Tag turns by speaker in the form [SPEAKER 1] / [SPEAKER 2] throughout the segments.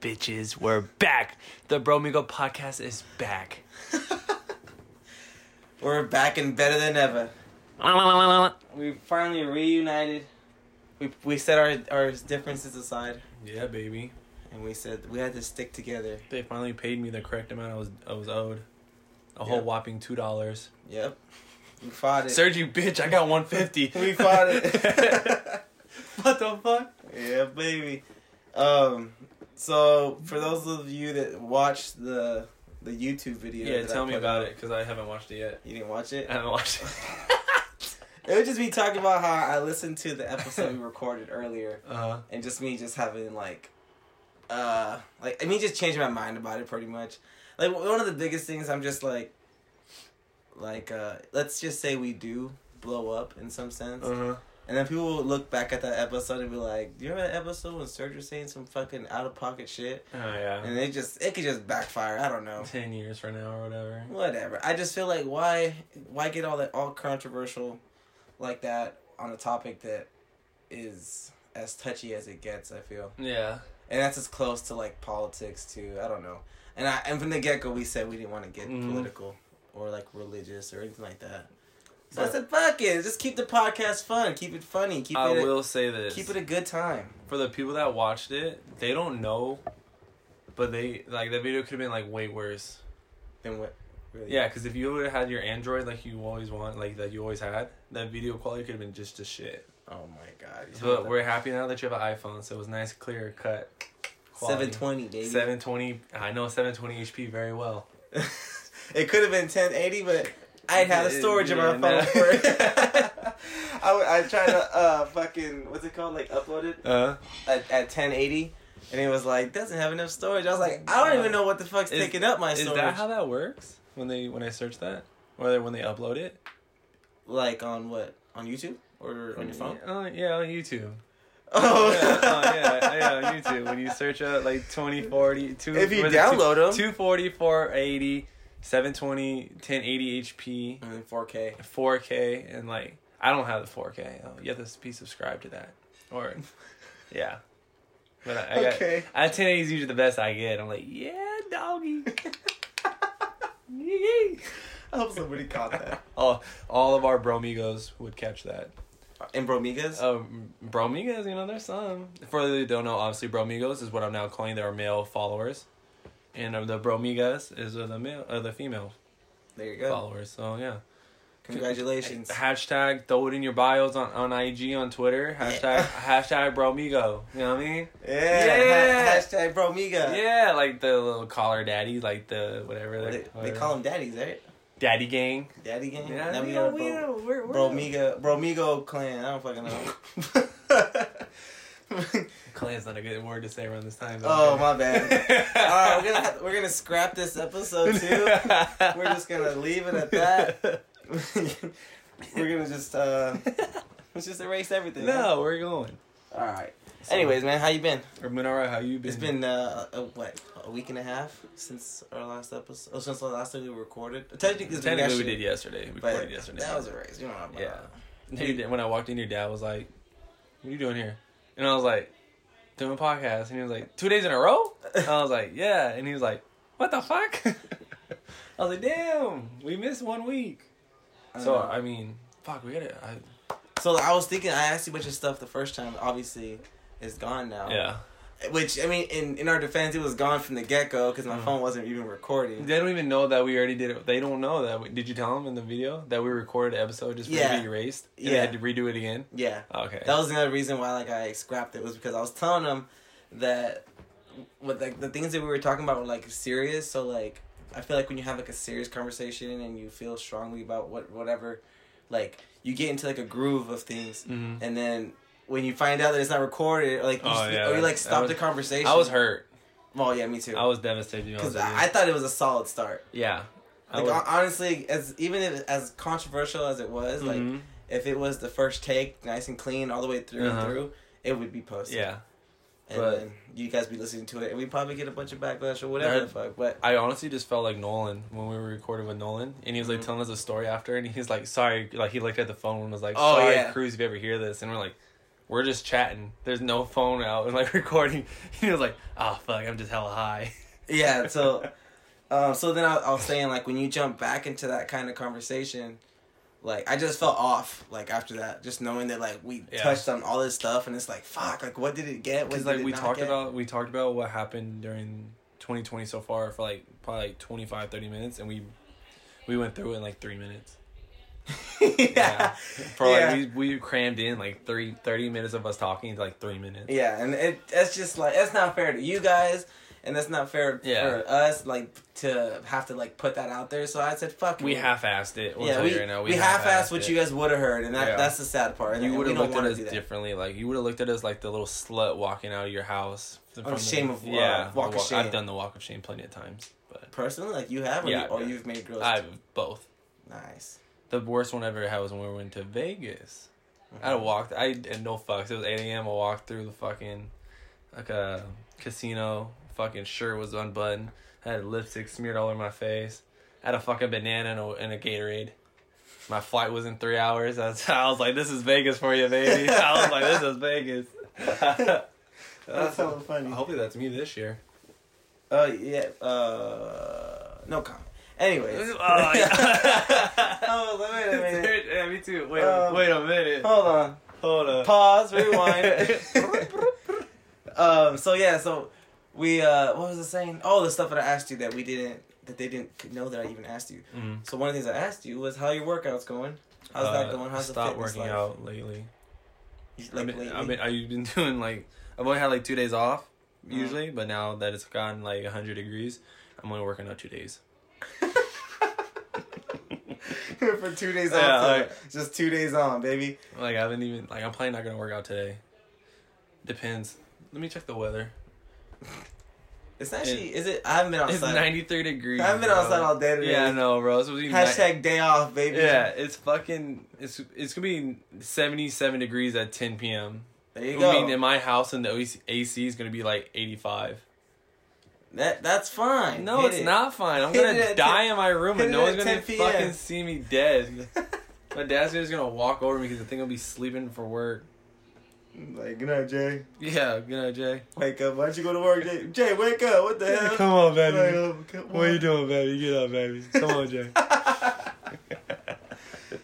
[SPEAKER 1] bitches. We're back. The Bromigo podcast is back.
[SPEAKER 2] We're back and better than ever. We finally reunited. We we set our our differences aside,
[SPEAKER 3] Yeah, baby.
[SPEAKER 2] and we said we had to stick together.
[SPEAKER 3] They finally paid me the correct amount I was I was owed. A
[SPEAKER 2] Yeah.
[SPEAKER 3] whole whopping two dollars.
[SPEAKER 2] Yep. We fought it.
[SPEAKER 3] Serge, you bitch! I got one fifty.
[SPEAKER 2] we fought it.
[SPEAKER 3] what the fuck?
[SPEAKER 2] yeah, baby. Um. So for those of you that watched the the YouTube video,
[SPEAKER 3] Yeah,
[SPEAKER 2] that I
[SPEAKER 3] tell me
[SPEAKER 2] put
[SPEAKER 3] about
[SPEAKER 2] out-
[SPEAKER 3] it because I haven't watched it yet.
[SPEAKER 2] You didn't watch it.
[SPEAKER 3] I haven't watched it.
[SPEAKER 2] It would just be talking about how I listened to the episode we recorded earlier.
[SPEAKER 3] Uh,
[SPEAKER 2] and just me just having like uh like I mean just changing my mind about it pretty much. Like one of the biggest things I'm just like like uh let's just say we do blow up in some sense.
[SPEAKER 3] huh.
[SPEAKER 2] And then people will look back at that episode and be like, Do you remember that episode when Serge was saying some fucking out of pocket shit?
[SPEAKER 3] Oh yeah.
[SPEAKER 2] And it just it could just backfire. I don't know.
[SPEAKER 3] Ten years from now or whatever.
[SPEAKER 2] Whatever. I just feel like why why get all that all controversial like that on a topic that is as touchy as it gets, I feel
[SPEAKER 3] Yeah.
[SPEAKER 2] and that's as close to like politics too. I don't know. And I and from the get go, we said we didn't want to get
[SPEAKER 3] Mhm.
[SPEAKER 2] political or like religious or anything like that. So I said, "Fuck it, just keep the podcast fun, keep it funny, keep
[SPEAKER 3] I
[SPEAKER 2] it a,
[SPEAKER 3] will say this.
[SPEAKER 2] keep it a good time."
[SPEAKER 3] for the people that watched it, they don't know, but they like that video could have been like way worse.
[SPEAKER 2] Then what? Really?
[SPEAKER 3] Yeah, because if you would have had your Android like you always want, like that you always had, that video quality could have been just a shit.
[SPEAKER 2] Oh my god.
[SPEAKER 3] But we're happy now that you have an iPhone, so it was nice, clear cut.
[SPEAKER 2] seven twenty, baby.
[SPEAKER 3] Seven twenty. I know seven twenty HP very well.
[SPEAKER 2] it could have been ten eighty, but I'd had a storage of our
[SPEAKER 3] Yeah,
[SPEAKER 2] phone.
[SPEAKER 3] no.
[SPEAKER 2] For it. I, w- I tried to uh fucking what's it called like upload it
[SPEAKER 3] Uh,
[SPEAKER 2] at, at ten eighty. And it was like doesn't have enough storage. I was like, I don't even know what the fuck's
[SPEAKER 3] Is-
[SPEAKER 2] taking up my
[SPEAKER 3] is
[SPEAKER 2] storage.
[SPEAKER 3] that how that works? When they when I search that, or they- when they upload it
[SPEAKER 2] Like on what? On YouTube or on your phone?
[SPEAKER 3] Oh yeah, on YouTube.
[SPEAKER 2] Oh,
[SPEAKER 3] yeah, oh, yeah, yeah, on YouTube. When you search up like 2040, two,
[SPEAKER 2] If you
[SPEAKER 3] was it
[SPEAKER 2] download 'em.
[SPEAKER 3] 240, 480, 720, 1080 HP,
[SPEAKER 2] And then 4K.
[SPEAKER 3] 4K, and like I don't have the 4K. Oh, you have to be subscribed to that, or yeah. But I, I got
[SPEAKER 2] Okay.
[SPEAKER 3] I 1080 is usually the best I get. I'm like, yeah, doggy. Yee.
[SPEAKER 2] I hope somebody caught that.
[SPEAKER 3] all, all of our bromigos would catch that.
[SPEAKER 2] And Bromigas.
[SPEAKER 3] Um, Bromigos, you know, there's some. For those who don't know, obviously, Bromigos is what I'm now calling their male followers, and uh, the Bromigas is uh, the male, uh, the female
[SPEAKER 2] there you go.
[SPEAKER 3] followers. So yeah,
[SPEAKER 2] Congratulations.
[SPEAKER 3] hashtag throw it in your bios on, on IG on Twitter. Hashtag hashtag Bromigo. You know what I mean?
[SPEAKER 2] Yeah.
[SPEAKER 3] Yeah.
[SPEAKER 2] ha- Hashtag Bromiga.
[SPEAKER 3] Yeah, like the little collar daddy, like the whatever
[SPEAKER 2] They,
[SPEAKER 3] they're-
[SPEAKER 2] they call them daddies, right?
[SPEAKER 3] daddy gang.
[SPEAKER 2] Daddy gang.
[SPEAKER 3] Yeah,
[SPEAKER 2] Now
[SPEAKER 3] we
[SPEAKER 2] got a
[SPEAKER 3] know,
[SPEAKER 2] Bro-
[SPEAKER 3] we know, we're- we're-
[SPEAKER 2] Bromiga. Bromigo clan. I don't fucking know.
[SPEAKER 3] Clan's not a good word to say around this time.
[SPEAKER 2] oh my bad. All right, we're gonna have, we're gonna scrap this episode too. We're just gonna leave it at that. we're gonna just uh, let's just erase everything.
[SPEAKER 3] No, we're going.
[SPEAKER 2] All right. Anyways, man, how you been?
[SPEAKER 3] Or Minara, how you been?
[SPEAKER 2] It's been uh, a, what a week and a half since our last episode. Oh, since the last time we recorded. Technically, it's been
[SPEAKER 3] Technically, we
[SPEAKER 2] yesterday,
[SPEAKER 3] did yesterday. We
[SPEAKER 2] but
[SPEAKER 3] recorded yesterday.
[SPEAKER 2] That was a raise. You know what I'm
[SPEAKER 3] yeah.
[SPEAKER 2] about.
[SPEAKER 3] Your dad- When I walked in, your dad was like, "What are you doing here?" And I was like, "Doing a podcast." And he was like, two days in a row?" And I was like, "Yeah." And he was like, "What the fuck?" I was like, "Damn, we missed one week."
[SPEAKER 2] I
[SPEAKER 3] so
[SPEAKER 2] know.
[SPEAKER 3] I mean, fuck, we got it. I,
[SPEAKER 2] So I was thinking, I asked you a bunch of stuff the first time. Obviously, it's gone now.
[SPEAKER 3] yeah.
[SPEAKER 2] Which I mean, in in our defense, it was gone from the get go because my
[SPEAKER 3] Mm.
[SPEAKER 2] phone wasn't even recording.
[SPEAKER 3] They don't even know that we already did it. They don't know that. We, did you tell them in the video that we recorded an episode just for it
[SPEAKER 2] Yeah.
[SPEAKER 3] to be erased? And
[SPEAKER 2] Yeah.
[SPEAKER 3] They had to redo it again.
[SPEAKER 2] Yeah.
[SPEAKER 3] Okay.
[SPEAKER 2] That was another reason why like I scrapped it was because I was telling them that with like the things that we were talking about were like serious. So like I feel like when you have like a serious conversation and you feel strongly about what whatever, like you get into like a groove of things,
[SPEAKER 3] Mhm.
[SPEAKER 2] and then when you find out that it's not recorded, or, like you
[SPEAKER 3] Oh,
[SPEAKER 2] just,
[SPEAKER 3] yeah,
[SPEAKER 2] or you like
[SPEAKER 3] that-
[SPEAKER 2] stop
[SPEAKER 3] that
[SPEAKER 2] the
[SPEAKER 3] was-
[SPEAKER 2] conversation.
[SPEAKER 3] I was hurt.
[SPEAKER 2] Well, yeah, me too.
[SPEAKER 3] I was devastated. you know,
[SPEAKER 2] Because
[SPEAKER 3] I was-
[SPEAKER 2] I, I thought it was a solid start.
[SPEAKER 3] yeah. I
[SPEAKER 2] Like
[SPEAKER 3] was-
[SPEAKER 2] hon- honestly, as even if, as controversial as it was, like
[SPEAKER 3] Mhm.
[SPEAKER 2] if it was the first take, nice and clean all the way through
[SPEAKER 3] Uh-huh.
[SPEAKER 2] and through, it would be posted.
[SPEAKER 3] yeah.
[SPEAKER 2] and
[SPEAKER 3] But-
[SPEAKER 2] then you guys be listening to it, and we probably get a bunch of backlash or whatever the
[SPEAKER 3] That-
[SPEAKER 2] fuck. But
[SPEAKER 3] I honestly just felt like Nolan when we were recording with Nolan, and he was like
[SPEAKER 2] Mhm.
[SPEAKER 3] telling us a story after, and he's like, "Sorry," like he looked at the phone and was like,
[SPEAKER 2] Oh,
[SPEAKER 3] "Sorry,
[SPEAKER 2] yeah.
[SPEAKER 3] Cruz, if you ever hear this," and we're like, we're just chatting. There's no phone out and like recording. He was like, oh fuck, I'm just hella high.
[SPEAKER 2] yeah so um, so then I, I was saying like when you jump back into that kind of conversation like i just felt off like after that just knowing that like we
[SPEAKER 3] Yeah.
[SPEAKER 2] touched on all this stuff and it's like fuck like what did it get what
[SPEAKER 3] Because
[SPEAKER 2] did
[SPEAKER 3] like
[SPEAKER 2] it
[SPEAKER 3] we
[SPEAKER 2] not
[SPEAKER 3] talked
[SPEAKER 2] get?
[SPEAKER 3] about we talked about what happened during 2020 so far for like probably like 25 30 minutes and we we went through it in like three minutes.
[SPEAKER 2] yeah
[SPEAKER 3] For like,
[SPEAKER 2] Yeah.
[SPEAKER 3] we we crammed in like three 30 minutes of us talking into like three minutes.
[SPEAKER 2] yeah and it that's just like that's not fair to you guys and that's not fair
[SPEAKER 3] Yeah.
[SPEAKER 2] for us like to have to like put that out there so i said fuck
[SPEAKER 3] We
[SPEAKER 2] it.
[SPEAKER 3] half-assed it. We'll
[SPEAKER 2] yeah
[SPEAKER 3] tell
[SPEAKER 2] we,
[SPEAKER 3] you right now.
[SPEAKER 2] we, half-assed
[SPEAKER 3] it.
[SPEAKER 2] what you guys would have heard and that
[SPEAKER 3] Yeah.
[SPEAKER 2] that's the sad part and
[SPEAKER 3] You
[SPEAKER 2] we
[SPEAKER 3] would have
[SPEAKER 2] don't
[SPEAKER 3] looked at
[SPEAKER 2] wanna
[SPEAKER 3] us
[SPEAKER 2] do that.
[SPEAKER 3] differently. Like you would have looked at us like the little slut walking out of your house. in
[SPEAKER 2] Oh,
[SPEAKER 3] front
[SPEAKER 2] shame
[SPEAKER 3] the-
[SPEAKER 2] of- uh,
[SPEAKER 3] yeah,
[SPEAKER 2] walk
[SPEAKER 3] the
[SPEAKER 2] of shame.
[SPEAKER 3] I've done the walk of shame plenty of times, but
[SPEAKER 2] personally like you have or,
[SPEAKER 3] Yeah,
[SPEAKER 2] you, or
[SPEAKER 3] yeah.
[SPEAKER 2] you've made girls
[SPEAKER 3] I've both.
[SPEAKER 2] nice
[SPEAKER 3] The worst one I ever had was when we went to Vegas. I
[SPEAKER 2] Uh-huh.
[SPEAKER 3] walked. I and no fucks. It was eight a.m. I walked through the fucking like a casino. Fucking shirt was unbuttoned. I had lipstick smeared all over my face. I had a fucking banana and a, and a Gatorade. My flight was in three hours. I was, I was like, "This is Vegas for you, baby." I was like, "This is Vegas."
[SPEAKER 2] that's so funny
[SPEAKER 3] Hopefully, that's me this year.
[SPEAKER 2] Oh yeah. Uh, no comment. Anyways.
[SPEAKER 3] Oh, yeah.
[SPEAKER 2] I was like, wait a minute.
[SPEAKER 3] yeah, me too. Wait,
[SPEAKER 2] Um,
[SPEAKER 3] wait a minute.
[SPEAKER 2] Hold on.
[SPEAKER 3] Hold up.
[SPEAKER 2] Pause. Rewind. um. So yeah. So we. Uh. What was I saying? Oh, the stuff that I asked you that we didn't. That they didn't know that I even asked you.
[SPEAKER 3] Mm.
[SPEAKER 2] So one of the things I asked you was how your workouts going. How's that
[SPEAKER 3] Uh,
[SPEAKER 2] going? How's the
[SPEAKER 3] Stopped
[SPEAKER 2] fitness
[SPEAKER 3] working
[SPEAKER 2] life?
[SPEAKER 3] out lately.
[SPEAKER 2] You-
[SPEAKER 3] I
[SPEAKER 2] Like
[SPEAKER 3] mean, I
[SPEAKER 2] lately?
[SPEAKER 3] mean, I've been doing like I've only had like two days off
[SPEAKER 2] Mm-hmm.
[SPEAKER 3] usually, but now that it's gotten like hundred degrees, I'm only working out two days.
[SPEAKER 2] for two days
[SPEAKER 3] Yeah,
[SPEAKER 2] off.
[SPEAKER 3] like-
[SPEAKER 2] just two days on, baby.
[SPEAKER 3] Like I haven't even like I'm probably not gonna work out today. Depends. Let me check the weather.
[SPEAKER 2] It's actually. is it? I haven't been
[SPEAKER 3] It's
[SPEAKER 2] outside.
[SPEAKER 3] 93 degrees.
[SPEAKER 2] I haven't been
[SPEAKER 3] bro.
[SPEAKER 2] outside all day today.
[SPEAKER 3] Yeah, I know, bro. It's supposed to be ni-
[SPEAKER 2] Hashtag day off, baby.
[SPEAKER 3] Yeah, it's fucking. It's it's gonna be 77 degrees at 10 p.m.
[SPEAKER 2] There you
[SPEAKER 3] I
[SPEAKER 2] go.
[SPEAKER 3] mean, in my house, and the E OC AC is gonna be like 85.
[SPEAKER 2] That that's fine.
[SPEAKER 3] No,
[SPEAKER 2] Hit
[SPEAKER 3] it's
[SPEAKER 2] it.
[SPEAKER 3] not fine. I'm
[SPEAKER 2] Hit
[SPEAKER 3] gonna
[SPEAKER 2] it at
[SPEAKER 3] die
[SPEAKER 2] 10
[SPEAKER 3] in my room
[SPEAKER 2] hit
[SPEAKER 3] and
[SPEAKER 2] it
[SPEAKER 3] no one's
[SPEAKER 2] at
[SPEAKER 3] gonna
[SPEAKER 2] 10 p.m.
[SPEAKER 3] fucking see me dead. my dad's just gonna walk over me because I think I'll be sleeping for work.
[SPEAKER 2] like, good night, Jay.
[SPEAKER 3] Yeah, good night, Jay.
[SPEAKER 2] Wake up. Why don't you go to work, Jay? Jay, wake up. What the hell?
[SPEAKER 3] on,
[SPEAKER 2] Like, oh, come on.
[SPEAKER 3] doing, baby? Get up, baby. Come on, Jay.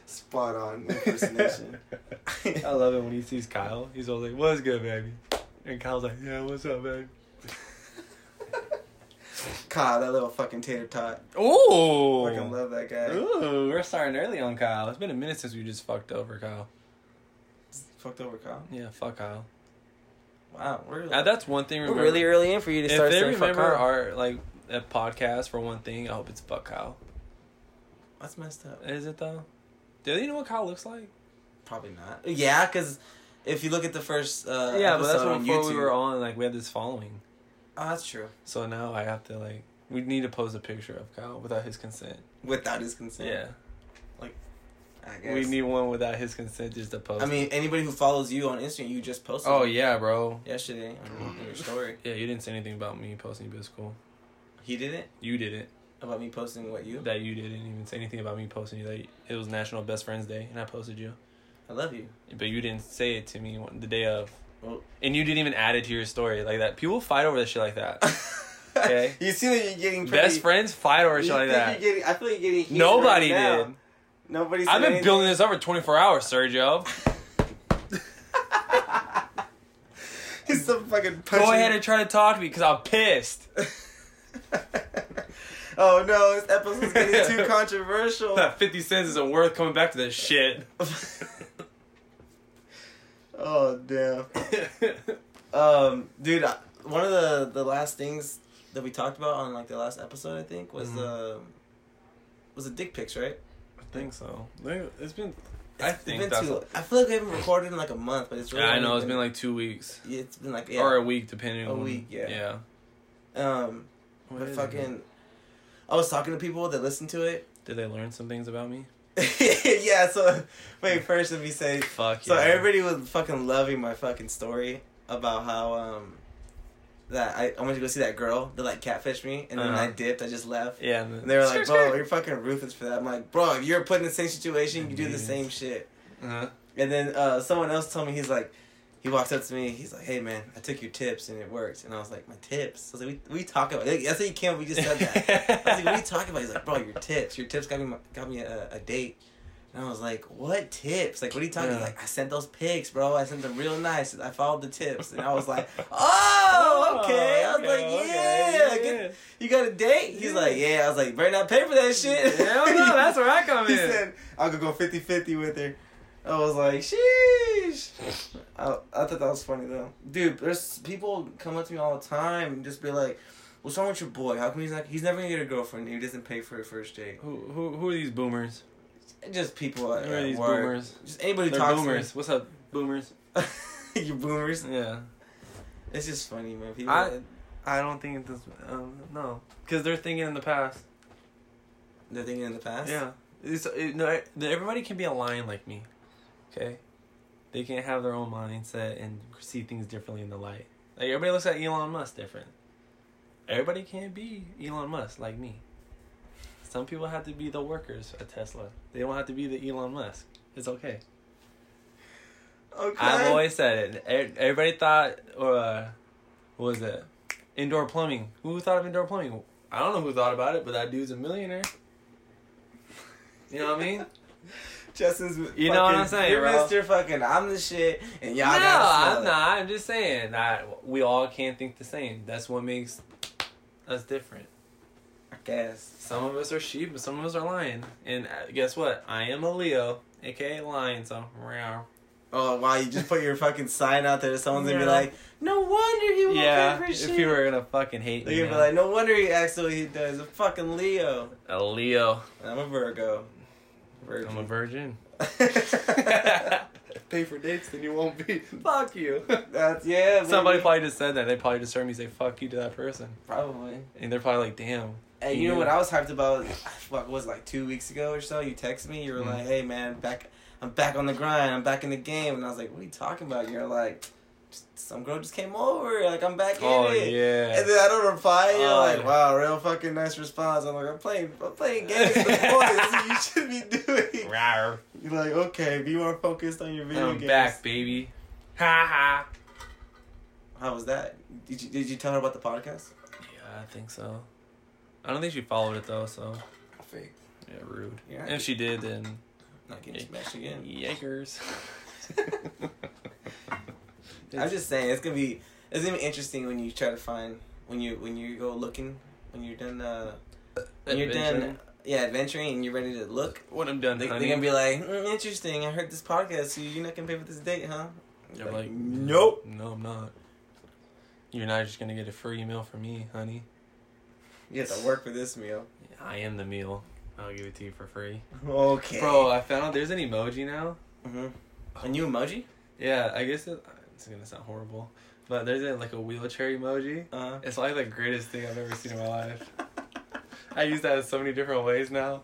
[SPEAKER 2] Spot on impersonation.
[SPEAKER 3] I love it when he sees Kyle. He's always like, "What's good, baby?" And Kyle's like, "Yeah, what's up, baby?"
[SPEAKER 2] Kyle, that little fucking tater tot.
[SPEAKER 3] Oh,
[SPEAKER 2] Fucking love that guy.
[SPEAKER 3] Ooh, we're starting early on Kyle. It's been a minute since we just fucked over Kyle.
[SPEAKER 2] Fucked over, Kyle.
[SPEAKER 3] Yeah, fuck Kyle.
[SPEAKER 2] Wow, we're,
[SPEAKER 3] Uh, that's one thing.
[SPEAKER 2] we're
[SPEAKER 3] Remember,
[SPEAKER 2] really early in for you to
[SPEAKER 3] if
[SPEAKER 2] start
[SPEAKER 3] they
[SPEAKER 2] saying fuck
[SPEAKER 3] remember
[SPEAKER 2] Kyle.
[SPEAKER 3] our like a podcast for one thing, I hope it's fuck Kyle.
[SPEAKER 2] That's messed up.
[SPEAKER 3] Is it though? Do they know what Kyle looks like?
[SPEAKER 2] Probably not. Yeah, because if you look at the first uh,
[SPEAKER 3] yeah, but that's
[SPEAKER 2] episode
[SPEAKER 3] when
[SPEAKER 2] on
[SPEAKER 3] before
[SPEAKER 2] YouTube.
[SPEAKER 3] we were on. Like we had this following,
[SPEAKER 2] Oh, that's true.
[SPEAKER 3] so now I have to like we need to post a picture of Kyle without his consent.
[SPEAKER 2] Without his consent.
[SPEAKER 3] Yeah,
[SPEAKER 2] I guess.
[SPEAKER 3] we need one without his consent just to post.
[SPEAKER 2] I mean, anybody who follows you on Instagram, you just posted.
[SPEAKER 3] oh
[SPEAKER 2] it
[SPEAKER 3] yeah, bro.
[SPEAKER 2] Yesterday, on your story.
[SPEAKER 3] Yeah, you didn't say anything about me posting, but it's cool.
[SPEAKER 2] He did it
[SPEAKER 3] You did it.
[SPEAKER 2] about me posting what you.
[SPEAKER 3] that you didn't even say anything about me posting you that it was National Best Friends Day and I posted you,
[SPEAKER 2] I love you.
[SPEAKER 3] but you didn't say it to me the day of,
[SPEAKER 2] Well-
[SPEAKER 3] and you didn't even add it to your story like that. People fight over this shit like that. Okay.
[SPEAKER 2] you see that you're getting pretty,
[SPEAKER 3] Best friends fight over
[SPEAKER 2] you
[SPEAKER 3] shit like
[SPEAKER 2] think
[SPEAKER 3] that.
[SPEAKER 2] You're getting, I feel like you're getting. heated
[SPEAKER 3] Nobody
[SPEAKER 2] right now.
[SPEAKER 3] did.
[SPEAKER 2] Nobody. Said
[SPEAKER 3] I've been
[SPEAKER 2] anything.
[SPEAKER 3] building this up for twenty four hours, Sergio.
[SPEAKER 2] He's some fucking. Punching.
[SPEAKER 3] Go ahead and try to talk to me because I'm pissed.
[SPEAKER 2] oh no, this episode's getting too controversial.
[SPEAKER 3] That fifty cents isn't worth coming back to this shit.
[SPEAKER 2] oh damn. Um, dude, I- one of the the last things that we talked about on like the last episode, I think, was
[SPEAKER 3] Mhm.
[SPEAKER 2] the was the dick pics, right?
[SPEAKER 3] I think so. It's been. I
[SPEAKER 2] It's
[SPEAKER 3] think
[SPEAKER 2] been
[SPEAKER 3] that's.
[SPEAKER 2] too, I feel like we haven't recorded in like a month, but it's really.
[SPEAKER 3] Yeah, I know.
[SPEAKER 2] only
[SPEAKER 3] It's been like two weeks
[SPEAKER 2] Yeah, it's been like yeah.
[SPEAKER 3] or a week, depending
[SPEAKER 2] A
[SPEAKER 3] on
[SPEAKER 2] week, yeah.
[SPEAKER 3] Yeah.
[SPEAKER 2] Um,
[SPEAKER 3] What
[SPEAKER 2] but
[SPEAKER 3] is it?
[SPEAKER 2] fucking, I was talking to people that listened to it.
[SPEAKER 3] Did they learn some things about me?
[SPEAKER 2] yeah. So wait, first let me say.
[SPEAKER 3] Fuck
[SPEAKER 2] So everybody was fucking loving my fucking story about how um that I, I went to go see that girl that like catfished me, and then
[SPEAKER 3] Uh-huh.
[SPEAKER 2] I dipped. I just left.
[SPEAKER 3] Yeah. And
[SPEAKER 2] And they were like, "Bro, you're fucking ruthless for that." I'm like, "Bro, if you're put in the same situation, you do the
[SPEAKER 3] Indeed.
[SPEAKER 2] same shit."
[SPEAKER 3] Uh-huh.
[SPEAKER 2] And then uh, someone else told me he's like, He walks up to me. He's like, "Hey man, I took your tips and it worked." And I was like, "My tips?" I was like, "We we talk about." Like, That's how you can't. We just said that. I was like, "What are you talking about?" He's like, "Bro, your tips. Your tips got me my- got me a, a date." And I was like, "What tips? Like, what are you talking?" He's
[SPEAKER 3] Yeah.
[SPEAKER 2] like, "I sent those pics, bro. I sent them real nice. I followed the tips." And I was like, "Oh, okay." I was
[SPEAKER 3] okay,
[SPEAKER 2] like,
[SPEAKER 3] okay,
[SPEAKER 2] "Yeah, good- you got a date?" He's like, "Yeah." I was like, "Better not pay for that shit."
[SPEAKER 3] Hell no, that's where I come
[SPEAKER 2] He
[SPEAKER 3] in.
[SPEAKER 2] said, "I could go 50-50 with her." I was like, "Sheesh." I, I thought that was funny though, dude. There's people come up to me all the time and just be like, "What's wrong with your boy? How come he's not? He's never gonna get a girlfriend. and He doesn't pay for a first date."
[SPEAKER 3] Who, who, who are these boomers?
[SPEAKER 2] Just people at,
[SPEAKER 3] Who are
[SPEAKER 2] at
[SPEAKER 3] these
[SPEAKER 2] work.
[SPEAKER 3] boomers?
[SPEAKER 2] Just anybody who
[SPEAKER 3] They're
[SPEAKER 2] talks
[SPEAKER 3] boomers. What's up, boomers?
[SPEAKER 2] to me. you boomers.
[SPEAKER 3] Yeah.
[SPEAKER 2] It's just funny, man. People.
[SPEAKER 3] I I don't think this. Um, no, because they're thinking in the past.
[SPEAKER 2] they're thinking in the past.
[SPEAKER 3] Yeah, it's, it, no, everybody can be a lion like me. Okay, they can have their own mindset and see things differently in the light. Like everybody looks at Elon Musk different. Everybody can't be Elon Musk like me. Some people have to be the workers at Tesla. They don't have to be the Elon Musk. It's okay.
[SPEAKER 2] Okay.
[SPEAKER 3] I've always said it. E- Everybody thought, or uh, what was it? Indoor plumbing. Who thought of indoor plumbing? I don't know who thought about it, but that dude's a millionaire. You know what I mean?
[SPEAKER 2] Justin's.
[SPEAKER 3] You know what I'm
[SPEAKER 2] fucking-
[SPEAKER 3] saying,
[SPEAKER 2] You're
[SPEAKER 3] bro.
[SPEAKER 2] Mr. Fucking. I'm the shit, and y'all.
[SPEAKER 3] no,
[SPEAKER 2] gotta smell
[SPEAKER 3] I'm
[SPEAKER 2] it.
[SPEAKER 3] not. I'm just saying. I, we all can't think the same. That's what makes us different.
[SPEAKER 2] I guess.
[SPEAKER 3] Some of us are sheep, and some of us are lion. And uh, guess what? I am a Leo, aka lion. So, meow.
[SPEAKER 2] Oh wow! You just put your fucking sign out there. Someone's gonna be
[SPEAKER 3] Yeah.
[SPEAKER 2] like, "No wonder he won't
[SPEAKER 3] yeah.
[SPEAKER 2] pay for shit."
[SPEAKER 3] If you were gonna fucking hate
[SPEAKER 2] They're
[SPEAKER 3] me,
[SPEAKER 2] gonna be
[SPEAKER 3] man.
[SPEAKER 2] like, "No wonder he acts the way he does." A fucking Leo.
[SPEAKER 3] a Leo.
[SPEAKER 2] I'm a Virgo. Virgo.
[SPEAKER 3] I'm a virgin. pay for dates, then you won't be. Fuck you.
[SPEAKER 2] That's yeah. baby.
[SPEAKER 3] Somebody probably just said that. They probably just heard me say "fuck you" to that person,
[SPEAKER 2] probably.
[SPEAKER 3] and they're probably like, "Damn."
[SPEAKER 2] Hey,
[SPEAKER 3] He
[SPEAKER 2] you know
[SPEAKER 3] knew.
[SPEAKER 2] what I was hyped about? Fuck, what was it, like two weeks ago or so. You texted me. You were
[SPEAKER 3] Mm.
[SPEAKER 2] like, "Hey man, back. I'm back on the grind. I'm back in the game." And I was like, "What are you talking about?" You're like, "Just- "Some girl just came over. Like I'm back
[SPEAKER 3] Oh
[SPEAKER 2] in it."
[SPEAKER 3] yeah.
[SPEAKER 2] And then I don't reply. You're
[SPEAKER 3] Oh,
[SPEAKER 2] like,
[SPEAKER 3] yeah.
[SPEAKER 2] wow, real fucking nice response. I'm like, I'm playing, I'm playing games with boys. you should be doing.
[SPEAKER 3] Rawr.
[SPEAKER 2] You're like, okay, be more focused on your video
[SPEAKER 3] I'm
[SPEAKER 2] games.
[SPEAKER 3] back, baby. Ha
[SPEAKER 2] How was that? Did you did you tell her about the podcast?
[SPEAKER 3] ha. Yeah, I think so. I don't think she followed it though, so
[SPEAKER 2] Fake.
[SPEAKER 3] yeah, rude.
[SPEAKER 2] Yeah.
[SPEAKER 3] If she did, then
[SPEAKER 2] Not getting smashed again.
[SPEAKER 3] Yakers.
[SPEAKER 2] I'm just saying, it's gonna be it's gonna be interesting when you try to find when you when you go looking when you're done uh when you're done yeah adventuring and you're ready to look.
[SPEAKER 3] When I'm done,
[SPEAKER 2] They, they're
[SPEAKER 3] honey.
[SPEAKER 2] gonna be like, mm, interesting. I heard this podcast, so you're not gonna pay for this date, huh?
[SPEAKER 3] You're like,
[SPEAKER 2] nope.
[SPEAKER 3] No, I'm not. You're not just gonna get a free meal from me, honey.
[SPEAKER 2] You have to work for this meal.
[SPEAKER 3] I am the meal. I'll give it to you for free.
[SPEAKER 2] Okay.
[SPEAKER 3] Bro, I found out there's an emoji now.
[SPEAKER 2] hmm A new emoji?
[SPEAKER 3] Yeah, I guess it, it's gonna sound horrible, but there's a, like a wheelchair emoji.
[SPEAKER 2] Uh,
[SPEAKER 3] It's like the greatest thing I've ever seen in my life. I use that in so many different ways now.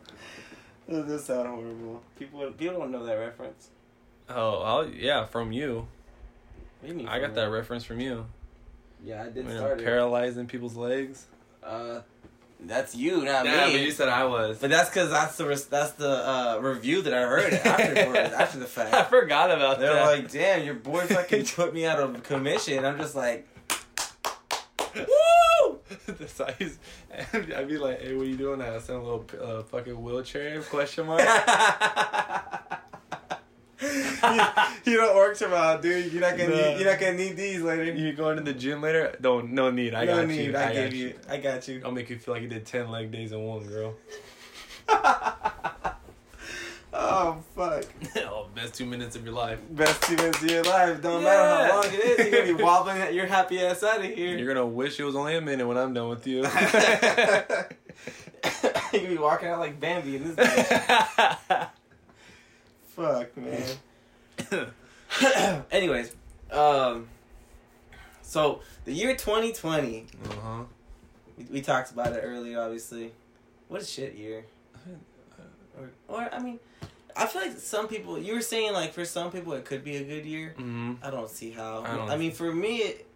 [SPEAKER 2] does this sound horrible. People people don't know that reference.
[SPEAKER 3] Oh, I'll, yeah, from you.
[SPEAKER 2] What do you mean
[SPEAKER 3] I got
[SPEAKER 2] from
[SPEAKER 3] that
[SPEAKER 2] it?
[SPEAKER 3] reference from you.
[SPEAKER 2] Yeah, I did
[SPEAKER 3] Man,
[SPEAKER 2] start it.
[SPEAKER 3] paralyzing people's legs.
[SPEAKER 2] uh, that's you, not
[SPEAKER 3] yeah,
[SPEAKER 2] me.
[SPEAKER 3] but you said I was.
[SPEAKER 2] But that's because that's the res- that's the uh, review that I heard afterwards after the
[SPEAKER 3] I
[SPEAKER 2] fact.
[SPEAKER 3] forgot about
[SPEAKER 2] They're
[SPEAKER 3] that.
[SPEAKER 2] like, "Damn, your boy fucking put me out of commission." I'm just like,
[SPEAKER 3] Woo! the size. I'd be like, hey, what you doing? I send a little uh, fucking wheelchair question
[SPEAKER 2] you,
[SPEAKER 3] mark.
[SPEAKER 2] you don't work tomorrow, dude. You're not gonna
[SPEAKER 3] No.
[SPEAKER 2] need, you're not gonna need these later.
[SPEAKER 3] you going to the gym later? No, no need. I
[SPEAKER 2] no
[SPEAKER 3] got
[SPEAKER 2] need.
[SPEAKER 3] you.
[SPEAKER 2] I,
[SPEAKER 3] got
[SPEAKER 2] gave you. I got you.
[SPEAKER 3] I'll make you feel like you did ten leg days in one, girl.
[SPEAKER 2] Oh fuck.
[SPEAKER 3] oh, best two minutes of your life.
[SPEAKER 2] Best two minutes of your life. Don't matter
[SPEAKER 3] Yeah.
[SPEAKER 2] how long it is, you're gonna be wobbling your happy ass out of here.
[SPEAKER 3] You're gonna wish it was only a minute when I'm done with you.
[SPEAKER 2] you're gonna be walking out like Bambi in this bitch.
[SPEAKER 3] Uh-huh.
[SPEAKER 2] Fuck man. Anyways, um so the year twenty twenty,
[SPEAKER 3] uh-huh.
[SPEAKER 2] we, we talked about it earlier obviously. What a shit year. Or or I mean I feel like some people you were saying like for some people it could be a good year.
[SPEAKER 3] Mm-hmm.
[SPEAKER 2] I don't see how. I,
[SPEAKER 3] I don't-
[SPEAKER 2] mean, for me, it,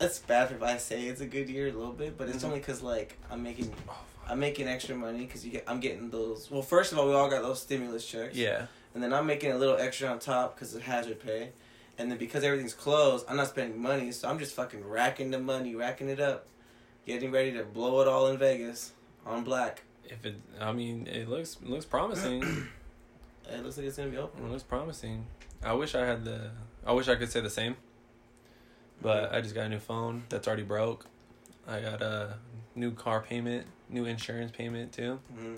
[SPEAKER 2] it's bad if I say it's a good year a little bit, but it's
[SPEAKER 3] Mhm.
[SPEAKER 2] only 'cause only because like I'm making
[SPEAKER 3] Oh,
[SPEAKER 2] I'm making extra money because you get I'm getting those. Well, first of all, we all got those stimulus checks,
[SPEAKER 3] yeah.
[SPEAKER 2] and then I'm making a little extra on top because of hazard pay, And then because everything's closed, I'm not spending money, so I'm just fucking racking the money, racking it up, getting ready to blow it all in Vegas on black.
[SPEAKER 3] If it, I mean, it looks looks promising. it
[SPEAKER 2] It looks like it's gonna be open.
[SPEAKER 3] looks promising. I wish I had the. I wish I could say the same. But I just got a new phone that's already broke. I got a new car payment, new insurance payment too.
[SPEAKER 2] Mm-hmm.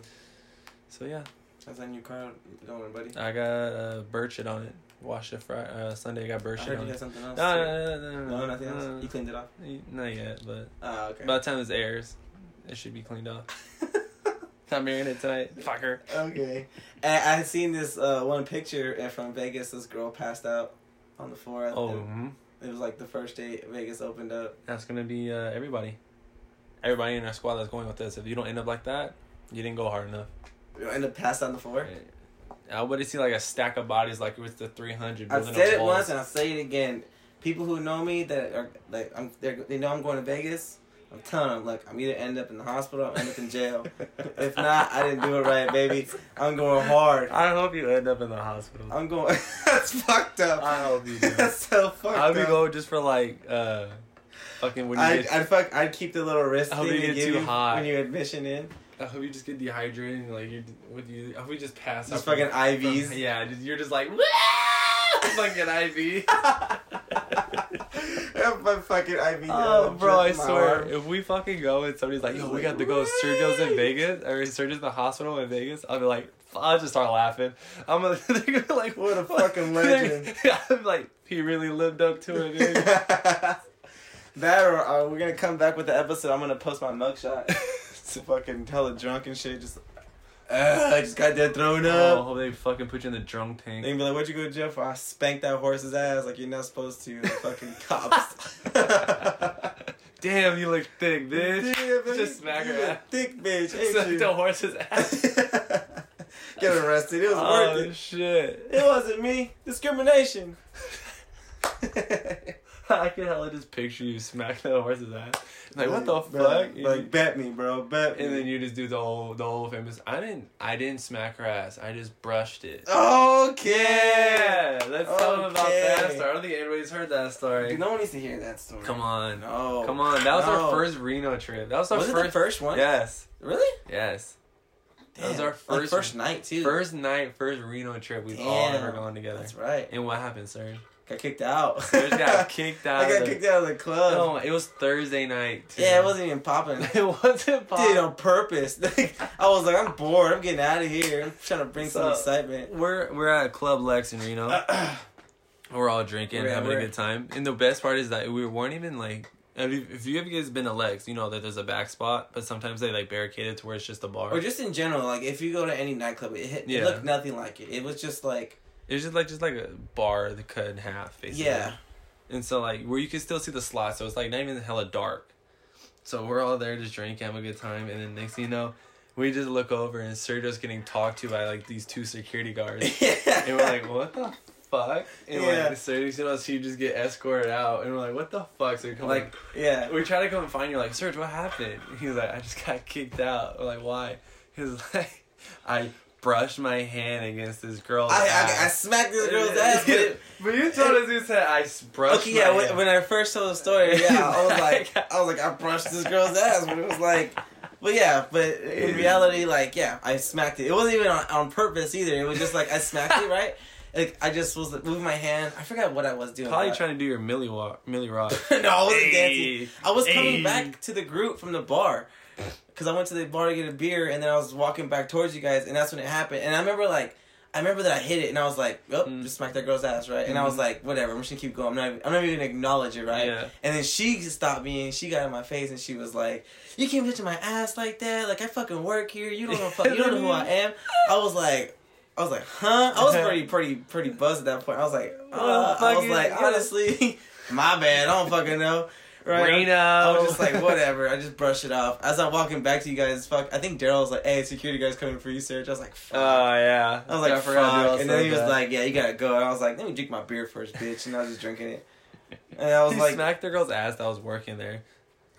[SPEAKER 3] So yeah,
[SPEAKER 2] How's that new car going, buddy?
[SPEAKER 3] I got uh, bird shit on it. Washed it Friday, uh, Sunday. I got bird
[SPEAKER 2] I
[SPEAKER 3] shit
[SPEAKER 2] heard you
[SPEAKER 3] on it.
[SPEAKER 2] got something else.
[SPEAKER 3] No,
[SPEAKER 2] too.
[SPEAKER 3] no, no, no, no,
[SPEAKER 2] No, nothing else. You cleaned it off.
[SPEAKER 3] Eh, Not yet, but
[SPEAKER 2] Ah, okay.
[SPEAKER 3] by the time this airs, it should be cleaned off. Not marrying it tonight, fucker.
[SPEAKER 2] okay. And I had seen this uh, one picture uh, from Vegas. This girl passed out on the floor.
[SPEAKER 3] Oh, mhm.
[SPEAKER 2] It was like the first day Vegas opened up.
[SPEAKER 3] that's gonna be uh, everybody. Everybody in our squad that's going with this. If you don't end up like that, you didn't go hard enough.
[SPEAKER 2] You ended up passed out on the floor.
[SPEAKER 3] I would see like a stack of bodies, like it was the three hundred.
[SPEAKER 2] I've said it once and I'll say it again. People who know me that are like I'm, they're, they know I'm going to Vegas. I'm telling them like I'm either end up in the hospital, or end up in jail. if not, I didn't do it right, baby. I'm going hard.
[SPEAKER 3] I hope you end up in the hospital.
[SPEAKER 2] I'm going. That's fucked up.
[SPEAKER 3] I hope you do.
[SPEAKER 2] That's so fucked
[SPEAKER 3] I'd be
[SPEAKER 2] up.
[SPEAKER 3] go just for like uh, fucking when you
[SPEAKER 2] I
[SPEAKER 3] get.
[SPEAKER 2] I fuck. I keep the little wrist
[SPEAKER 3] I hope
[SPEAKER 2] thing
[SPEAKER 3] you
[SPEAKER 2] they
[SPEAKER 3] get
[SPEAKER 2] give
[SPEAKER 3] too
[SPEAKER 2] you
[SPEAKER 3] hot.
[SPEAKER 2] when you admission in.
[SPEAKER 3] I hope you just get dehydrated and like you with you. I hope you just pass
[SPEAKER 2] Just
[SPEAKER 3] out.
[SPEAKER 2] fucking IVs.
[SPEAKER 3] From, yeah, just, you're just like fucking IV.
[SPEAKER 2] Have my fucking IV.
[SPEAKER 3] Oh, bro, I
[SPEAKER 2] dripping my
[SPEAKER 3] swear.
[SPEAKER 2] arm.
[SPEAKER 3] If we fucking go and somebody's like, yo,
[SPEAKER 2] Just
[SPEAKER 3] we
[SPEAKER 2] like,
[SPEAKER 3] got to go. Sergio's in
[SPEAKER 2] "Wait."
[SPEAKER 3] Vegas, or Sergio's in the hospital in Vegas, I'll be like, f- I'll just start laughing. I'm gonna, they're gonna be like,
[SPEAKER 2] What a fucking legend.
[SPEAKER 3] I'm like, he really lived up to it, dude.
[SPEAKER 2] that or uh, we're gonna come back with the episode. I'm gonna post my mugshot to fucking tell a drunk and shit. Just "Ugh, I just got that thrown
[SPEAKER 3] Oh, I
[SPEAKER 2] up.
[SPEAKER 3] hope they fucking put you in the drunk
[SPEAKER 2] They
[SPEAKER 3] tank.
[SPEAKER 2] can be like, "What'd you go to jail for?" I spanked that horse's ass like you're not supposed to. The fucking cops.
[SPEAKER 3] Damn, you look thick, bitch.
[SPEAKER 2] Yeah, but
[SPEAKER 3] Just
[SPEAKER 2] you-
[SPEAKER 3] smack her
[SPEAKER 2] you a
[SPEAKER 3] ass.
[SPEAKER 2] Thick bitch. ain't
[SPEAKER 3] Suck
[SPEAKER 2] you?
[SPEAKER 3] the horse's ass.
[SPEAKER 2] Get arrested. It was worth
[SPEAKER 3] oh
[SPEAKER 2] it.
[SPEAKER 3] shit.
[SPEAKER 2] It wasn't me. Discrimination.
[SPEAKER 3] I can hella just picture you smacking the horse's ass. Like, what the
[SPEAKER 2] bro,
[SPEAKER 3] fuck? You-
[SPEAKER 2] Like, bet me, bro. Bet me.
[SPEAKER 3] And then you just do the whole the whole famous. I didn't I didn't smack her ass. I just brushed it.
[SPEAKER 2] Oh, Okay.
[SPEAKER 3] Yeah, let's tell them about
[SPEAKER 2] Okay.
[SPEAKER 3] that story. I don't think anybody's heard that story.
[SPEAKER 2] Dude, no one needs to hear that story.
[SPEAKER 3] Come on,
[SPEAKER 2] No.
[SPEAKER 3] come on. That was
[SPEAKER 2] No.
[SPEAKER 3] our first Reno trip. That was our
[SPEAKER 2] Was it
[SPEAKER 3] first.
[SPEAKER 2] the first one?
[SPEAKER 3] Yes,
[SPEAKER 2] Really?
[SPEAKER 3] yes. That was our
[SPEAKER 2] Like,
[SPEAKER 3] first
[SPEAKER 2] first night, too.
[SPEAKER 3] First night, first Reno trip we've all ever
[SPEAKER 2] Damn.
[SPEAKER 3] gone together.
[SPEAKER 2] That's right.
[SPEAKER 3] And what happened, sir?
[SPEAKER 2] Got kicked out.
[SPEAKER 3] Serge got kicked out.
[SPEAKER 2] I
[SPEAKER 3] of
[SPEAKER 2] got
[SPEAKER 3] the-
[SPEAKER 2] kicked out of the club.
[SPEAKER 3] No, it was Thursday night. too.
[SPEAKER 2] yeah, it wasn't even popping.
[SPEAKER 3] it wasn't.
[SPEAKER 2] did it
[SPEAKER 3] Pop.
[SPEAKER 2] on purpose. Like, I was like, I'm bored. I'm getting out of here. I'm trying to bring some
[SPEAKER 3] So-
[SPEAKER 2] excitement.
[SPEAKER 3] We're we're at Club Lex in Reno. We're all drinking,
[SPEAKER 2] Uh, We're at
[SPEAKER 3] having a
[SPEAKER 2] work.
[SPEAKER 3] good time. And the best part is that we weren't even like. If you- if you have guys been to Lex, you know that there's a back spot, but sometimes they like barricade it to where it's just a bar.
[SPEAKER 2] Or just in general, like if you go to any nightclub, it, hit,
[SPEAKER 3] Yeah.
[SPEAKER 2] it looked nothing like it. It was just like,
[SPEAKER 3] it's just like just like a bar that cut in half, basically.
[SPEAKER 2] yeah,
[SPEAKER 3] And so like where you can still see the slot, so it's like not even hella dark. So we're all there just drinking, having a good time, and then next thing you know, we just look over and Sergio's getting talked to by like these two security guards. and we're like, what the fuck? And
[SPEAKER 2] Yeah.
[SPEAKER 3] like, so you know, so you just get escorted out, and we're like, what the fuck? So we come like,
[SPEAKER 2] like yeah.
[SPEAKER 3] we try to come and find you. Like, Serge, what happened? He was like, I just got kicked out. We're like, why? He was like, I brushed my hand against this girl's
[SPEAKER 2] I, I, I
[SPEAKER 3] ass.
[SPEAKER 2] smacked this girl's ass. But it,
[SPEAKER 3] But you told us you said I s- brushed.
[SPEAKER 2] okay,
[SPEAKER 3] my
[SPEAKER 2] yeah.
[SPEAKER 3] hand."
[SPEAKER 2] When, when I first told the story, yeah, I was like, I was like, I brushed this girl's ass, but it was like. But yeah, but in reality, like yeah, I smacked it. It wasn't even on, on purpose either. It was just like I smacked it, right? Like I just was like, moving my hand. I forgot what I was doing.
[SPEAKER 3] probably
[SPEAKER 2] but-
[SPEAKER 3] trying to do your Millie walk, Millie rock.
[SPEAKER 2] no, I wasn't
[SPEAKER 3] Hey.
[SPEAKER 2] dancing. I was coming
[SPEAKER 3] Hey.
[SPEAKER 2] back to the group from the bar because I went to the bar to get a beer, and then I was walking back towards you guys, and that's when it happened. And I remember like. I remember that I hit it and I was like, "Oh,
[SPEAKER 3] Mm.
[SPEAKER 2] just smacked that girl's ass, right?" And I was like, "Whatever, I'm just gonna keep going. I'm not, even, I'm not even gonna acknowledge it, right?"
[SPEAKER 3] Yeah.
[SPEAKER 2] And then she stopped me and she got in my face and she was like, "You can't touch my ass like that. Like I fucking work here. You don't know, fuck, you don't know who I am." I was like, I was like, "Huh?" I was pretty, pretty, pretty buzzed at that point. I was like, uh, I was
[SPEAKER 3] Fucking-
[SPEAKER 2] like,
[SPEAKER 3] yeah.
[SPEAKER 2] honestly, my bad. I don't fucking know. Right?
[SPEAKER 3] Reno.
[SPEAKER 2] I was just like, whatever. I just brushed it off. As I'm walking back to you guys, fuck. I think Daryl was like, "Hey, security guys coming for you, Serge." I was like,
[SPEAKER 3] Oh
[SPEAKER 2] "Fuck."
[SPEAKER 3] yeah.
[SPEAKER 2] I was like,
[SPEAKER 3] forgot you all
[SPEAKER 2] "Fuck." And then
[SPEAKER 3] said
[SPEAKER 2] he was
[SPEAKER 3] that.
[SPEAKER 2] like, "Yeah, you gotta go." And I was like, "Let me drink my beer first, bitch." And I was just drinking it. And I was
[SPEAKER 3] he
[SPEAKER 2] like,
[SPEAKER 3] smacked the girl's ass that was working there.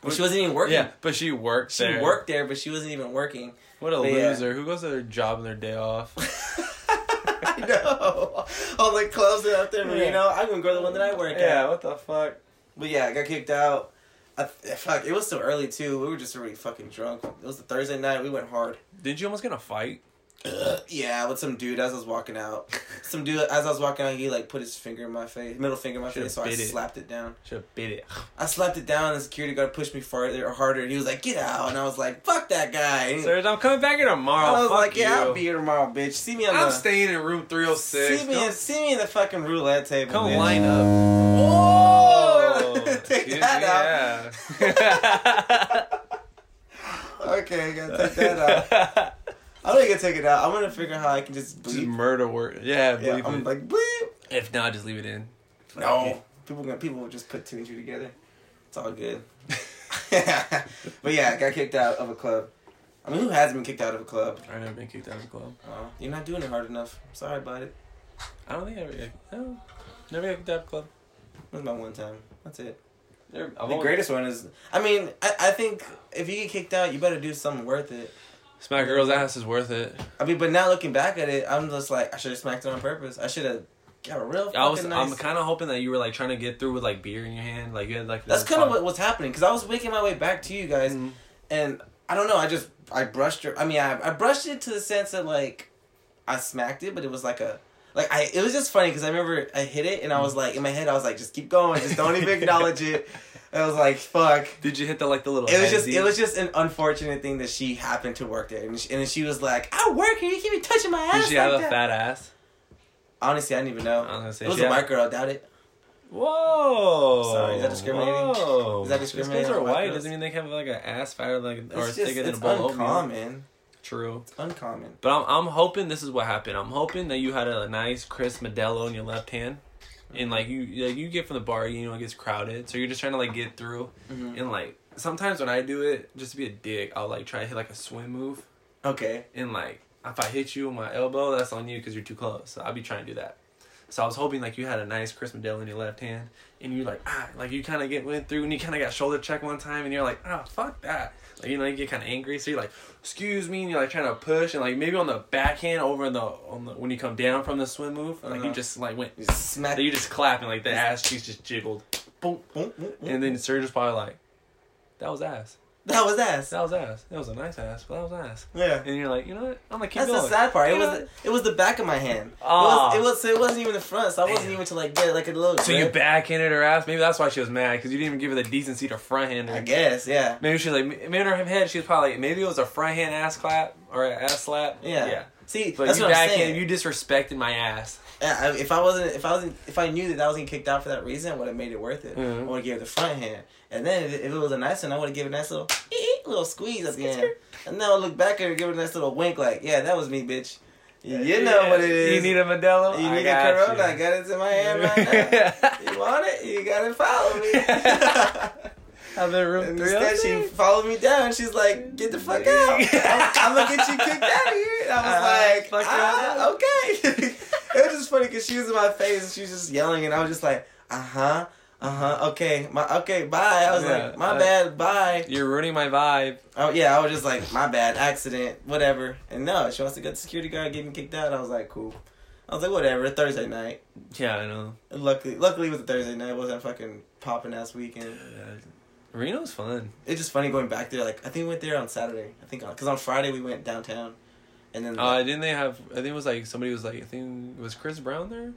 [SPEAKER 2] Well, she wasn't even working.
[SPEAKER 3] Yeah, but she worked.
[SPEAKER 2] She
[SPEAKER 3] there.
[SPEAKER 2] worked there, but she wasn't even working.
[SPEAKER 3] What a
[SPEAKER 2] But yeah.
[SPEAKER 3] loser! Who goes to their job on their day off?
[SPEAKER 2] I know. All the clubs that are out there, but you
[SPEAKER 3] Yeah.
[SPEAKER 2] know, I'm gonna go to the one that I work at.
[SPEAKER 3] Yeah, what the fuck?
[SPEAKER 2] But yeah, I got kicked out. I, fuck, it was so early too. We were just already fucking drunk. It was a Thursday night. We went hard.
[SPEAKER 3] Didn't you almost get in a fight?
[SPEAKER 2] Yeah, with some dude as I was walking out. Some dude as I was walking out, he like put his finger in my face, middle finger in my
[SPEAKER 3] Should've
[SPEAKER 2] face, so I
[SPEAKER 3] bit it.
[SPEAKER 2] slapped it down.
[SPEAKER 3] Should have bit it.
[SPEAKER 2] I slapped it down, and the security guard pushed me farther or harder, and he was like, "Get out!" And I was like, "Fuck that guy." And he-
[SPEAKER 3] Sirs, I'm coming back here tomorrow.
[SPEAKER 2] I was
[SPEAKER 3] fuck
[SPEAKER 2] like,
[SPEAKER 3] you.
[SPEAKER 2] "Yeah, I'll be here tomorrow, bitch. See me on
[SPEAKER 3] I'm
[SPEAKER 2] the
[SPEAKER 3] staying in room
[SPEAKER 2] see
[SPEAKER 3] 306.
[SPEAKER 2] me,
[SPEAKER 3] Come,
[SPEAKER 2] in, see me in the fucking roulette table."
[SPEAKER 3] come
[SPEAKER 2] bitch.
[SPEAKER 3] line up.
[SPEAKER 2] Oh, take
[SPEAKER 3] excuse
[SPEAKER 2] that
[SPEAKER 3] me,
[SPEAKER 2] out.
[SPEAKER 3] yeah.
[SPEAKER 2] Okay, I gotta take that out. I don't even take it out. I'm gonna figure out how I can just
[SPEAKER 3] Just
[SPEAKER 2] bleep.
[SPEAKER 3] murder work. Yeah,
[SPEAKER 2] Yeah,
[SPEAKER 3] bleep
[SPEAKER 2] I'm
[SPEAKER 3] it.
[SPEAKER 2] like bleep.
[SPEAKER 3] if not, just leave it in. Fuck
[SPEAKER 2] No,
[SPEAKER 3] it.
[SPEAKER 2] people gonna people will just put two and two together. It's all good. but yeah, I got kicked out of a club. I mean, who hasn't been kicked out of a club?
[SPEAKER 3] I never been kicked out of the club.
[SPEAKER 2] Oh, you're not doing it hard enough. Sorry about it.
[SPEAKER 3] I don't think I ever got no, never got kicked out of the club.
[SPEAKER 2] That was my one time. That's it.
[SPEAKER 3] Never,
[SPEAKER 2] the greatest one is. I mean, I, I think if you get kicked out, you better do something worth it.
[SPEAKER 3] Smack a girl's ass is worth it.
[SPEAKER 2] I mean, but now looking back at it, I'm just like, I should have smacked it on purpose. I should have got a real fucking
[SPEAKER 3] I was
[SPEAKER 2] nice.
[SPEAKER 3] I'm kinda hoping that you were like trying to get through with like beer in your hand. Like you had like
[SPEAKER 2] That's
[SPEAKER 3] the-
[SPEAKER 2] kind of what was happening because I was making my way back to you guys,
[SPEAKER 3] Mhm.
[SPEAKER 2] and I don't know. I just I brushed her. I mean, I I brushed it to the sense that like I smacked it, but it was like a like I. It was just funny because I remember I hit it and I
[SPEAKER 3] Mm.
[SPEAKER 2] was like in my head I was like just keep going, just don't even acknowledge it. I was like fuck.
[SPEAKER 3] Did you hit the like the little
[SPEAKER 2] It was just
[SPEAKER 3] handy?
[SPEAKER 2] it was just an unfortunate thing that she happened to work there, and she, and she was like, "I work here. You keep me touching my ass."
[SPEAKER 3] Did she
[SPEAKER 2] like
[SPEAKER 3] have a
[SPEAKER 2] that."
[SPEAKER 3] fat ass?
[SPEAKER 2] Honestly, I didn't even
[SPEAKER 3] I
[SPEAKER 2] know.
[SPEAKER 3] was gonna say,
[SPEAKER 2] it was
[SPEAKER 3] she
[SPEAKER 2] a
[SPEAKER 3] had-
[SPEAKER 2] white girl. I doubt it.
[SPEAKER 3] Whoa!
[SPEAKER 2] Sorry, is that discriminating?
[SPEAKER 3] Whoa.
[SPEAKER 2] Is that
[SPEAKER 3] Just
[SPEAKER 2] discriminating
[SPEAKER 3] Because they're
[SPEAKER 2] on black
[SPEAKER 3] white
[SPEAKER 2] girls?
[SPEAKER 3] doesn't mean they have like an ass fatter like or
[SPEAKER 2] It's just
[SPEAKER 3] thicker than a
[SPEAKER 2] it's
[SPEAKER 3] bowl of oatmeal.
[SPEAKER 2] uncommon.
[SPEAKER 3] True,
[SPEAKER 2] It's uncommon.
[SPEAKER 3] but I'm I'm hoping this is what happened. I'm hoping that you had a nice crisp Modelo in your left hand, and like you like you get from the bar, you know, it gets crowded, so you're just trying to like get through.
[SPEAKER 2] Mhm.
[SPEAKER 3] And like sometimes when I do it, just to be a dick, I'll like try to hit like a swim move,
[SPEAKER 2] Okay.
[SPEAKER 3] and like if I hit you with my elbow, that's on you because you're too close. So I'll be trying to do that. So I was hoping like you had a nice Chris Medell in your left hand, and you like ah like you kind of get went through, and you kind of got shoulder check one time, and you're like ah fuck that, like you know you get kind of angry, so you're like excuse me, and you're like trying to push, and like maybe on the backhand over in the on the when you come down from the swim move, like
[SPEAKER 2] Uh-huh.
[SPEAKER 3] you just like went,
[SPEAKER 2] You just smack.
[SPEAKER 3] you just clapping like the ass cheeks just jiggled, boom,
[SPEAKER 2] Boom, boom, boom.
[SPEAKER 3] and then Serge was probably like, that was ass,
[SPEAKER 2] that was ass.
[SPEAKER 3] that was ass, that was a nice ass, but that was ass,
[SPEAKER 2] Yeah.
[SPEAKER 3] and you're like you know what, I'm gonna keep
[SPEAKER 2] That's
[SPEAKER 3] going.
[SPEAKER 2] the sad part. It
[SPEAKER 3] You
[SPEAKER 2] was
[SPEAKER 3] know-
[SPEAKER 2] the, it was the back of my hand.
[SPEAKER 3] Aw.
[SPEAKER 2] It was it was so it wasn't even the front. So I wasn't
[SPEAKER 3] Damn.
[SPEAKER 2] even to like get like a little.
[SPEAKER 3] So you
[SPEAKER 2] grip.
[SPEAKER 3] backhanded her ass. Maybe that's why she was mad because you didn't even give her the decency to forehand
[SPEAKER 2] I
[SPEAKER 3] her.
[SPEAKER 2] guess yeah.
[SPEAKER 3] Maybe she was like, maybe in her head she was probably like, maybe it was a forehand ass clap or an ass slap.
[SPEAKER 2] Yeah.
[SPEAKER 3] yeah.
[SPEAKER 2] See,
[SPEAKER 3] But
[SPEAKER 2] that's
[SPEAKER 3] you
[SPEAKER 2] what I'm
[SPEAKER 3] backhanded,
[SPEAKER 2] saying.
[SPEAKER 3] you disrespected my ass.
[SPEAKER 2] Yeah, I, if I wasn't, if I wasn't, if I knew that I was getting kicked out for that reason, I would have made it worth it.
[SPEAKER 3] Mhm.
[SPEAKER 2] I would have gave her the front hand, and then if, if it was a nice one, I would have given a nice little little squeeze at the end, and then I would look back at her, and give her a nice little wink, like, yeah, that was me, bitch. You know what it is.
[SPEAKER 3] You need a Modelo.
[SPEAKER 2] You
[SPEAKER 3] I
[SPEAKER 2] need
[SPEAKER 3] got
[SPEAKER 2] a Corona. I
[SPEAKER 3] you.
[SPEAKER 2] got it in my hand right now. You want it? You gotta follow me.
[SPEAKER 3] I'm in room
[SPEAKER 2] and
[SPEAKER 3] three. oh
[SPEAKER 2] instead, she followed me down. She's like, "Get the fuck out! I'm, I'm gonna get you kicked out of here." And I
[SPEAKER 3] Uh,
[SPEAKER 2] was like,
[SPEAKER 3] fuck
[SPEAKER 2] ah, "Okay." it was just funny because she was in my face and she was just yelling, and I was just like, "Uh huh, uh huh, okay, my okay, bye." I was
[SPEAKER 3] Yeah, uh,
[SPEAKER 2] like, "My
[SPEAKER 3] I-
[SPEAKER 2] bad, bye."
[SPEAKER 3] You're ruining my vibe.
[SPEAKER 2] Oh yeah, I was just like, "My bad, accident, whatever." And no, she wants to get the security guard, get me kicked out. I was like, "Cool." I was like, "Whatever." Thursday night.
[SPEAKER 3] Yeah, I know.
[SPEAKER 2] And Luckily, luckily it was a Thursday night. It wasn't a fucking popping ass weekend.
[SPEAKER 3] Uh, Reno's fun.
[SPEAKER 2] It's just funny going back there. Like I think we went there on Saturday. I think because on Friday we went downtown, and then
[SPEAKER 3] Uh, didn't they have? I think it was like somebody was like, I think was Chris Brown there.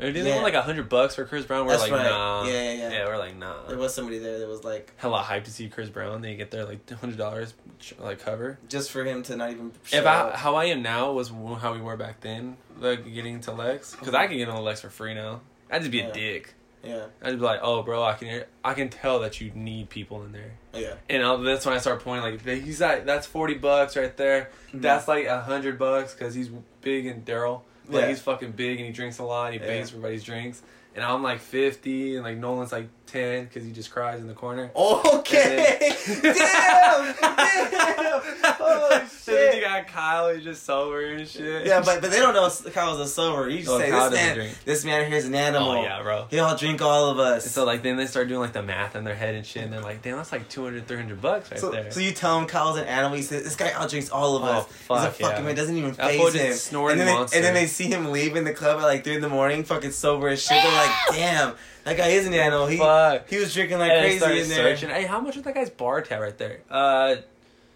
[SPEAKER 3] Or didn't they
[SPEAKER 2] Yeah.
[SPEAKER 3] want like a hundred bucks for Chris Brown? We're
[SPEAKER 2] That's
[SPEAKER 3] like,
[SPEAKER 2] right.
[SPEAKER 3] nah.
[SPEAKER 2] Yeah, yeah, yeah.
[SPEAKER 3] we're like, nah.
[SPEAKER 2] there was somebody there that was like
[SPEAKER 3] hella hyped to see Chris Brown. They get their like hundred dollars like cover.
[SPEAKER 2] just for him to not even.
[SPEAKER 3] If
[SPEAKER 2] show
[SPEAKER 3] I
[SPEAKER 2] up.
[SPEAKER 3] how I am now was w- how we were back then, like getting into Lex, because I can get on Lex for free now. I'd just be
[SPEAKER 2] Yeah.
[SPEAKER 3] a dick.
[SPEAKER 2] yeah,
[SPEAKER 3] I'd be like, oh, bro, I can I can tell that you need people in there,
[SPEAKER 2] Oh, yeah,
[SPEAKER 3] and I'll, that's when I start pointing like he's like that's forty bucks right there.
[SPEAKER 2] Mm-hmm.
[SPEAKER 3] That's like a hundred bucks because he's big and Daryl. Like
[SPEAKER 2] Yeah.
[SPEAKER 3] he's fucking big and he drinks a lot. And he
[SPEAKER 2] Yeah.
[SPEAKER 3] pays for everybody's drinks, and I'm like fifty, and like Nolan's like ten because he just cries in the corner.
[SPEAKER 2] okay. damn, damn. Oh
[SPEAKER 3] And then you
[SPEAKER 2] shit.
[SPEAKER 3] got at Kyle, he's just sober and shit.
[SPEAKER 2] Yeah, but but they don't know s- Kyle's a sober. You just
[SPEAKER 3] Oh,
[SPEAKER 2] say
[SPEAKER 3] Kyle
[SPEAKER 2] this
[SPEAKER 3] doesn't
[SPEAKER 2] man,
[SPEAKER 3] drink.
[SPEAKER 2] this man here is an animal.
[SPEAKER 3] oh yeah, bro.
[SPEAKER 2] He'll drink all of us.
[SPEAKER 3] So like then they start doing like the math in their head and shit, and they're like, damn, that's like 200, 300 bucks right
[SPEAKER 2] So,
[SPEAKER 3] there.
[SPEAKER 2] so you tell him Kyle's an animal. He says, "This guy outdrinks all of
[SPEAKER 3] Oh,
[SPEAKER 2] us. He's a
[SPEAKER 3] fuck,
[SPEAKER 2] fucking
[SPEAKER 3] yeah.
[SPEAKER 2] man. Doesn't even
[SPEAKER 3] That
[SPEAKER 2] phase
[SPEAKER 3] fool just
[SPEAKER 2] him."
[SPEAKER 3] snoring
[SPEAKER 2] and, then they, and
[SPEAKER 3] monster.
[SPEAKER 2] then they see him leaving the club at like three in the morning, fucking sober as shit. They're like, "Damn, that guy is an animal. He
[SPEAKER 3] Fuck.
[SPEAKER 2] he was drinking like
[SPEAKER 3] and they
[SPEAKER 2] crazy
[SPEAKER 3] started
[SPEAKER 2] in there."
[SPEAKER 3] searching. Hey, how much was that guy's bar tab right there? Uh,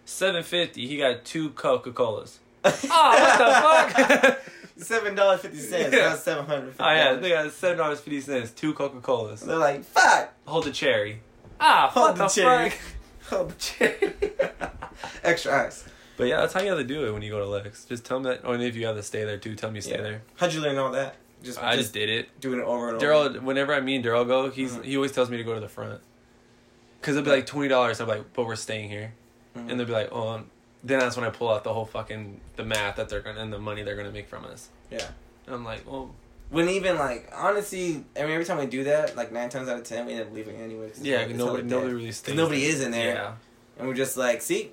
[SPEAKER 3] seven fifty. He got two Coca Colas. Oh, what the fuck?
[SPEAKER 2] Seven dollars fifty cents.
[SPEAKER 3] Yeah.
[SPEAKER 2] Not seven hundred.
[SPEAKER 3] oh yeah, they got seven dollars fifty cents. Two Coca Colas.
[SPEAKER 2] They're like, "Fuck."
[SPEAKER 3] Hold the cherry. Ah,
[SPEAKER 2] Hold
[SPEAKER 3] what the,
[SPEAKER 2] the cherry.
[SPEAKER 3] fuck?
[SPEAKER 2] Oh, Extra ice.
[SPEAKER 3] But yeah, that's how you have to do it when you go to Lex. Just tell them that, or if you have to stay there too, tell them you stay
[SPEAKER 2] Yeah.
[SPEAKER 3] there.
[SPEAKER 2] How'd you learn all that? Just
[SPEAKER 3] I
[SPEAKER 2] just
[SPEAKER 3] just did it.
[SPEAKER 2] doing it over and over.
[SPEAKER 3] Daryl, Mm-hmm. whenever I meet Daryl go, he's
[SPEAKER 2] Mhm.
[SPEAKER 3] he always tells me to go to the front. Cause it'll be like twenty dollars. I'm like, but we're staying here,
[SPEAKER 2] Mhm.
[SPEAKER 3] and they'll be like, oh. um, Then that's when I pull out the whole fucking the math that they're gonna and the money they're gonna make from us.
[SPEAKER 2] Mm-hmm. Yeah.
[SPEAKER 3] And I'm like, well,
[SPEAKER 2] When even like honestly, I mean, every time we do that, like nine times out of ten, we end up leaving anyway. 'cause it's
[SPEAKER 3] yeah,
[SPEAKER 2] like- it's
[SPEAKER 3] nobody
[SPEAKER 2] like
[SPEAKER 3] nobody
[SPEAKER 2] that.
[SPEAKER 3] really stays.
[SPEAKER 2] nobody is in there.
[SPEAKER 3] Yeah.
[SPEAKER 2] and we're just like, see,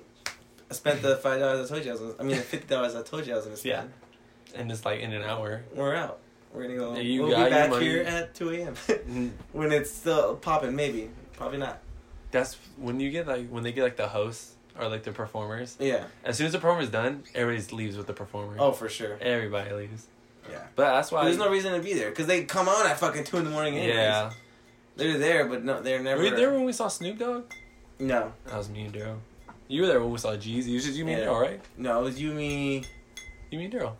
[SPEAKER 2] I spent the five dollars I told you I was. Gonna, I mean, the fifty dollars I told you I was gonna spend.
[SPEAKER 3] And just like in an hour,
[SPEAKER 2] We're out. We're gonna go.
[SPEAKER 3] Yeah, you
[SPEAKER 2] we'll
[SPEAKER 3] got
[SPEAKER 2] be
[SPEAKER 3] your
[SPEAKER 2] back
[SPEAKER 3] money.
[SPEAKER 2] here at two a.m.
[SPEAKER 3] Mm,
[SPEAKER 2] when it's still popping. Maybe, probably not.
[SPEAKER 3] that's when you get like when they get like the hosts or like the performers.
[SPEAKER 2] Yeah.
[SPEAKER 3] As soon as the performer's done, everybody leaves with the performer.
[SPEAKER 2] Oh, for sure.
[SPEAKER 3] everybody leaves.
[SPEAKER 2] Yeah.
[SPEAKER 3] But that's why
[SPEAKER 2] There's no reason to be there because they come on at fucking two in the morning. Anyways.
[SPEAKER 3] yeah.
[SPEAKER 2] They're there, but no, they're never.
[SPEAKER 3] Were you there when we saw Snoop Dogg?
[SPEAKER 2] No,
[SPEAKER 3] That was me and Daryl. You were there when we saw Jeezy. You just you mean
[SPEAKER 2] Yeah.
[SPEAKER 3] Daryl, right?
[SPEAKER 2] no, it was you, me.
[SPEAKER 3] You mean Daryl.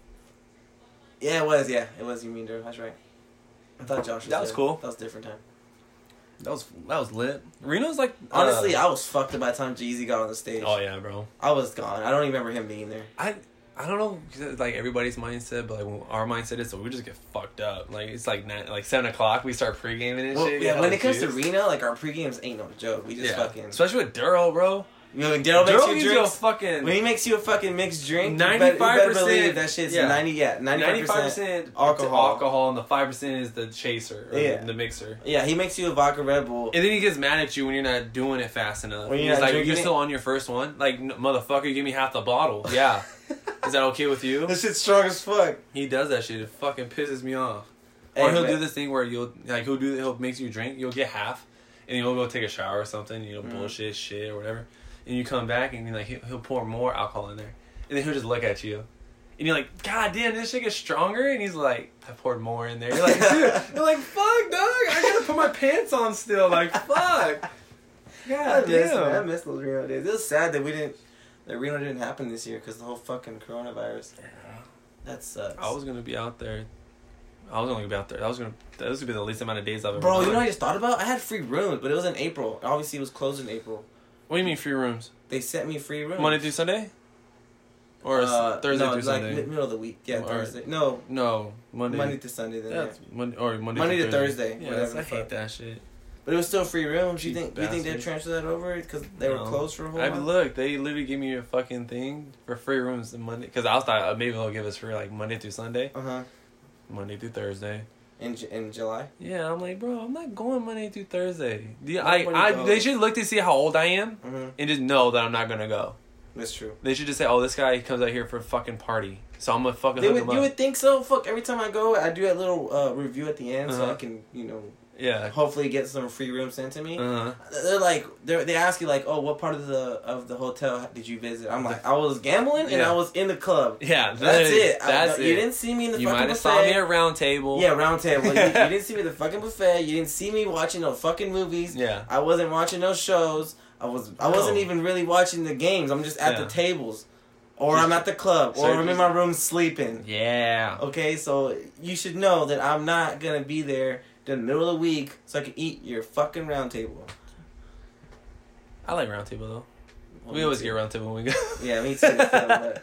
[SPEAKER 2] Yeah, it was. Yeah, it was you, me, and Drew. That's right. I thought Josh. Was
[SPEAKER 3] That was
[SPEAKER 2] there.
[SPEAKER 3] cool.
[SPEAKER 2] That was a different time.
[SPEAKER 3] That was that was lit. Reno's like
[SPEAKER 2] Honestly,
[SPEAKER 3] uh,
[SPEAKER 2] I was fucked up by the time Jeezy got on the stage.
[SPEAKER 3] oh yeah, bro.
[SPEAKER 2] I was gone. I don't even remember him being there.
[SPEAKER 3] I I don't know 'cause it's, like everybody's mindset, but like when our mindset is so we just get fucked up. Like it's like nine, like seven o'clock. We start pregaming and
[SPEAKER 2] Well,
[SPEAKER 3] shit.
[SPEAKER 2] yeah,
[SPEAKER 3] get
[SPEAKER 2] when
[SPEAKER 3] hella
[SPEAKER 2] it comes to
[SPEAKER 3] juiced.
[SPEAKER 2] Reno, like our pregames ain't no joke. We just
[SPEAKER 3] yeah.
[SPEAKER 2] fucking.
[SPEAKER 3] especially with Daryl, bro.
[SPEAKER 2] You know, when Daryl
[SPEAKER 3] Daryl
[SPEAKER 2] makes
[SPEAKER 3] gives
[SPEAKER 2] you
[SPEAKER 3] you a
[SPEAKER 2] drinks.
[SPEAKER 3] fucking
[SPEAKER 2] when he makes you a fucking mixed drink, you better- you better
[SPEAKER 3] 95%
[SPEAKER 2] believe that shit's
[SPEAKER 3] yeah.
[SPEAKER 2] ninety. Yeah, ninety five
[SPEAKER 3] ninety-five
[SPEAKER 2] percent.
[SPEAKER 3] percent
[SPEAKER 2] alcohol.
[SPEAKER 3] alcohol, and the five percent is the chaser, or
[SPEAKER 2] Yeah.
[SPEAKER 3] the, the mixer.
[SPEAKER 2] Yeah, he makes you a vodka Red Bull.
[SPEAKER 3] And then he gets mad at you when you're not doing it fast enough.
[SPEAKER 2] When you're
[SPEAKER 3] He's
[SPEAKER 2] not
[SPEAKER 3] like,
[SPEAKER 2] drinking
[SPEAKER 3] "You're
[SPEAKER 2] it?"
[SPEAKER 3] still on your first one, like n- motherfucker. Give me half the bottle." Yeah, is that okay with you?
[SPEAKER 2] This shit's strong as fuck.
[SPEAKER 3] He does that shit. It fucking pisses me off.
[SPEAKER 2] Hey,
[SPEAKER 3] or he'll
[SPEAKER 2] man.
[SPEAKER 3] do this thing where you'll like he'll do he'll makes you drink. You'll get half, and you'll go take a shower or something. You know,
[SPEAKER 2] Mhm.
[SPEAKER 3] bullshit shit or whatever. And you come back and you're like he'll, he'll pour more alcohol in there, and then he'll just look at you. And you're like, God damn, this shit gets stronger. And he's like, I poured more in there. You're like, dude, you're like, fuck, dog. I gotta put my pants on still. Like, fuck.
[SPEAKER 2] I
[SPEAKER 3] God
[SPEAKER 2] miss,
[SPEAKER 3] damn.
[SPEAKER 2] man, I miss those Reno days. It was sad that we didn't, that Reno didn't happen this year because the whole fucking coronavirus. That sucks.
[SPEAKER 3] I was gonna be out there. I was only gonna be out there. I was gonna. That was gonna be the least amount of days I've ever.
[SPEAKER 2] Bro, you know
[SPEAKER 3] gone.
[SPEAKER 2] what I just thought about? I had free rooms, but it was in April. Obviously, it was closed in April.
[SPEAKER 3] What do you mean free rooms?
[SPEAKER 2] They sent me free rooms.
[SPEAKER 3] Monday through Sunday, or s-
[SPEAKER 2] Uh,
[SPEAKER 3] Thursday
[SPEAKER 2] no,
[SPEAKER 3] through
[SPEAKER 2] like
[SPEAKER 3] Sunday?
[SPEAKER 2] mid- middle of the week. Yeah,
[SPEAKER 3] Or-
[SPEAKER 2] Thursday. No,
[SPEAKER 3] no, Monday.
[SPEAKER 2] Monday, to Sunday. Then,
[SPEAKER 3] That's
[SPEAKER 2] yeah.
[SPEAKER 3] Monday or Monday.
[SPEAKER 2] Monday
[SPEAKER 3] through
[SPEAKER 2] to Thursday,
[SPEAKER 3] Yeah,
[SPEAKER 2] whatever
[SPEAKER 3] I
[SPEAKER 2] the fuck.
[SPEAKER 3] hate that shit.
[SPEAKER 2] But it was still free rooms. You
[SPEAKER 3] You
[SPEAKER 2] think you think they
[SPEAKER 3] bastard.
[SPEAKER 2] transfer that over because they were
[SPEAKER 3] No.
[SPEAKER 2] closed for a whole
[SPEAKER 3] I
[SPEAKER 2] while?
[SPEAKER 3] look. They literally give me a fucking thing for free rooms on Monday because I was thought uh, maybe they'll give us free like Monday through Sunday,
[SPEAKER 2] Uh huh.
[SPEAKER 3] Monday through Thursday.
[SPEAKER 2] In Ju- in July.
[SPEAKER 3] Yeah, I'm like, bro, I'm not going Monday through Thursday. The, I,
[SPEAKER 2] Nobody
[SPEAKER 3] I,
[SPEAKER 2] goes.
[SPEAKER 3] they should look to see how old I am
[SPEAKER 2] Mm-hmm.
[SPEAKER 3] and just know that I'm not gonna go.
[SPEAKER 2] That's true.
[SPEAKER 3] They should just say, oh, this guy comes out here for a fucking party, so I'm gonna fucking
[SPEAKER 2] They
[SPEAKER 3] hook
[SPEAKER 2] would,
[SPEAKER 3] him
[SPEAKER 2] you
[SPEAKER 3] up.
[SPEAKER 2] would think so. Fuck. Every time I go, I do that little uh, review at the end, so I
[SPEAKER 3] Uh-huh.
[SPEAKER 2] can you know
[SPEAKER 3] yeah.
[SPEAKER 2] hopefully get some free rooms sent to me.
[SPEAKER 3] Uh-huh.
[SPEAKER 2] They're like they they ask you like, oh, what part of the of the hotel did you visit? I'm like, I was gambling and
[SPEAKER 3] Yeah.
[SPEAKER 2] I was in the club.
[SPEAKER 3] Yeah,
[SPEAKER 2] That's it. I-
[SPEAKER 3] That's
[SPEAKER 2] you
[SPEAKER 3] it.
[SPEAKER 2] didn't see me in the
[SPEAKER 3] You might
[SPEAKER 2] fucking buffet.
[SPEAKER 3] have saw me at round table.
[SPEAKER 2] yeah, round table. you, you didn't see me at the fucking buffet. You didn't see me watching no fucking movies.
[SPEAKER 3] Yeah.
[SPEAKER 2] I wasn't watching no shows. I was I wasn't
[SPEAKER 3] No.
[SPEAKER 2] even really watching the games. I'm just at the
[SPEAKER 3] Yeah.
[SPEAKER 2] tables, or I'm at the club,
[SPEAKER 3] So
[SPEAKER 2] or I'm in
[SPEAKER 3] just-
[SPEAKER 2] my room sleeping.
[SPEAKER 3] Yeah.
[SPEAKER 2] Okay, so you should know that I'm not gonna be there in the middle of the week so I can eat your fucking round table.
[SPEAKER 3] I like round table though.
[SPEAKER 2] Well,
[SPEAKER 3] we
[SPEAKER 2] me
[SPEAKER 3] always
[SPEAKER 2] too.
[SPEAKER 3] get round table when we go.
[SPEAKER 2] Yeah, me too, too, but-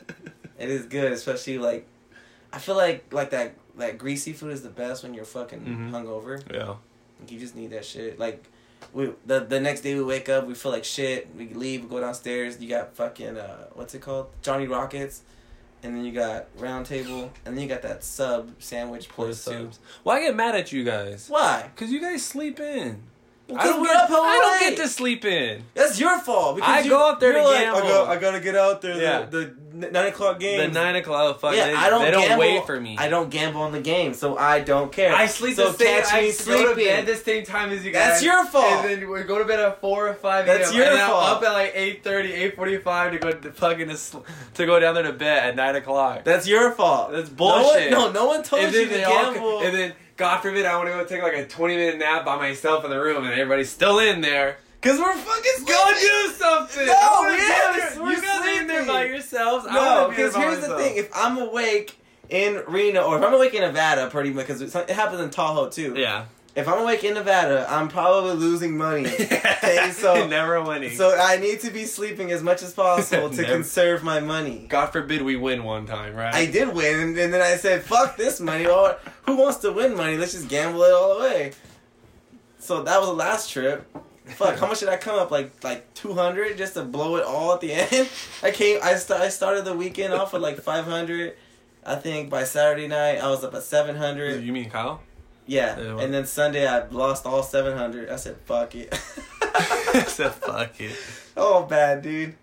[SPEAKER 2] It is good, especially like I feel like like that that greasy food is the best when you're fucking
[SPEAKER 3] Mhm.
[SPEAKER 2] hungover.
[SPEAKER 3] yeah.
[SPEAKER 2] Like, you just need that shit. Like we the the next day we wake up, we feel like shit. We leave, we go downstairs. You got fucking uh, what's it called? Johnny Rockets, and then you got Round Table, and then you got that sub sandwich
[SPEAKER 3] Poor
[SPEAKER 2] place too.
[SPEAKER 3] subs. Why I get mad at you guys?
[SPEAKER 2] Why?
[SPEAKER 3] Cause you guys sleep in. I don't,
[SPEAKER 2] we're
[SPEAKER 3] get,
[SPEAKER 2] up hella
[SPEAKER 3] I don't
[SPEAKER 2] late.
[SPEAKER 3] get to sleep in.
[SPEAKER 2] That's your fault. Because
[SPEAKER 3] I
[SPEAKER 2] you,
[SPEAKER 3] go up there
[SPEAKER 2] you're
[SPEAKER 3] to
[SPEAKER 2] like, I
[SPEAKER 3] gamble.
[SPEAKER 2] go. I gotta get out there.
[SPEAKER 3] Yeah.
[SPEAKER 2] The, the n- nine o'clock game.
[SPEAKER 3] The nine o'clock. Fuck,
[SPEAKER 2] Yeah,
[SPEAKER 3] they,
[SPEAKER 2] I don't.
[SPEAKER 3] They don't
[SPEAKER 2] gamble,
[SPEAKER 3] wait for me.
[SPEAKER 2] I don't gamble on the game, so I don't care.
[SPEAKER 1] I sleep
[SPEAKER 2] so
[SPEAKER 1] the same.
[SPEAKER 2] catch
[SPEAKER 1] I
[SPEAKER 2] me
[SPEAKER 1] sleep in
[SPEAKER 2] sleeping.
[SPEAKER 1] bed the same time as you guys.
[SPEAKER 2] That's your fault.
[SPEAKER 1] And then we go to bed at four or five.
[SPEAKER 2] That's
[SPEAKER 1] a.m.,
[SPEAKER 2] your
[SPEAKER 1] and then
[SPEAKER 2] fault.
[SPEAKER 1] I'm up at like 8.30, 8.45 to go to fucking to, sl- to go down there to bed at nine o'clock.
[SPEAKER 2] That's your fault.
[SPEAKER 1] That's bullshit.
[SPEAKER 2] No one, no, no one told
[SPEAKER 1] and
[SPEAKER 2] you
[SPEAKER 1] then
[SPEAKER 2] to
[SPEAKER 1] they all,
[SPEAKER 2] gamble.
[SPEAKER 1] and then God forbid I want to go take like a twenty minute nap by myself in the room, and everybody's still in there.
[SPEAKER 2] Cause we're fucking
[SPEAKER 1] Go
[SPEAKER 2] sleeping.
[SPEAKER 1] do something.
[SPEAKER 2] No,
[SPEAKER 1] I wanna
[SPEAKER 2] yes,
[SPEAKER 1] do it.
[SPEAKER 2] we're
[SPEAKER 1] you guys are in there by
[SPEAKER 2] sleeping.
[SPEAKER 1] yourselves. I
[SPEAKER 2] No,
[SPEAKER 1] wanna be there
[SPEAKER 2] because
[SPEAKER 1] by
[SPEAKER 2] here's the
[SPEAKER 1] myself.
[SPEAKER 2] thing: if I'm awake in Reno, or if I'm awake in Nevada, pretty much because it happens in Tahoe too.
[SPEAKER 1] Yeah.
[SPEAKER 2] If I'm awake in Nevada, I'm probably losing money. okay, so
[SPEAKER 1] never winning.
[SPEAKER 2] so I need to be sleeping as much as possible to
[SPEAKER 1] Never.
[SPEAKER 2] conserve my money.
[SPEAKER 1] God forbid we win one time, right?
[SPEAKER 2] I did win, and, and then I said, "Fuck this money! Well, who wants to win money? Let's just gamble it all away." So that was the last trip. Fuck, how much did I come up? Like like two hundred just to blow it all at the end. I came. I st- I started the weekend off with like five hundred. I think by Saturday night I was up at seven hundred.
[SPEAKER 3] You mean Kyle?
[SPEAKER 2] Yeah,
[SPEAKER 3] Yeah.
[SPEAKER 2] and then Sunday I lost all seven hundred. I said, "Fuck it."
[SPEAKER 3] so fuck it.
[SPEAKER 2] oh, bad dude.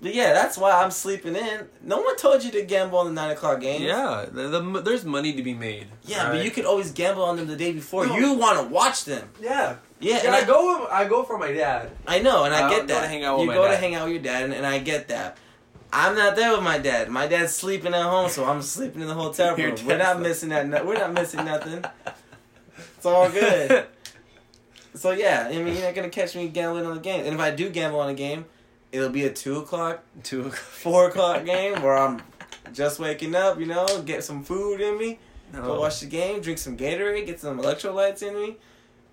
[SPEAKER 2] But yeah, that's why I'm sleeping in. No one told you to gamble on the nine o'clock games.
[SPEAKER 3] Yeah, the, the, there's money to be made.
[SPEAKER 2] Yeah, but
[SPEAKER 3] right?
[SPEAKER 2] you could always gamble on them the day before.
[SPEAKER 1] No.
[SPEAKER 2] You want to watch them.
[SPEAKER 1] yeah.
[SPEAKER 2] Yeah,
[SPEAKER 1] And I go. I go for my dad.
[SPEAKER 2] I know, and I,
[SPEAKER 3] I
[SPEAKER 2] get
[SPEAKER 3] don't go
[SPEAKER 2] that.
[SPEAKER 3] to hang out with
[SPEAKER 2] you
[SPEAKER 3] my
[SPEAKER 2] go to
[SPEAKER 3] dad.
[SPEAKER 2] hang out with your dad, and, and I get that. I'm not there with my dad. My dad's sleeping at home, so I'm sleeping in the hotel
[SPEAKER 3] Your
[SPEAKER 2] room. We're
[SPEAKER 3] dad's
[SPEAKER 2] not
[SPEAKER 3] like-
[SPEAKER 2] missing that. No- we're not missing nothing. It's all good. so yeah, I mean, you're not gonna catch me gambling on the game. And if I do gamble on a game, it'll be a two o'clock,
[SPEAKER 3] Two o'clock.
[SPEAKER 2] four o'clock game where I'm just waking up. You know, get some food in me. Go
[SPEAKER 3] No.
[SPEAKER 2] watch the game, drink some Gatorade, get some electrolytes in me,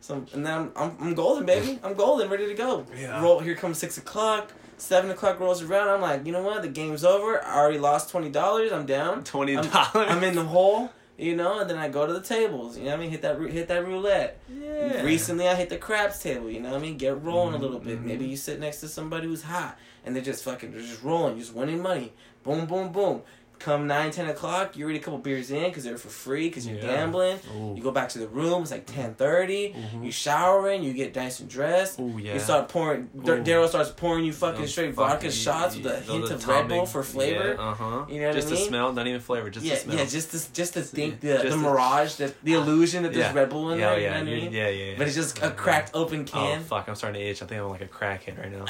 [SPEAKER 2] some, and then I'm, I'm, I'm golden, baby. I'm golden, ready to go.
[SPEAKER 3] Yeah.
[SPEAKER 2] Roll. Here comes six o'clock. Seven o'clock rolls around. I'm like, you know what? The game's over. I already lost twenty dollars. I'm down.
[SPEAKER 3] Twenty
[SPEAKER 2] I'm,
[SPEAKER 3] dollars.
[SPEAKER 2] I'm in the hole. You know, and then I go to the tables. You know what I mean? Hit that rou- hit that roulette.
[SPEAKER 3] Yeah.
[SPEAKER 2] Recently, I hit the craps table. You know what I mean? Get rolling a little bit.
[SPEAKER 3] Mhm.
[SPEAKER 2] Maybe you sit next to somebody who's hot, and they're just fucking, they're just rolling, just winning money. Boom, boom, boom. Come nine, ten o'clock, you already a couple beers in because they're for free because you're
[SPEAKER 3] Yeah.
[SPEAKER 2] gambling. You
[SPEAKER 3] Ooh.
[SPEAKER 2] go back to the room. It's like ten thirty.
[SPEAKER 3] Mhm.
[SPEAKER 2] You showering. You get nice and dressed.
[SPEAKER 3] Ooh, yeah.
[SPEAKER 2] You start pouring. Dar-
[SPEAKER 3] Ooh.
[SPEAKER 2] Daryl starts pouring you fucking
[SPEAKER 3] Those
[SPEAKER 2] straight vodka
[SPEAKER 3] fucking-
[SPEAKER 2] shots with a
[SPEAKER 3] those
[SPEAKER 2] hint of Red
[SPEAKER 3] atomic-
[SPEAKER 2] Bull for flavor.
[SPEAKER 3] Yeah, uh huh.
[SPEAKER 2] You know what
[SPEAKER 3] just
[SPEAKER 2] I mean?
[SPEAKER 3] the smell, not even flavor, just
[SPEAKER 2] Yeah,
[SPEAKER 3] the smell.
[SPEAKER 2] yeah, just this, just to think
[SPEAKER 3] yeah,
[SPEAKER 2] the, the
[SPEAKER 3] just the- Ah.
[SPEAKER 2] mirage, the, the illusion that there's
[SPEAKER 3] Yeah.
[SPEAKER 2] Red Bull
[SPEAKER 3] Oh,
[SPEAKER 2] in
[SPEAKER 3] yeah,
[SPEAKER 2] there.
[SPEAKER 3] yeah,
[SPEAKER 2] you know what I mean?
[SPEAKER 3] yeah, yeah, yeah.
[SPEAKER 2] But it's just a cracked open
[SPEAKER 3] Oh
[SPEAKER 2] can.
[SPEAKER 3] fuck! I'm starting to itch. I think I'm like a crackhead right now.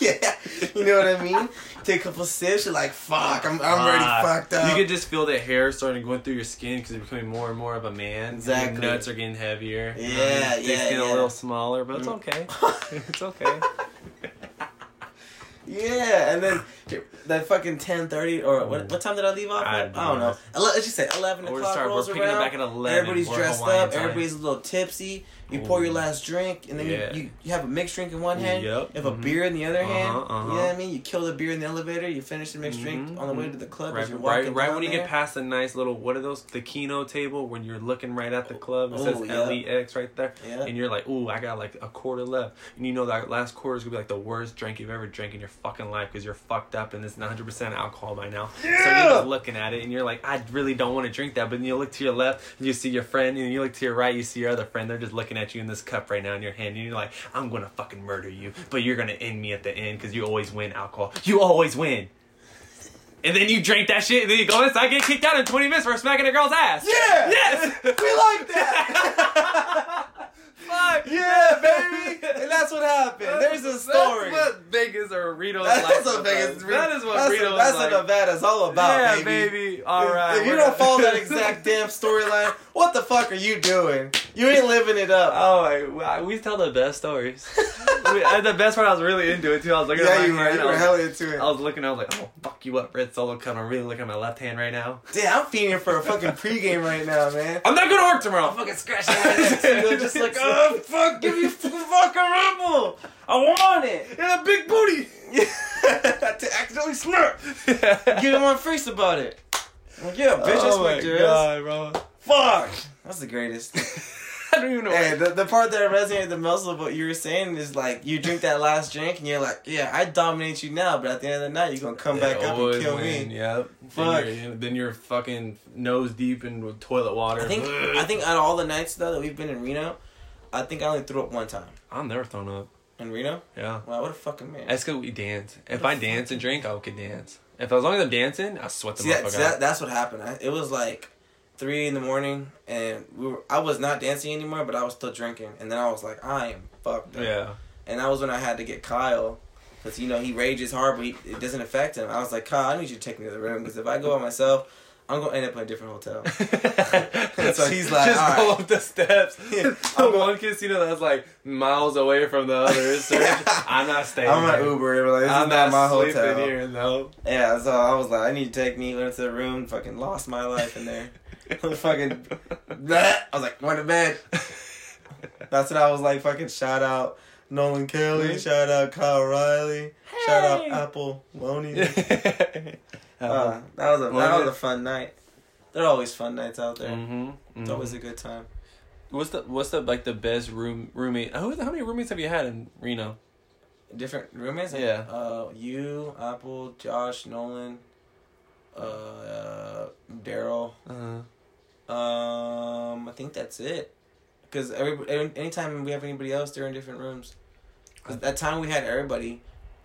[SPEAKER 2] yeah, you know what I mean. Take a couple sips. You're like, fuck, I'm I'm
[SPEAKER 3] Ah,
[SPEAKER 2] already fucked up.
[SPEAKER 3] You can just feel that hair starting going through your skin because you're becoming more and more of a man.
[SPEAKER 2] Exactly.
[SPEAKER 3] Your nuts are getting heavier.
[SPEAKER 2] Yeah,
[SPEAKER 3] Your dick's
[SPEAKER 2] yeah,
[SPEAKER 3] getting
[SPEAKER 2] yeah.
[SPEAKER 3] a little smaller, but it's okay. it's okay.
[SPEAKER 2] yeah, and then that fucking ten thirty or what? What time did I leave off?
[SPEAKER 3] Mm. I
[SPEAKER 2] At? I
[SPEAKER 3] don't
[SPEAKER 2] don't, know.
[SPEAKER 3] know.
[SPEAKER 2] Ele- Let's just say eleven
[SPEAKER 3] We're,
[SPEAKER 2] o'clock
[SPEAKER 3] start, we're
[SPEAKER 2] rolls
[SPEAKER 3] picking
[SPEAKER 2] around.
[SPEAKER 3] it back at 11.
[SPEAKER 2] Everybody's
[SPEAKER 3] We're
[SPEAKER 2] dressed
[SPEAKER 3] Hawaiian
[SPEAKER 2] up.
[SPEAKER 3] time.
[SPEAKER 2] Everybody's a little tipsy. You pour your
[SPEAKER 3] Ooh.
[SPEAKER 2] last drink, and then
[SPEAKER 3] Yeah.
[SPEAKER 2] you, you, you have a mixed drink in one hand,
[SPEAKER 3] Yep.
[SPEAKER 2] you have a
[SPEAKER 3] Mhm.
[SPEAKER 2] beer in the other hand.
[SPEAKER 3] Uh-huh, uh-huh.
[SPEAKER 2] You know what I mean? You kill the beer in the elevator. You finish the mixed drink
[SPEAKER 3] Mhm,
[SPEAKER 2] on the way
[SPEAKER 3] mhm.
[SPEAKER 2] to the club as
[SPEAKER 3] Right,
[SPEAKER 2] you're walking.
[SPEAKER 3] right, right
[SPEAKER 2] down
[SPEAKER 3] when you
[SPEAKER 2] there.
[SPEAKER 3] get past the nice little, what are those? The Kino table when you're looking right at the club. It
[SPEAKER 2] Oh,
[SPEAKER 3] says
[SPEAKER 2] yeah.
[SPEAKER 3] LEX right there.
[SPEAKER 2] Yeah.
[SPEAKER 3] And you're like, ooh, I got like a quarter left. And you know that last quarter is going to be like the worst drink you've ever drank in your fucking life because you're fucked up and it's 100% alcohol by now. So
[SPEAKER 2] Yeah.
[SPEAKER 3] you're just looking at it and you're like, I really don't want to drink that. But then you look to your left and you see your friend and you look to your right, you see your other friend. They're just looking at you in this cup right now in your hand. And you're like, I'm going to fucking murder you. But you're going to end me at the end because you always win alcohol. You always win. And then you drink that shit, and then you go inside, get kicked out in 20 minutes for smacking a girl's ass.
[SPEAKER 2] Yeah!
[SPEAKER 3] Yes!
[SPEAKER 2] We like that!
[SPEAKER 3] Fuck!
[SPEAKER 2] yeah, baby! And that's what happened. There's a story.
[SPEAKER 3] That's what Vegas or Rito's
[SPEAKER 2] That's
[SPEAKER 3] like.
[SPEAKER 2] what Vegas-
[SPEAKER 3] That is what
[SPEAKER 2] that's
[SPEAKER 3] Rito's
[SPEAKER 2] what, that's
[SPEAKER 3] like.
[SPEAKER 2] what Nevada's all about,
[SPEAKER 3] yeah,
[SPEAKER 2] baby.
[SPEAKER 3] baby. All right.
[SPEAKER 2] if you
[SPEAKER 3] we're
[SPEAKER 2] don't
[SPEAKER 3] not-
[SPEAKER 2] follow that exact damn storyline, what the fuck are you doing? You ain't living it up.
[SPEAKER 3] Oh, I, we- I- we tell the best stories. we, and the best part, I was really into it too. I was looking at
[SPEAKER 2] yeah,
[SPEAKER 3] my
[SPEAKER 2] you were,
[SPEAKER 3] hand.
[SPEAKER 2] you were
[SPEAKER 3] I, was,
[SPEAKER 2] hella into it.
[SPEAKER 3] I was looking. I was like, "Oh, fuck you up, Red Solo Cup." I'm really looking at my left hand right now.
[SPEAKER 2] Damn, I'm fiending for a fucking pregame right now, man.
[SPEAKER 3] I'm not gonna work tomorrow.
[SPEAKER 2] I'm fucking scratching my neck, too. just like, oh, fuck, give me fucking rumble. I want it.
[SPEAKER 3] Yeah, big booty.
[SPEAKER 2] to accidentally slurp.
[SPEAKER 3] Bitch,
[SPEAKER 2] Give him my face about it. Like, yeah, bitch, that's my dress.
[SPEAKER 3] Oh bro.
[SPEAKER 2] Fuck. That's the greatest.
[SPEAKER 3] I don't even know.
[SPEAKER 2] hey, the, the part that resonated the most of what you were saying is like you drink that last drink and you're like, yeah, I dominate you now, but at the end of the night you're gonna come back up and kill me.
[SPEAKER 3] Yep.
[SPEAKER 2] Fuck.
[SPEAKER 3] Then you're, then you're fucking nose deep in toilet water.
[SPEAKER 2] I think I think on all the nights though that we've been in Reno, I think I only threw up one time
[SPEAKER 3] I'm never thrown up.
[SPEAKER 2] in Reno.
[SPEAKER 3] Yeah.
[SPEAKER 2] Wow, what a fucking man.
[SPEAKER 3] That's because we dance. If I dance and drink, I could dance. If as long as I'm dancing, I sweat the
[SPEAKER 2] See, that,
[SPEAKER 3] motherfucker
[SPEAKER 2] see
[SPEAKER 3] out.
[SPEAKER 2] that, that's what happened. I, it was like three in the morning, and we were, I was not dancing anymore, but I was still drinking. And then I was like, I am fucked. up.
[SPEAKER 3] Yeah.
[SPEAKER 2] And that was when I had to get Kyle, because you know he rages hard, but he, it doesn't affect him. I was like, Kyle, I need you to take me to the room, because if I go by myself, I'm gonna end up in a different hotel. So he's like,
[SPEAKER 3] just
[SPEAKER 2] "All
[SPEAKER 3] go
[SPEAKER 2] right."
[SPEAKER 3] up the steps.
[SPEAKER 2] Yeah.
[SPEAKER 3] the one casino that's like miles away from the other. is certain- I'm not staying.
[SPEAKER 2] I'm an
[SPEAKER 3] here.
[SPEAKER 2] Uber. and we're Like, this
[SPEAKER 3] I'm
[SPEAKER 2] is not, my
[SPEAKER 3] sleeping
[SPEAKER 2] hotel.
[SPEAKER 3] here, though.
[SPEAKER 2] Yeah, so I was like, I need to take me went to the room. Fucking lost my life in there. Fucking- I was like, going to bed. That's what I was like. Fucking shout out Nolan Kelly.
[SPEAKER 3] Mhm.
[SPEAKER 2] Shout out Kyle Riley. Shout out Apple Loney. Uh, that was a that
[SPEAKER 3] Loney.
[SPEAKER 2] was a fun night. They're always fun nights out there.
[SPEAKER 3] hmm
[SPEAKER 2] It's always a good time.
[SPEAKER 3] What's the what's the like the best room roommate? Who, how many roommates have you had in Reno?
[SPEAKER 2] Different roommates.
[SPEAKER 3] Yeah.
[SPEAKER 2] Uh, you, Apple, Josh, Nolan, uh, uh Daryl.
[SPEAKER 3] Uh,
[SPEAKER 2] Um, I think that's it. Because every any- anytime we have anybody else, they're in different rooms. 'Cause that time we had everybody,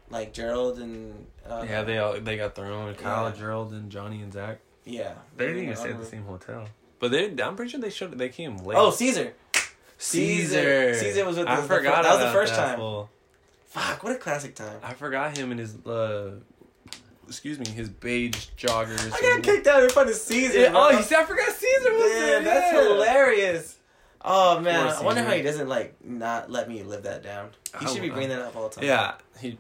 [SPEAKER 2] like Gerald and uh,
[SPEAKER 3] yeah, they all they got their own. Kyle,
[SPEAKER 2] Yeah.
[SPEAKER 3] Gerald, and Johnny and Zach.
[SPEAKER 2] yeah
[SPEAKER 3] They didn't
[SPEAKER 2] were in
[SPEAKER 3] even
[SPEAKER 2] their
[SPEAKER 3] stay
[SPEAKER 2] own
[SPEAKER 3] at the
[SPEAKER 2] room.
[SPEAKER 3] same hotel. But they, I'm pretty sure they showed. They came late.
[SPEAKER 2] Oh, Caesar! Caesar. Caesar was with
[SPEAKER 3] I
[SPEAKER 2] the- the fir-
[SPEAKER 3] forgot.
[SPEAKER 2] that was the
[SPEAKER 3] about
[SPEAKER 2] first
[SPEAKER 3] that
[SPEAKER 2] time.
[SPEAKER 3] fool.
[SPEAKER 2] Fuck! What a classic time.
[SPEAKER 3] I forgot him and his. Uh, excuse me, his beige joggers.
[SPEAKER 2] I got kicked out in front of Caesar.
[SPEAKER 3] Yeah,
[SPEAKER 2] bro.
[SPEAKER 3] oh, he said I forgot Caesar was
[SPEAKER 2] yeah,
[SPEAKER 3] there.
[SPEAKER 2] that's
[SPEAKER 3] yeah.
[SPEAKER 2] hilarious. Oh man,
[SPEAKER 3] Poor
[SPEAKER 2] I wonder
[SPEAKER 3] Caesar.
[SPEAKER 2] how he doesn't like not let me live that down. He
[SPEAKER 3] I
[SPEAKER 2] should be
[SPEAKER 3] will-
[SPEAKER 2] bringing that up all the time.
[SPEAKER 3] Oh, uh, Yeah, he.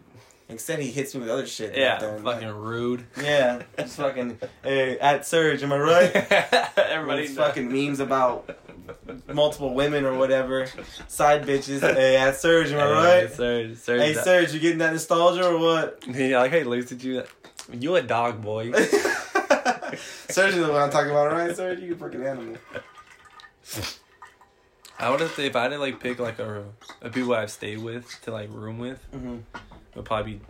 [SPEAKER 2] Instead, he hits me with other shit. that
[SPEAKER 3] Yeah,
[SPEAKER 2] I've done.
[SPEAKER 3] fucking rude.
[SPEAKER 2] Yeah, just fucking. Hey, at Surge, am I right?
[SPEAKER 3] Everybody
[SPEAKER 2] Those
[SPEAKER 3] knows.
[SPEAKER 2] fucking memes about multiple women or whatever. Side bitches. Hey, at Surge, am I right?
[SPEAKER 3] Hey, Serge, Serge,
[SPEAKER 2] Hey,
[SPEAKER 3] that-
[SPEAKER 2] Surge, you getting that nostalgia or what?
[SPEAKER 3] Yeah, like hey, looks at you. You a dog boy?
[SPEAKER 2] Surge is the one I'm talking about, right? Surge, you fucking animal.
[SPEAKER 3] I would have to if I had to like pick like a, a people I've stayed with to like room with.
[SPEAKER 2] Mm-hmm.
[SPEAKER 3] It would probably be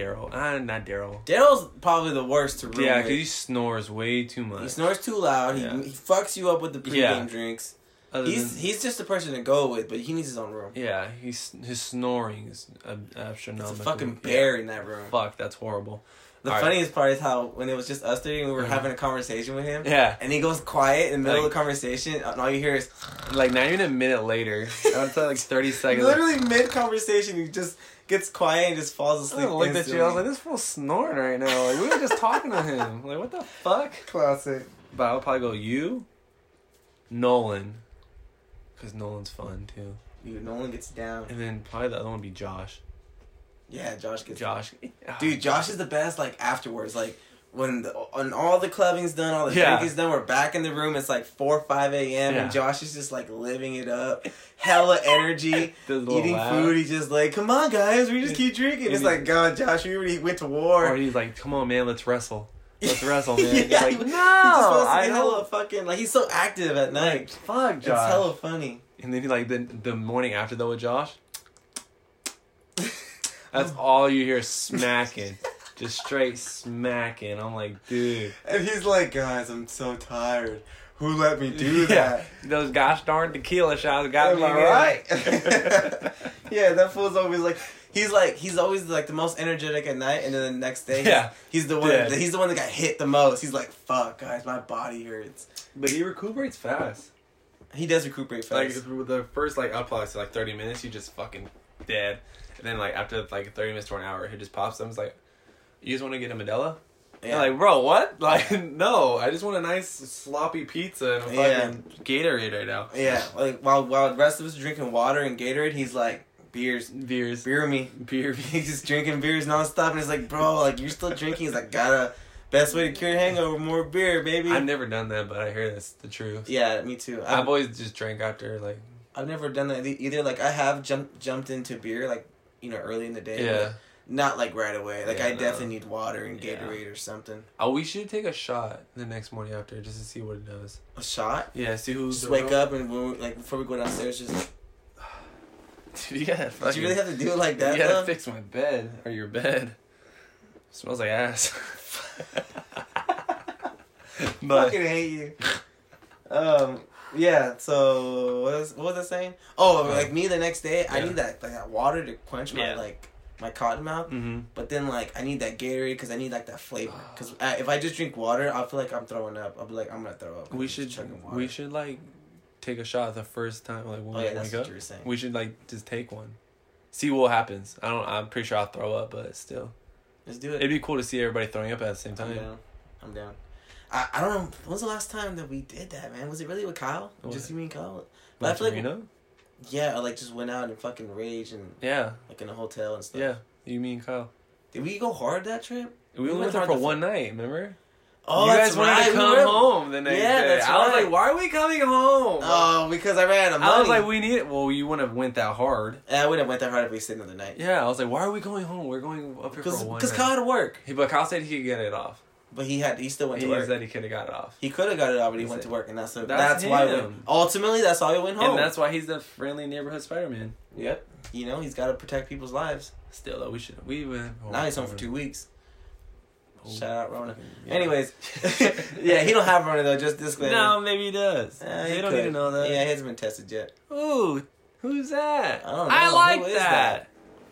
[SPEAKER 3] Daryl. Ah, not Daryl.
[SPEAKER 2] Daryl's probably the worst to room
[SPEAKER 3] Yeah,
[SPEAKER 2] with.
[SPEAKER 3] because he snores way too much.
[SPEAKER 2] He snores too loud. He,
[SPEAKER 3] Yeah.
[SPEAKER 2] he fucks you up with the pregame
[SPEAKER 3] Yeah.
[SPEAKER 2] drinks.
[SPEAKER 3] Other
[SPEAKER 2] He's
[SPEAKER 3] than-
[SPEAKER 2] he's just the person to go with, but he needs his own room.
[SPEAKER 3] yeah, he's his snoring is ab-
[SPEAKER 2] It's a
[SPEAKER 3] astronomical.
[SPEAKER 2] fucking
[SPEAKER 3] Yeah.
[SPEAKER 2] bear in that room.
[SPEAKER 3] Fuck, that's horrible.
[SPEAKER 2] The
[SPEAKER 3] All right.
[SPEAKER 2] funniest part is how when it was just us three and we were
[SPEAKER 3] Mhm.
[SPEAKER 2] having a conversation with him,
[SPEAKER 3] Yeah,
[SPEAKER 2] and he goes quiet in the middle
[SPEAKER 3] Like-
[SPEAKER 2] of the conversation, and all you hear is
[SPEAKER 3] like not even a minute later. I would say like thirty seconds.
[SPEAKER 2] literally mid conversation. He just gets quiet and just falls
[SPEAKER 3] I
[SPEAKER 2] asleep.
[SPEAKER 3] looked at you. I was like,
[SPEAKER 2] instantly.
[SPEAKER 3] "This fool's snoring right now." Like we were just talking to him. Like what the fuck?
[SPEAKER 2] classic.
[SPEAKER 3] But I'll probably go you, Nolan, because Nolan's fun too.
[SPEAKER 2] Dude, no one gets down.
[SPEAKER 3] And then probably the other one would be Josh.
[SPEAKER 2] Yeah, Josh gets.
[SPEAKER 3] Josh,
[SPEAKER 2] Dude, Josh is the best. Like afterwards, like when the, when all the clubbing's done, all the
[SPEAKER 3] Yeah.
[SPEAKER 2] drinking's done, we're back in the room. It's like four five a.m.
[SPEAKER 3] Yeah.
[SPEAKER 2] and Josh is just like living it up, hella energy.
[SPEAKER 3] Does a little
[SPEAKER 2] Eating
[SPEAKER 3] laugh.
[SPEAKER 2] food, he just like, come on, guys, we just keep drinking. It's like, God, Josh, we already went to war.
[SPEAKER 3] Or he's like, "Come on, man, let's wrestle, let's wrestle, man." He's
[SPEAKER 2] Yeah,
[SPEAKER 3] like, "No,
[SPEAKER 2] he- he just wants to
[SPEAKER 3] I
[SPEAKER 2] be hella
[SPEAKER 3] don't."
[SPEAKER 2] fucking like he's so active
[SPEAKER 3] Like,
[SPEAKER 2] at night.
[SPEAKER 3] fuck,
[SPEAKER 2] It's
[SPEAKER 3] Josh.
[SPEAKER 2] hella funny.
[SPEAKER 3] and then he like the the morning after though with Josh, that's all you hear smacking, just straight smacking. I'm like, dude,
[SPEAKER 2] and he's like, guys, I'm so tired. Who let me do
[SPEAKER 3] Yeah.
[SPEAKER 2] that?
[SPEAKER 3] those gosh darn tequila shots got
[SPEAKER 2] Am
[SPEAKER 3] me.
[SPEAKER 2] I
[SPEAKER 3] again.
[SPEAKER 2] right? Yeah, that fool's always like he's like he's always like the most energetic at night, and then the next day, he's-
[SPEAKER 3] Yeah.
[SPEAKER 2] he's the one
[SPEAKER 3] Dead.
[SPEAKER 2] he's the one that got hit the most. He's like, fuck, guys, my body hurts.
[SPEAKER 3] but he recuperates fast.
[SPEAKER 2] He does recuperate
[SPEAKER 3] Like
[SPEAKER 2] fast.
[SPEAKER 3] with the first like up probably say, like thirty minutes, you just fucking dead. And then like after like thirty minutes to an hour, he just pops them. It's like, you just want to get a Modelo?
[SPEAKER 2] yeah.
[SPEAKER 3] Like, bro, what? Like, no, I just want a nice sloppy pizza and a fucking Gatorade right now.
[SPEAKER 2] yeah, like while while the rest of us are drinking water and Gatorade, he's like beers,
[SPEAKER 3] Beers,
[SPEAKER 2] beer me.
[SPEAKER 3] beer,
[SPEAKER 2] He's just drinking beers nonstop, and it's like, bro, like you're still drinking. He's like, gotta best way to cure a hangover, more beer, baby.
[SPEAKER 3] I've never done that, but I hear that's the truth.
[SPEAKER 2] yeah, me too. I've,
[SPEAKER 3] I've always just drank after like
[SPEAKER 2] I've never done that e- either. Like I have jumped jumped into beer like you know early in the day.
[SPEAKER 3] yeah.
[SPEAKER 2] but Not like right away. Like
[SPEAKER 3] Yeah,
[SPEAKER 2] I
[SPEAKER 3] no.
[SPEAKER 2] definitely need water and
[SPEAKER 3] Yeah.
[SPEAKER 2] Gatorade or something.
[SPEAKER 3] Oh, we should take a shot the next morning after just to see what it does.
[SPEAKER 2] A shot.
[SPEAKER 3] Yeah, see who's
[SPEAKER 2] Just wake up and when we, like before we go downstairs, just
[SPEAKER 3] Dude, you gotta
[SPEAKER 2] did
[SPEAKER 3] fucking-
[SPEAKER 2] you really have to do it like that?
[SPEAKER 3] you gotta
[SPEAKER 2] though?
[SPEAKER 3] fix my bed or your bed. smells like ass. but
[SPEAKER 2] Fucking hate you. Um, Yeah. So what was what was I saying? Oh, like me the next day, I
[SPEAKER 3] Uh, Yeah.
[SPEAKER 2] need that like that water to quench my
[SPEAKER 3] Yeah.
[SPEAKER 2] like my cotton mouth.
[SPEAKER 3] Mm-hmm.
[SPEAKER 2] But then like I need that Gatorade because I need like that flavor. Because if I just drink water, I feel like I'm throwing up. I'll be like I'm gonna throw up.
[SPEAKER 3] We
[SPEAKER 2] I'm just
[SPEAKER 3] should
[SPEAKER 2] chugging water.
[SPEAKER 3] we should like take a shot the first time like when
[SPEAKER 2] Oh
[SPEAKER 3] we
[SPEAKER 2] yeah, that's
[SPEAKER 3] wake
[SPEAKER 2] what
[SPEAKER 3] up.
[SPEAKER 2] you were saying.
[SPEAKER 3] We should like just take one. See what happens. I don't I'm pretty sure I'll throw up, but still.
[SPEAKER 2] Let's do it.
[SPEAKER 3] It'd be cool to see everybody throwing up at the same
[SPEAKER 2] I'm
[SPEAKER 3] time.
[SPEAKER 2] down. I'm down. I, I don't know. When was the last time that we did that, man? Was it really with Kyle?
[SPEAKER 3] What?
[SPEAKER 2] Just you and Kyle? But I
[SPEAKER 3] Like,
[SPEAKER 2] feel like
[SPEAKER 3] you know?
[SPEAKER 2] yeah, I like just went out and fucking rage and
[SPEAKER 3] Yeah.
[SPEAKER 2] like in a hotel and stuff.
[SPEAKER 3] Yeah. You mean Kyle.
[SPEAKER 2] Did we go hard that trip?
[SPEAKER 3] We, only
[SPEAKER 2] We went
[SPEAKER 3] went there
[SPEAKER 2] hard
[SPEAKER 3] for
[SPEAKER 2] the-
[SPEAKER 3] one night, remember?
[SPEAKER 2] Oh,
[SPEAKER 1] you
[SPEAKER 2] that's
[SPEAKER 1] guys wanted
[SPEAKER 2] right.
[SPEAKER 1] to
[SPEAKER 2] we
[SPEAKER 1] come
[SPEAKER 2] were-
[SPEAKER 1] home the next
[SPEAKER 2] Yeah,
[SPEAKER 1] day.
[SPEAKER 2] that's
[SPEAKER 1] I was
[SPEAKER 2] right.
[SPEAKER 1] like, why are we coming home?
[SPEAKER 2] Oh, because I ran out of money.
[SPEAKER 3] I was like, we need it. Well, you wouldn't have went that hard.
[SPEAKER 2] And I wouldn't have went that hard if we stayed another night.
[SPEAKER 3] Yeah, I was like, why are we going home? We're going up here
[SPEAKER 2] Because
[SPEAKER 3] for one
[SPEAKER 2] because
[SPEAKER 3] night.
[SPEAKER 2] Kyle had to work,
[SPEAKER 3] He, but Kyle said he could get it off.
[SPEAKER 2] but he had he still went
[SPEAKER 3] He
[SPEAKER 2] to work.
[SPEAKER 3] said he could have got it off.
[SPEAKER 2] He could have got it out, but he
[SPEAKER 3] He's
[SPEAKER 2] went
[SPEAKER 3] a-
[SPEAKER 2] to work, and that's
[SPEAKER 3] That's
[SPEAKER 2] that's, why. We,
[SPEAKER 3] him.
[SPEAKER 2] ultimately, that's why we went home.
[SPEAKER 3] And that's why he's the friendly neighborhood Spider Man.
[SPEAKER 2] yep. You know, he's got to protect people's lives.
[SPEAKER 3] Still though, we should we went
[SPEAKER 2] now he's home for two weeks.
[SPEAKER 3] Oh.
[SPEAKER 2] Shout out Rona.
[SPEAKER 3] Yeah.
[SPEAKER 2] Anyways, yeah, he don't have Rona though. Just disclaimer.
[SPEAKER 3] No, maybe he does.
[SPEAKER 2] Eh,
[SPEAKER 3] they
[SPEAKER 2] he
[SPEAKER 3] don't
[SPEAKER 2] could.
[SPEAKER 3] even know that.
[SPEAKER 2] Yeah, he hasn't been tested yet.
[SPEAKER 3] Ooh, who's that?
[SPEAKER 2] I don't know.
[SPEAKER 3] like
[SPEAKER 2] Who
[SPEAKER 3] that.
[SPEAKER 2] is that?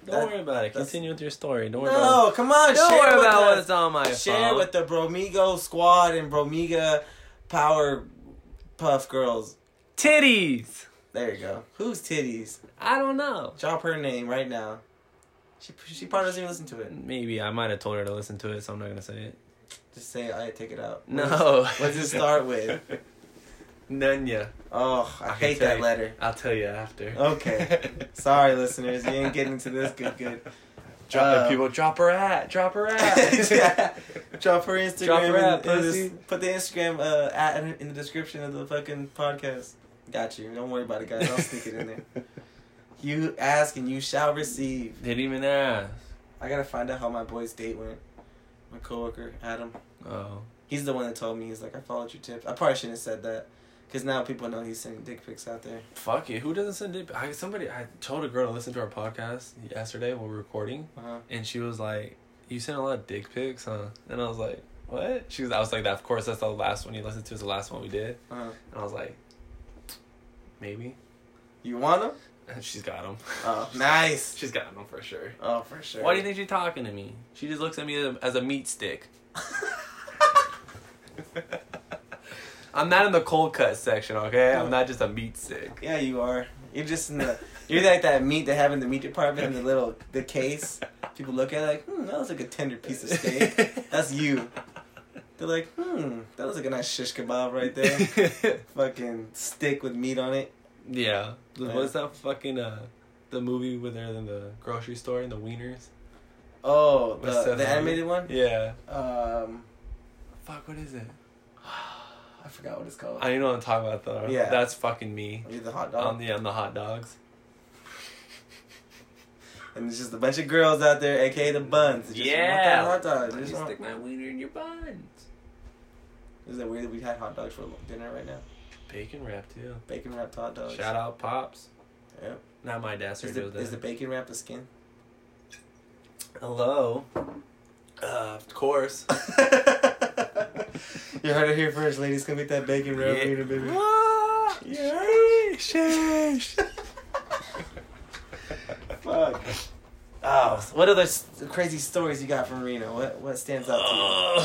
[SPEAKER 3] Don't
[SPEAKER 2] That-
[SPEAKER 3] worry about it.
[SPEAKER 2] that's-
[SPEAKER 3] Continue with your story. Don't worry about.
[SPEAKER 2] No, come on.
[SPEAKER 3] It. Don't
[SPEAKER 2] share
[SPEAKER 3] worry
[SPEAKER 2] with
[SPEAKER 3] about
[SPEAKER 2] us.
[SPEAKER 3] what's on my
[SPEAKER 2] Share
[SPEAKER 3] phone.
[SPEAKER 2] with the Bromigo squad and Bromiga Power Puff girls.
[SPEAKER 3] Titties.
[SPEAKER 2] There you go. Who's titties?
[SPEAKER 3] I don't know.
[SPEAKER 2] Drop her name right now. She she probably doesn't even listen to it.
[SPEAKER 3] Maybe I might have told her to listen to it, so I'm not gonna say it.
[SPEAKER 2] Just say I take it out.
[SPEAKER 3] No.
[SPEAKER 2] Let's just start with.
[SPEAKER 3] Nunya.
[SPEAKER 2] Oh, I,
[SPEAKER 3] I can
[SPEAKER 2] hate
[SPEAKER 3] tell
[SPEAKER 2] that
[SPEAKER 3] you.
[SPEAKER 2] letter.
[SPEAKER 3] I'll tell you after.
[SPEAKER 2] Okay. Sorry, listeners, you ain't getting to this good good.
[SPEAKER 3] Drop
[SPEAKER 2] Uh,
[SPEAKER 3] people. Drop her at. Drop her at.
[SPEAKER 2] yeah. Drop her Instagram.
[SPEAKER 3] Drop her
[SPEAKER 2] and-
[SPEAKER 3] at,
[SPEAKER 2] and
[SPEAKER 3] pussy.
[SPEAKER 2] just put the Instagram uh, at in, in the description of the fucking podcast. Got you. Don't worry about it, guys. I'll sneak it in there. You ask and you shall receive.
[SPEAKER 3] Didn't even ask.
[SPEAKER 2] I gotta find out how my boy's date went. My coworker Adam.
[SPEAKER 3] Oh.
[SPEAKER 2] He's the one that told me. He's like, I followed your tips. I probably shouldn't have said that, cause now people know he's sending dick pics out there.
[SPEAKER 3] Fuck it. Who doesn't send it? I somebody I told a girl to listen to our podcast yesterday while we were recording,
[SPEAKER 2] Uh-huh.
[SPEAKER 3] and she was like, "You send a lot of dick pics, huh?" And I was like, "What?" She was. I was like, "That of course. That's the last one you listened to. Is the last one we did."
[SPEAKER 2] Uh-huh.
[SPEAKER 3] And I was like, "Maybe."
[SPEAKER 2] You want him?
[SPEAKER 3] And she's got them.
[SPEAKER 2] Oh, nice.
[SPEAKER 3] She's got them for sure.
[SPEAKER 2] Oh, for sure.
[SPEAKER 3] Why do you think she's talking to me? She just looks at me as a, as a meat stick. I'm not in the cold cut section, okay? I'm not just a meat stick.
[SPEAKER 2] Yeah, you are. You're just in the. You're like that meat they have in the meat department in the little the case. People look at it like, hmm, that looks like a tender piece of steak. That's you. They're like, hmm, that looks like a nice shish kebab right there. Fucking steak with meat on it.
[SPEAKER 3] Yeah.
[SPEAKER 2] Yeah.
[SPEAKER 3] What's that fucking uh the movie with her in the grocery store and the wieners?
[SPEAKER 2] Oh,
[SPEAKER 3] With
[SPEAKER 2] the,
[SPEAKER 3] Seth
[SPEAKER 2] the
[SPEAKER 3] Rogen.
[SPEAKER 2] animated one.
[SPEAKER 3] Yeah.
[SPEAKER 2] Um,
[SPEAKER 3] Fuck what is it?
[SPEAKER 2] I forgot what it's called.
[SPEAKER 3] I know what I'm talking about though.
[SPEAKER 2] Yeah.
[SPEAKER 3] That's fucking me.
[SPEAKER 2] You're the hot
[SPEAKER 3] On
[SPEAKER 2] dog,
[SPEAKER 3] the on the hot dogs.
[SPEAKER 2] and it's just a bunch of girls out there, aka the buns. that Just
[SPEAKER 3] Yeah.
[SPEAKER 2] want that hot dog. They
[SPEAKER 3] Let
[SPEAKER 2] Just
[SPEAKER 3] me
[SPEAKER 2] want-
[SPEAKER 3] stick my wiener in your buns.
[SPEAKER 2] Is it weird that we had hot dogs for dinner right now?
[SPEAKER 3] Bacon wrap too.
[SPEAKER 2] Bacon wrapped hot dogs.
[SPEAKER 3] Shout out pops.
[SPEAKER 2] Yep.
[SPEAKER 3] Not my dad sir
[SPEAKER 2] Is
[SPEAKER 3] does
[SPEAKER 2] the, is the
[SPEAKER 3] that.
[SPEAKER 2] bacon wrapped the skin?
[SPEAKER 3] Hello. Uh, of course.
[SPEAKER 2] You heard it here first, ladies. Come get that bacon wrap
[SPEAKER 3] Yeah.
[SPEAKER 2] wiener, baby.
[SPEAKER 3] Ah, sheesh.
[SPEAKER 2] Fuck. Oh, so what other s- crazy stories you got from Reno? What what stands out to you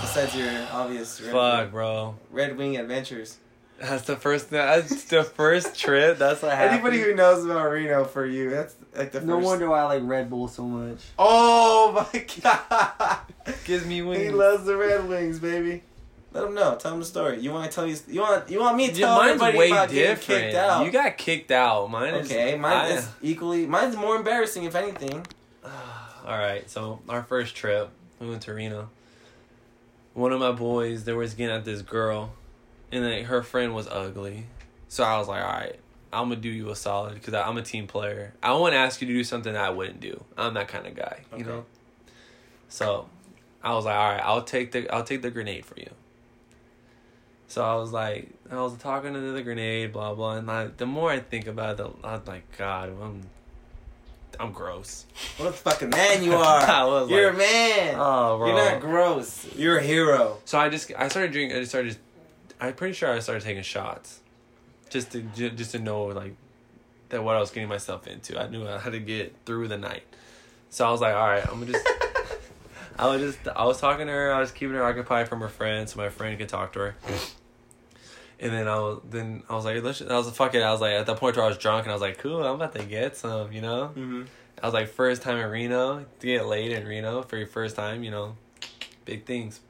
[SPEAKER 2] besides your obvious Red,
[SPEAKER 3] Fuck, bro.
[SPEAKER 2] Red Wing adventures?
[SPEAKER 3] That's the first. That's the first trip. That's what happened.
[SPEAKER 2] Anybody who knows about Reno for you, that's like the first.
[SPEAKER 3] why I like Red Bull so much.
[SPEAKER 2] Oh my god,
[SPEAKER 3] Gives me wings.
[SPEAKER 2] he loves the Red Wings, baby. Let him know. Tell him the story. You want to tell you? You want you want me to
[SPEAKER 3] Yeah,
[SPEAKER 2] tell
[SPEAKER 3] mine's
[SPEAKER 2] everybody
[SPEAKER 3] way
[SPEAKER 2] about getting
[SPEAKER 3] different.
[SPEAKER 2] kicked out?
[SPEAKER 3] You got kicked out. Mine is
[SPEAKER 2] okay, mine
[SPEAKER 3] I-
[SPEAKER 2] is equally. Mine's more embarrassing, if anything.
[SPEAKER 3] All right, so our first trip, we went to Reno. One of my boys, there was getting at this girl, and then her friend was ugly. So I was like, all right, I'm gonna do you a solid because I'm a team player. I wouldn't ask you to do something that I wouldn't do. I'm that kind of guy, you
[SPEAKER 2] Okay.
[SPEAKER 3] know. So I was like, all right, I'll take the I'll take the grenade for you. So I was like, I was talking to the grenade, blah blah, and I, the more I think about it, the, I'm like, God, I'm, I'm gross.
[SPEAKER 2] What a fucking man you
[SPEAKER 3] I
[SPEAKER 2] are.
[SPEAKER 3] was
[SPEAKER 2] You're
[SPEAKER 3] like,
[SPEAKER 2] a man.
[SPEAKER 3] Oh, bro.
[SPEAKER 2] You're not gross. You're a hero.
[SPEAKER 3] so I just I started drinking. I just started. I'm pretty sure I started taking shots, just to ju- just to know like that what I was getting myself into. I knew how to get through the night, so I was like, all right, I'm gonna just. I was just I was talking to her. I was keeping her occupied from her friend, so my friend could talk to her. And then I was then I was like, let's. Just, I was like, fuck it. I was like at that point where I was drunk and I was like, cool, I'm about to get some, you know.
[SPEAKER 2] Mm-hmm.
[SPEAKER 3] I was like, first time in Reno, to get laid in Reno for your first time, you know, big things.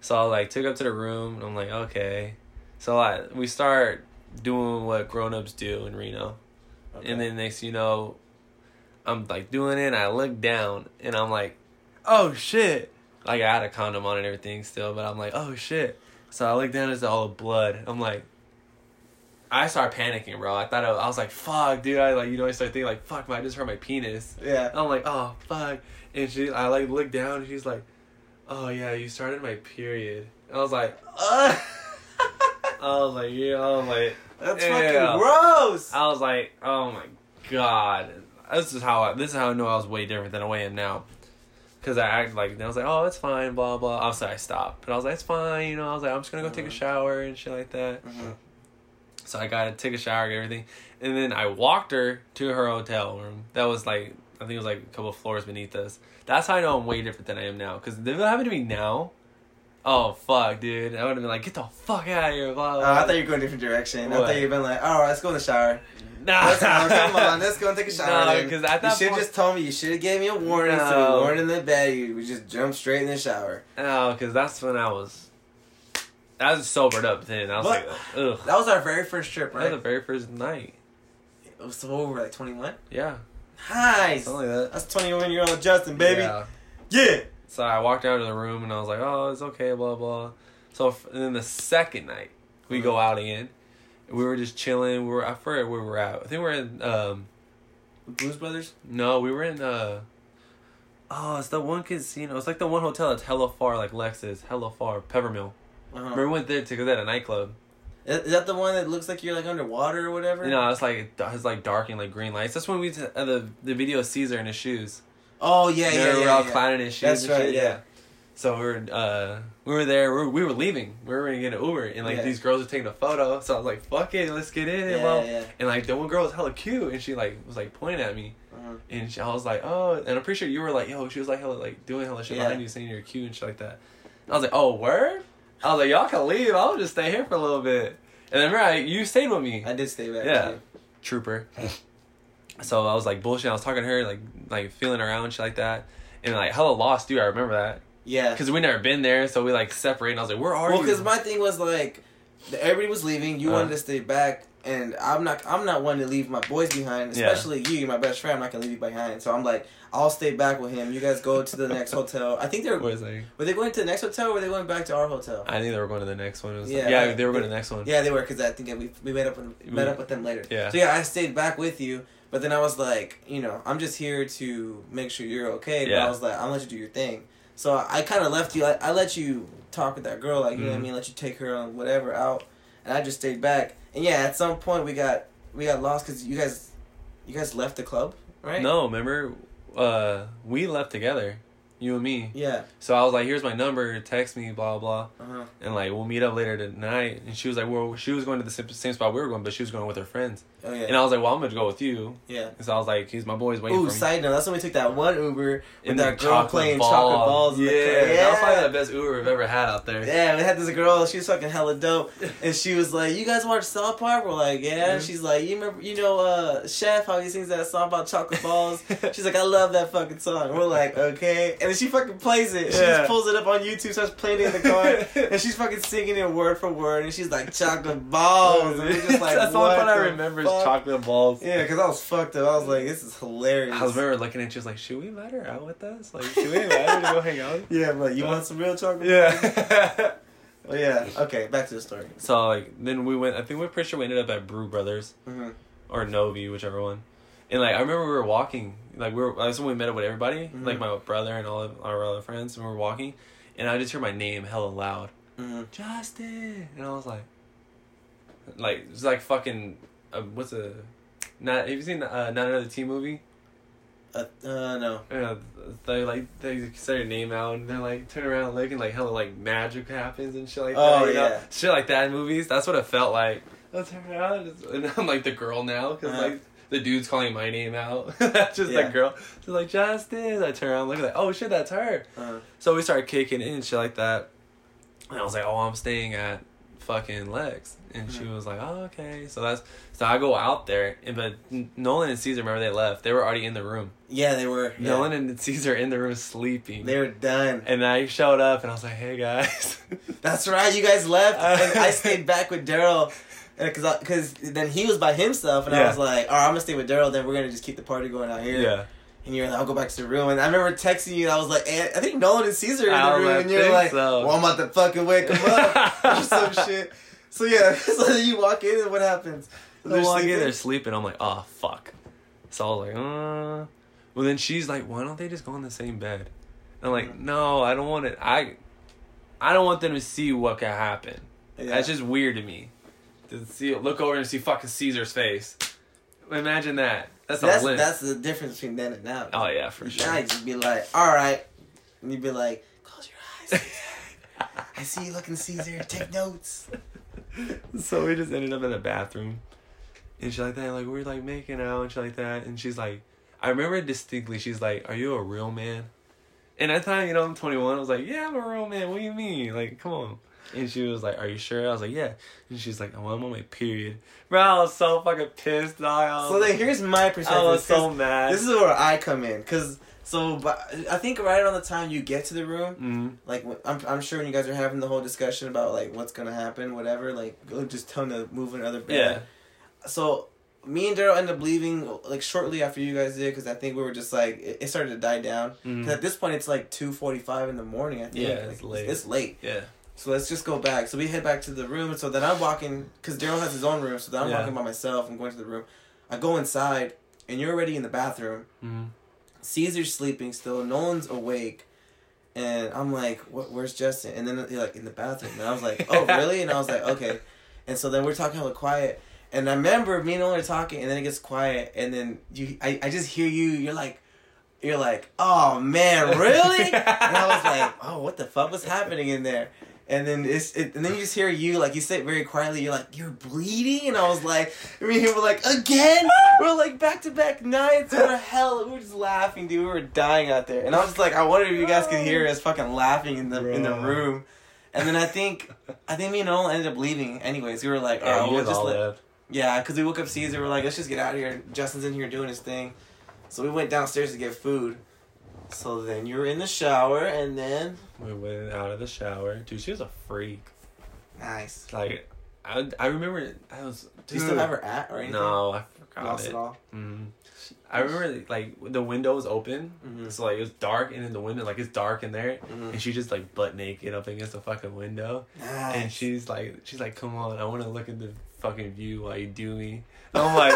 [SPEAKER 3] So I like took her up to the room. And I'm like, okay. So I we start doing what grown ups do in Reno, and then next you know, I'm like doing it. and I look down and I'm like, oh shit! Like I had a condom on and everything still, but I'm like, oh shit! So I look down, it's all blood. I'm like. I start panicking, bro. I thought I, I was like, "Fuck, dude!" I like, you know, I start thinking like, "Fuck, man, I just hurt my penis."
[SPEAKER 2] yeah.
[SPEAKER 3] I'm like, oh fuck. And she, I like looked down. And she's like, oh yeah, you started my period. I was like, "Uh?"
[SPEAKER 2] Ugh.
[SPEAKER 3] I was like, yeah, I was like,
[SPEAKER 2] That's
[SPEAKER 3] Yeah.
[SPEAKER 2] fucking gross.
[SPEAKER 3] I was like, oh my god. This is how I, this is how I know I was way different than the way I am now. Cause I acted like and I was like, oh, it's fine, blah blah. I'm sorry, I stopped. But I was like, it's fine, you know. I was like, I'm just gonna go take a
[SPEAKER 2] Mhm.
[SPEAKER 3] shower and shit like that.
[SPEAKER 2] Mhm.
[SPEAKER 3] So I gotta take a shower, get everything, and then I walked her to her hotel room. That was like I think it was like a couple floors beneath us. That's how I know I'm way different than I am now. Cause if it happened to me now, oh fuck, dude, I would have been like, get the fuck out of here, blah.
[SPEAKER 2] Oh,
[SPEAKER 3] blah.
[SPEAKER 2] I thought you were going a different direction. I
[SPEAKER 3] What?
[SPEAKER 2] thought you'd been like, all right, let's go in the shower.
[SPEAKER 3] nah.
[SPEAKER 2] Let's go. Come on, let's go and take a shower.
[SPEAKER 3] No,
[SPEAKER 2] then.
[SPEAKER 3] 'cause at
[SPEAKER 2] you
[SPEAKER 3] that
[SPEAKER 2] should have
[SPEAKER 3] point-
[SPEAKER 2] just told me. You should have gave me a warning. So
[SPEAKER 3] No.
[SPEAKER 2] we weren't in the bed. You we just jumped straight in the shower.
[SPEAKER 3] No, Oh, cause that's when I was, I was sobered up then. I was
[SPEAKER 2] What?
[SPEAKER 3] like, ugh.
[SPEAKER 2] That was our very first trip,
[SPEAKER 3] That was
[SPEAKER 2] right?
[SPEAKER 3] the very first night.
[SPEAKER 2] It was so over like twenty one.
[SPEAKER 3] Yeah,
[SPEAKER 2] Nice.
[SPEAKER 3] something like that.
[SPEAKER 2] That's twenty one year old Justin, baby. Yeah.
[SPEAKER 3] Yeah. So I walked out of the room and I was like, oh, it's okay, blah, blah. So f- and then the second night, we go out again. We were just chilling. We were, I forget where we were at. I think we were in, um,
[SPEAKER 2] The Blues Brothers.
[SPEAKER 3] no, we were in, uh, oh, it's the one casino. It's like the one hotel that's hella far, like Lexus, hella far, Peppermill.
[SPEAKER 2] Uh-huh.
[SPEAKER 3] Remember we went there to go at a nightclub.
[SPEAKER 2] Is is that the one that looks like you're like underwater or whatever?
[SPEAKER 3] You know, it's like, it's like dark and like green lights. That's when we, t- uh, the, the video of Caesar in his shoes.
[SPEAKER 2] Oh yeah,
[SPEAKER 3] They
[SPEAKER 2] yeah,
[SPEAKER 3] were
[SPEAKER 2] yeah.
[SPEAKER 3] all
[SPEAKER 2] yeah.
[SPEAKER 3] clowning his shoes
[SPEAKER 2] That's
[SPEAKER 3] and
[SPEAKER 2] right.
[SPEAKER 3] shit,
[SPEAKER 2] yeah.
[SPEAKER 3] So we were uh we were there, we were, we were leaving. We were gonna get an Uber and like
[SPEAKER 2] Yeah.
[SPEAKER 3] these girls were taking a photo. So I was like, fuck it, let's get in.
[SPEAKER 2] Yeah,
[SPEAKER 3] and well
[SPEAKER 2] yeah.
[SPEAKER 3] and like the one girl was hella cute and she like was like pointing at me
[SPEAKER 2] Uh-huh.
[SPEAKER 3] and she, I was like, Oh and I'm pretty sure you were like, yo, she was like hella like doing hella shit
[SPEAKER 2] Yeah.
[SPEAKER 3] behind you saying you're cute and shit like that. And I was like, Oh word? I was like, Y'all can leave, I'll just stay here for a little bit. And then right, you stayed with me
[SPEAKER 2] I did stay back.
[SPEAKER 3] Yeah.
[SPEAKER 2] too.
[SPEAKER 3] trooper. so I was like bullshit. I was talking to her, like like feeling around, shit like that, and like hella lost, dude. I remember that
[SPEAKER 2] Yeah.
[SPEAKER 3] because we never been there, so we like separate. And I was like, where are
[SPEAKER 2] Well,
[SPEAKER 3] you?
[SPEAKER 2] because my thing was like, the- everybody was leaving. You
[SPEAKER 3] Uh.
[SPEAKER 2] wanted to stay back, and I'm not. I'm not one to leave my boys behind,
[SPEAKER 3] Yeah.
[SPEAKER 2] especially you. You're my best friend. I'm not gonna leave you behind. So I'm like, I'll stay back with him. You guys go to the next hotel. I think they're
[SPEAKER 3] What is that?
[SPEAKER 2] were they going to the next hotel or were they going back to our hotel?
[SPEAKER 3] I think they were going to the next one. It was-
[SPEAKER 2] Yeah.
[SPEAKER 3] yeah, they were going to the next one.
[SPEAKER 2] Yeah, they were because I think we we met up with, met up with them later.
[SPEAKER 3] Yeah.
[SPEAKER 2] So yeah, I stayed back with you, but then I was like, you know, I'm just here to make sure you're okay. But I
[SPEAKER 3] Yeah.
[SPEAKER 2] was like, I'll let you do your thing. So I kind of left you. I, I let you talk with that girl, like you know what I
[SPEAKER 3] Mhm.
[SPEAKER 2] mean. Let you take her on whatever out, and I just stayed back. And yeah, at some point we got we got lost because you guys you guys left the club, right?
[SPEAKER 3] No, remember, uh, we left together, you and me.
[SPEAKER 2] Yeah.
[SPEAKER 3] So I was like, here's my number, text me, blah blah,
[SPEAKER 2] Uh-huh.
[SPEAKER 3] and like we'll meet up later tonight. And she was like, well, she was going to the same, same spot we were going, but she was going with her friends.
[SPEAKER 2] Oh yeah.
[SPEAKER 3] And I was like, well, I'm gonna go with you.
[SPEAKER 2] yeah.
[SPEAKER 3] And so I was like, he's my boy's waiting
[SPEAKER 2] Ooh,
[SPEAKER 3] for me.
[SPEAKER 2] side note. That's when we took that one Uber with
[SPEAKER 3] And the
[SPEAKER 2] that girl playing chocolate balls. in
[SPEAKER 3] Yeah,
[SPEAKER 2] the car.
[SPEAKER 3] that was probably the best Uber I've ever had out there.
[SPEAKER 2] Yeah, we had this girl. She was fucking hella dope, and she was like, "You guys watch South Park?" We're like, "Yeah."
[SPEAKER 3] Mhm.
[SPEAKER 2] She's like, "You remember, you know, uh, Chef? How he sings that song about chocolate balls?" She's like, "I love that fucking song." We're like, "Okay," and then she fucking plays it. She
[SPEAKER 3] Yeah.
[SPEAKER 2] just pulls it up on YouTube, starts playing it in the car, and she's fucking singing it word for word, and she's like, "Chocolate balls." And we're just like,
[SPEAKER 3] That's the only
[SPEAKER 2] "What
[SPEAKER 3] part I
[SPEAKER 2] the
[SPEAKER 3] remember is
[SPEAKER 2] fuck?"
[SPEAKER 3] chocolate balls.
[SPEAKER 2] Yeah, because I was fucked up. I was like, "This is hilarious."
[SPEAKER 3] I was remember looking at you, was like, should we let her out with us? Like, should we let her to go hang out?
[SPEAKER 2] yeah, but you want some real chocolate?
[SPEAKER 3] Yeah.
[SPEAKER 2] Well, yeah. Okay, back to the story.
[SPEAKER 3] so like, then we went. I think we're pretty sure we ended up at Brew Brothers
[SPEAKER 2] hmm
[SPEAKER 3] or Novi, whichever one. And like, I remember we were walking. Like, we were that's when we met up with everybody,
[SPEAKER 2] Mhm.
[SPEAKER 3] like my brother and all of our other friends, and we were walking. And I just hear my name hella loud,
[SPEAKER 2] hmm
[SPEAKER 3] Justin, and I was like, like it's like fucking, uh, what's a, not have you seen uh, not another T movie?
[SPEAKER 2] Uh, uh, no.
[SPEAKER 3] Yeah, they like they say your name out and they're like turn around and look and like hella like magic happens and shit like
[SPEAKER 2] Oh,
[SPEAKER 3] that. you know?
[SPEAKER 2] yeah.
[SPEAKER 3] shit like that in movies. That's what it felt like. I'll turn around. And, it's- and I'm like the girl now because
[SPEAKER 2] Uh-huh.
[SPEAKER 3] like the dude's calling my name out. that's just
[SPEAKER 2] Yeah.
[SPEAKER 3] that girl. She's like Justin. I turn around, look like oh shit, that's her.
[SPEAKER 2] Uh,
[SPEAKER 3] So we started kicking it and shit like that. And I was like, oh, I'm staying at fucking Lex. And she
[SPEAKER 2] Mhm.
[SPEAKER 3] was like, oh, okay. So that's, so I go out there. And, but Nolan and Caesar, remember they left. They were already in the room.
[SPEAKER 2] yeah, they were. Yeah.
[SPEAKER 3] Nolan and Caesar in the room sleeping.
[SPEAKER 2] they were done.
[SPEAKER 3] and I showed up and I was like, hey guys.
[SPEAKER 2] That's right. You guys left, and I stayed back with Daryl, because because then he was by himself, and I
[SPEAKER 3] Yeah.
[SPEAKER 2] was like, "All right, I'm gonna stay with Daryl. Then we're gonna just keep the party going out here."
[SPEAKER 3] yeah.
[SPEAKER 2] And you're like, "I'll go back to the room." And I remember texting you, and I was like, eh, "I think Nolan and Caesar are in
[SPEAKER 3] I
[SPEAKER 2] the
[SPEAKER 3] was
[SPEAKER 2] room,"
[SPEAKER 3] like,
[SPEAKER 2] and you're
[SPEAKER 3] "Think
[SPEAKER 2] like,
[SPEAKER 3] so."
[SPEAKER 2] "Well, I'm about to fucking wake him up or some shit." So yeah, so then you walk in, and what happens?
[SPEAKER 3] They're sleeping.
[SPEAKER 2] sleeping.
[SPEAKER 3] They're sleeping. I'm like, oh fuck. So I was like, uh. Well, then she's like, why don't they just go in the same bed? And I'm like, no, I don't want it. I, I don't want them to see what could happen.
[SPEAKER 2] Yeah.
[SPEAKER 3] That's just weird to me. To see, look over and see fucking Caesar's face. Imagine that. That's,
[SPEAKER 2] that's
[SPEAKER 3] a limp.
[SPEAKER 2] that's the difference between then and now.
[SPEAKER 3] oh yeah, for
[SPEAKER 2] Now
[SPEAKER 3] sure.
[SPEAKER 2] you just be like, "All right," and you'd be like, "Close your eyes." I see you looking, Caesar. Take notes.
[SPEAKER 3] so we just ended up in the bathroom, and she's like that. Like we were like making out and shit like that, and she's like, I remember distinctly. She's like, "Are you a real man?" And at the time, you know, I'm 21. I was like, "Yeah, I'm a real man. What do you mean? Like, come on." And she was like, "Are you sure?" I was like, "Yeah." And she's like, "Oh, I'm on my period, bro." I was so fucking pissed. dog.
[SPEAKER 2] So then here's my perspective.
[SPEAKER 3] I was so
[SPEAKER 2] 'cause
[SPEAKER 3] mad.
[SPEAKER 2] This is where I come in, cause so but I think right around the time you get to the room,
[SPEAKER 3] Mhm.
[SPEAKER 2] like when- I'm I'm sure when you guys are having the whole discussion about like what's gonna happen, whatever, like go just tell them to move another
[SPEAKER 3] yeah.
[SPEAKER 2] bed. So me and Daryl end up leaving like shortly after you guys did, cause I think we were just like it, it started to die down.
[SPEAKER 3] Mm.
[SPEAKER 2] 'Cause at this point it's like two forty five in the morning. I think.
[SPEAKER 3] Yeah,
[SPEAKER 2] Like,
[SPEAKER 3] it's late.
[SPEAKER 2] Mm. It's late.
[SPEAKER 3] Yeah.
[SPEAKER 2] So let's just go back. So we head back to the room. So then I'm walking because Daryl has his own room. So then I'm
[SPEAKER 3] Yeah.
[SPEAKER 2] walking by myself. I'm going to the room. I go inside, and you're already in the bathroom.
[SPEAKER 3] Mhm.
[SPEAKER 2] Caesar's sleeping still. Nolan's awake, and I'm like, "What? Where's Justin?" And then you're like in the bathroom, and I was like, "Oh, really?" And I was like, "Okay." And so then we're talking hella quiet, and I remember me and Nolan are talking, and then it gets quiet, and then you, I, I just hear you. You're like. You're like, oh man, really? and I was like, oh, what the fuck was happening in there? And then it's it, and then you just hear you like you say it very quietly. You're like you're bleeding, and I was like, I mean, we were like again. We're like back to back nights. What the hell? We were just laughing, dude. We were dying out there, and I was just like, I wonder if you guys could hear us fucking laughing in the in the
[SPEAKER 3] Bro.
[SPEAKER 2] room. And then I think I think me and Nolan ended up leaving. Anyways, we were like,
[SPEAKER 3] Yeah,
[SPEAKER 2] oh,
[SPEAKER 3] you
[SPEAKER 2] we'll
[SPEAKER 3] guys
[SPEAKER 2] just
[SPEAKER 3] all
[SPEAKER 2] let,
[SPEAKER 3] left.
[SPEAKER 2] yeah, because we woke up Caesar. We're like, let's just get out of here. Justin's in here doing his thing. So we went downstairs to get food. So then you were in the shower, and then
[SPEAKER 3] We went out of the shower. Dude, she was a freak.
[SPEAKER 2] nice.
[SPEAKER 3] Like, I, I remember I was.
[SPEAKER 2] Do you still have her at or anything?
[SPEAKER 3] Mm. No, I forgot
[SPEAKER 2] lost
[SPEAKER 3] it.
[SPEAKER 2] it all.
[SPEAKER 3] Mhm. I remember like the window was open,
[SPEAKER 2] Mhm.
[SPEAKER 3] so like it was dark, and in the window like it's dark in there,
[SPEAKER 2] Mhm.
[SPEAKER 3] and she just like butt naked up against the fucking window,
[SPEAKER 2] Nice.
[SPEAKER 3] and she's like, she's like, come on, I want to look at the fucking view while you do me. I'm like,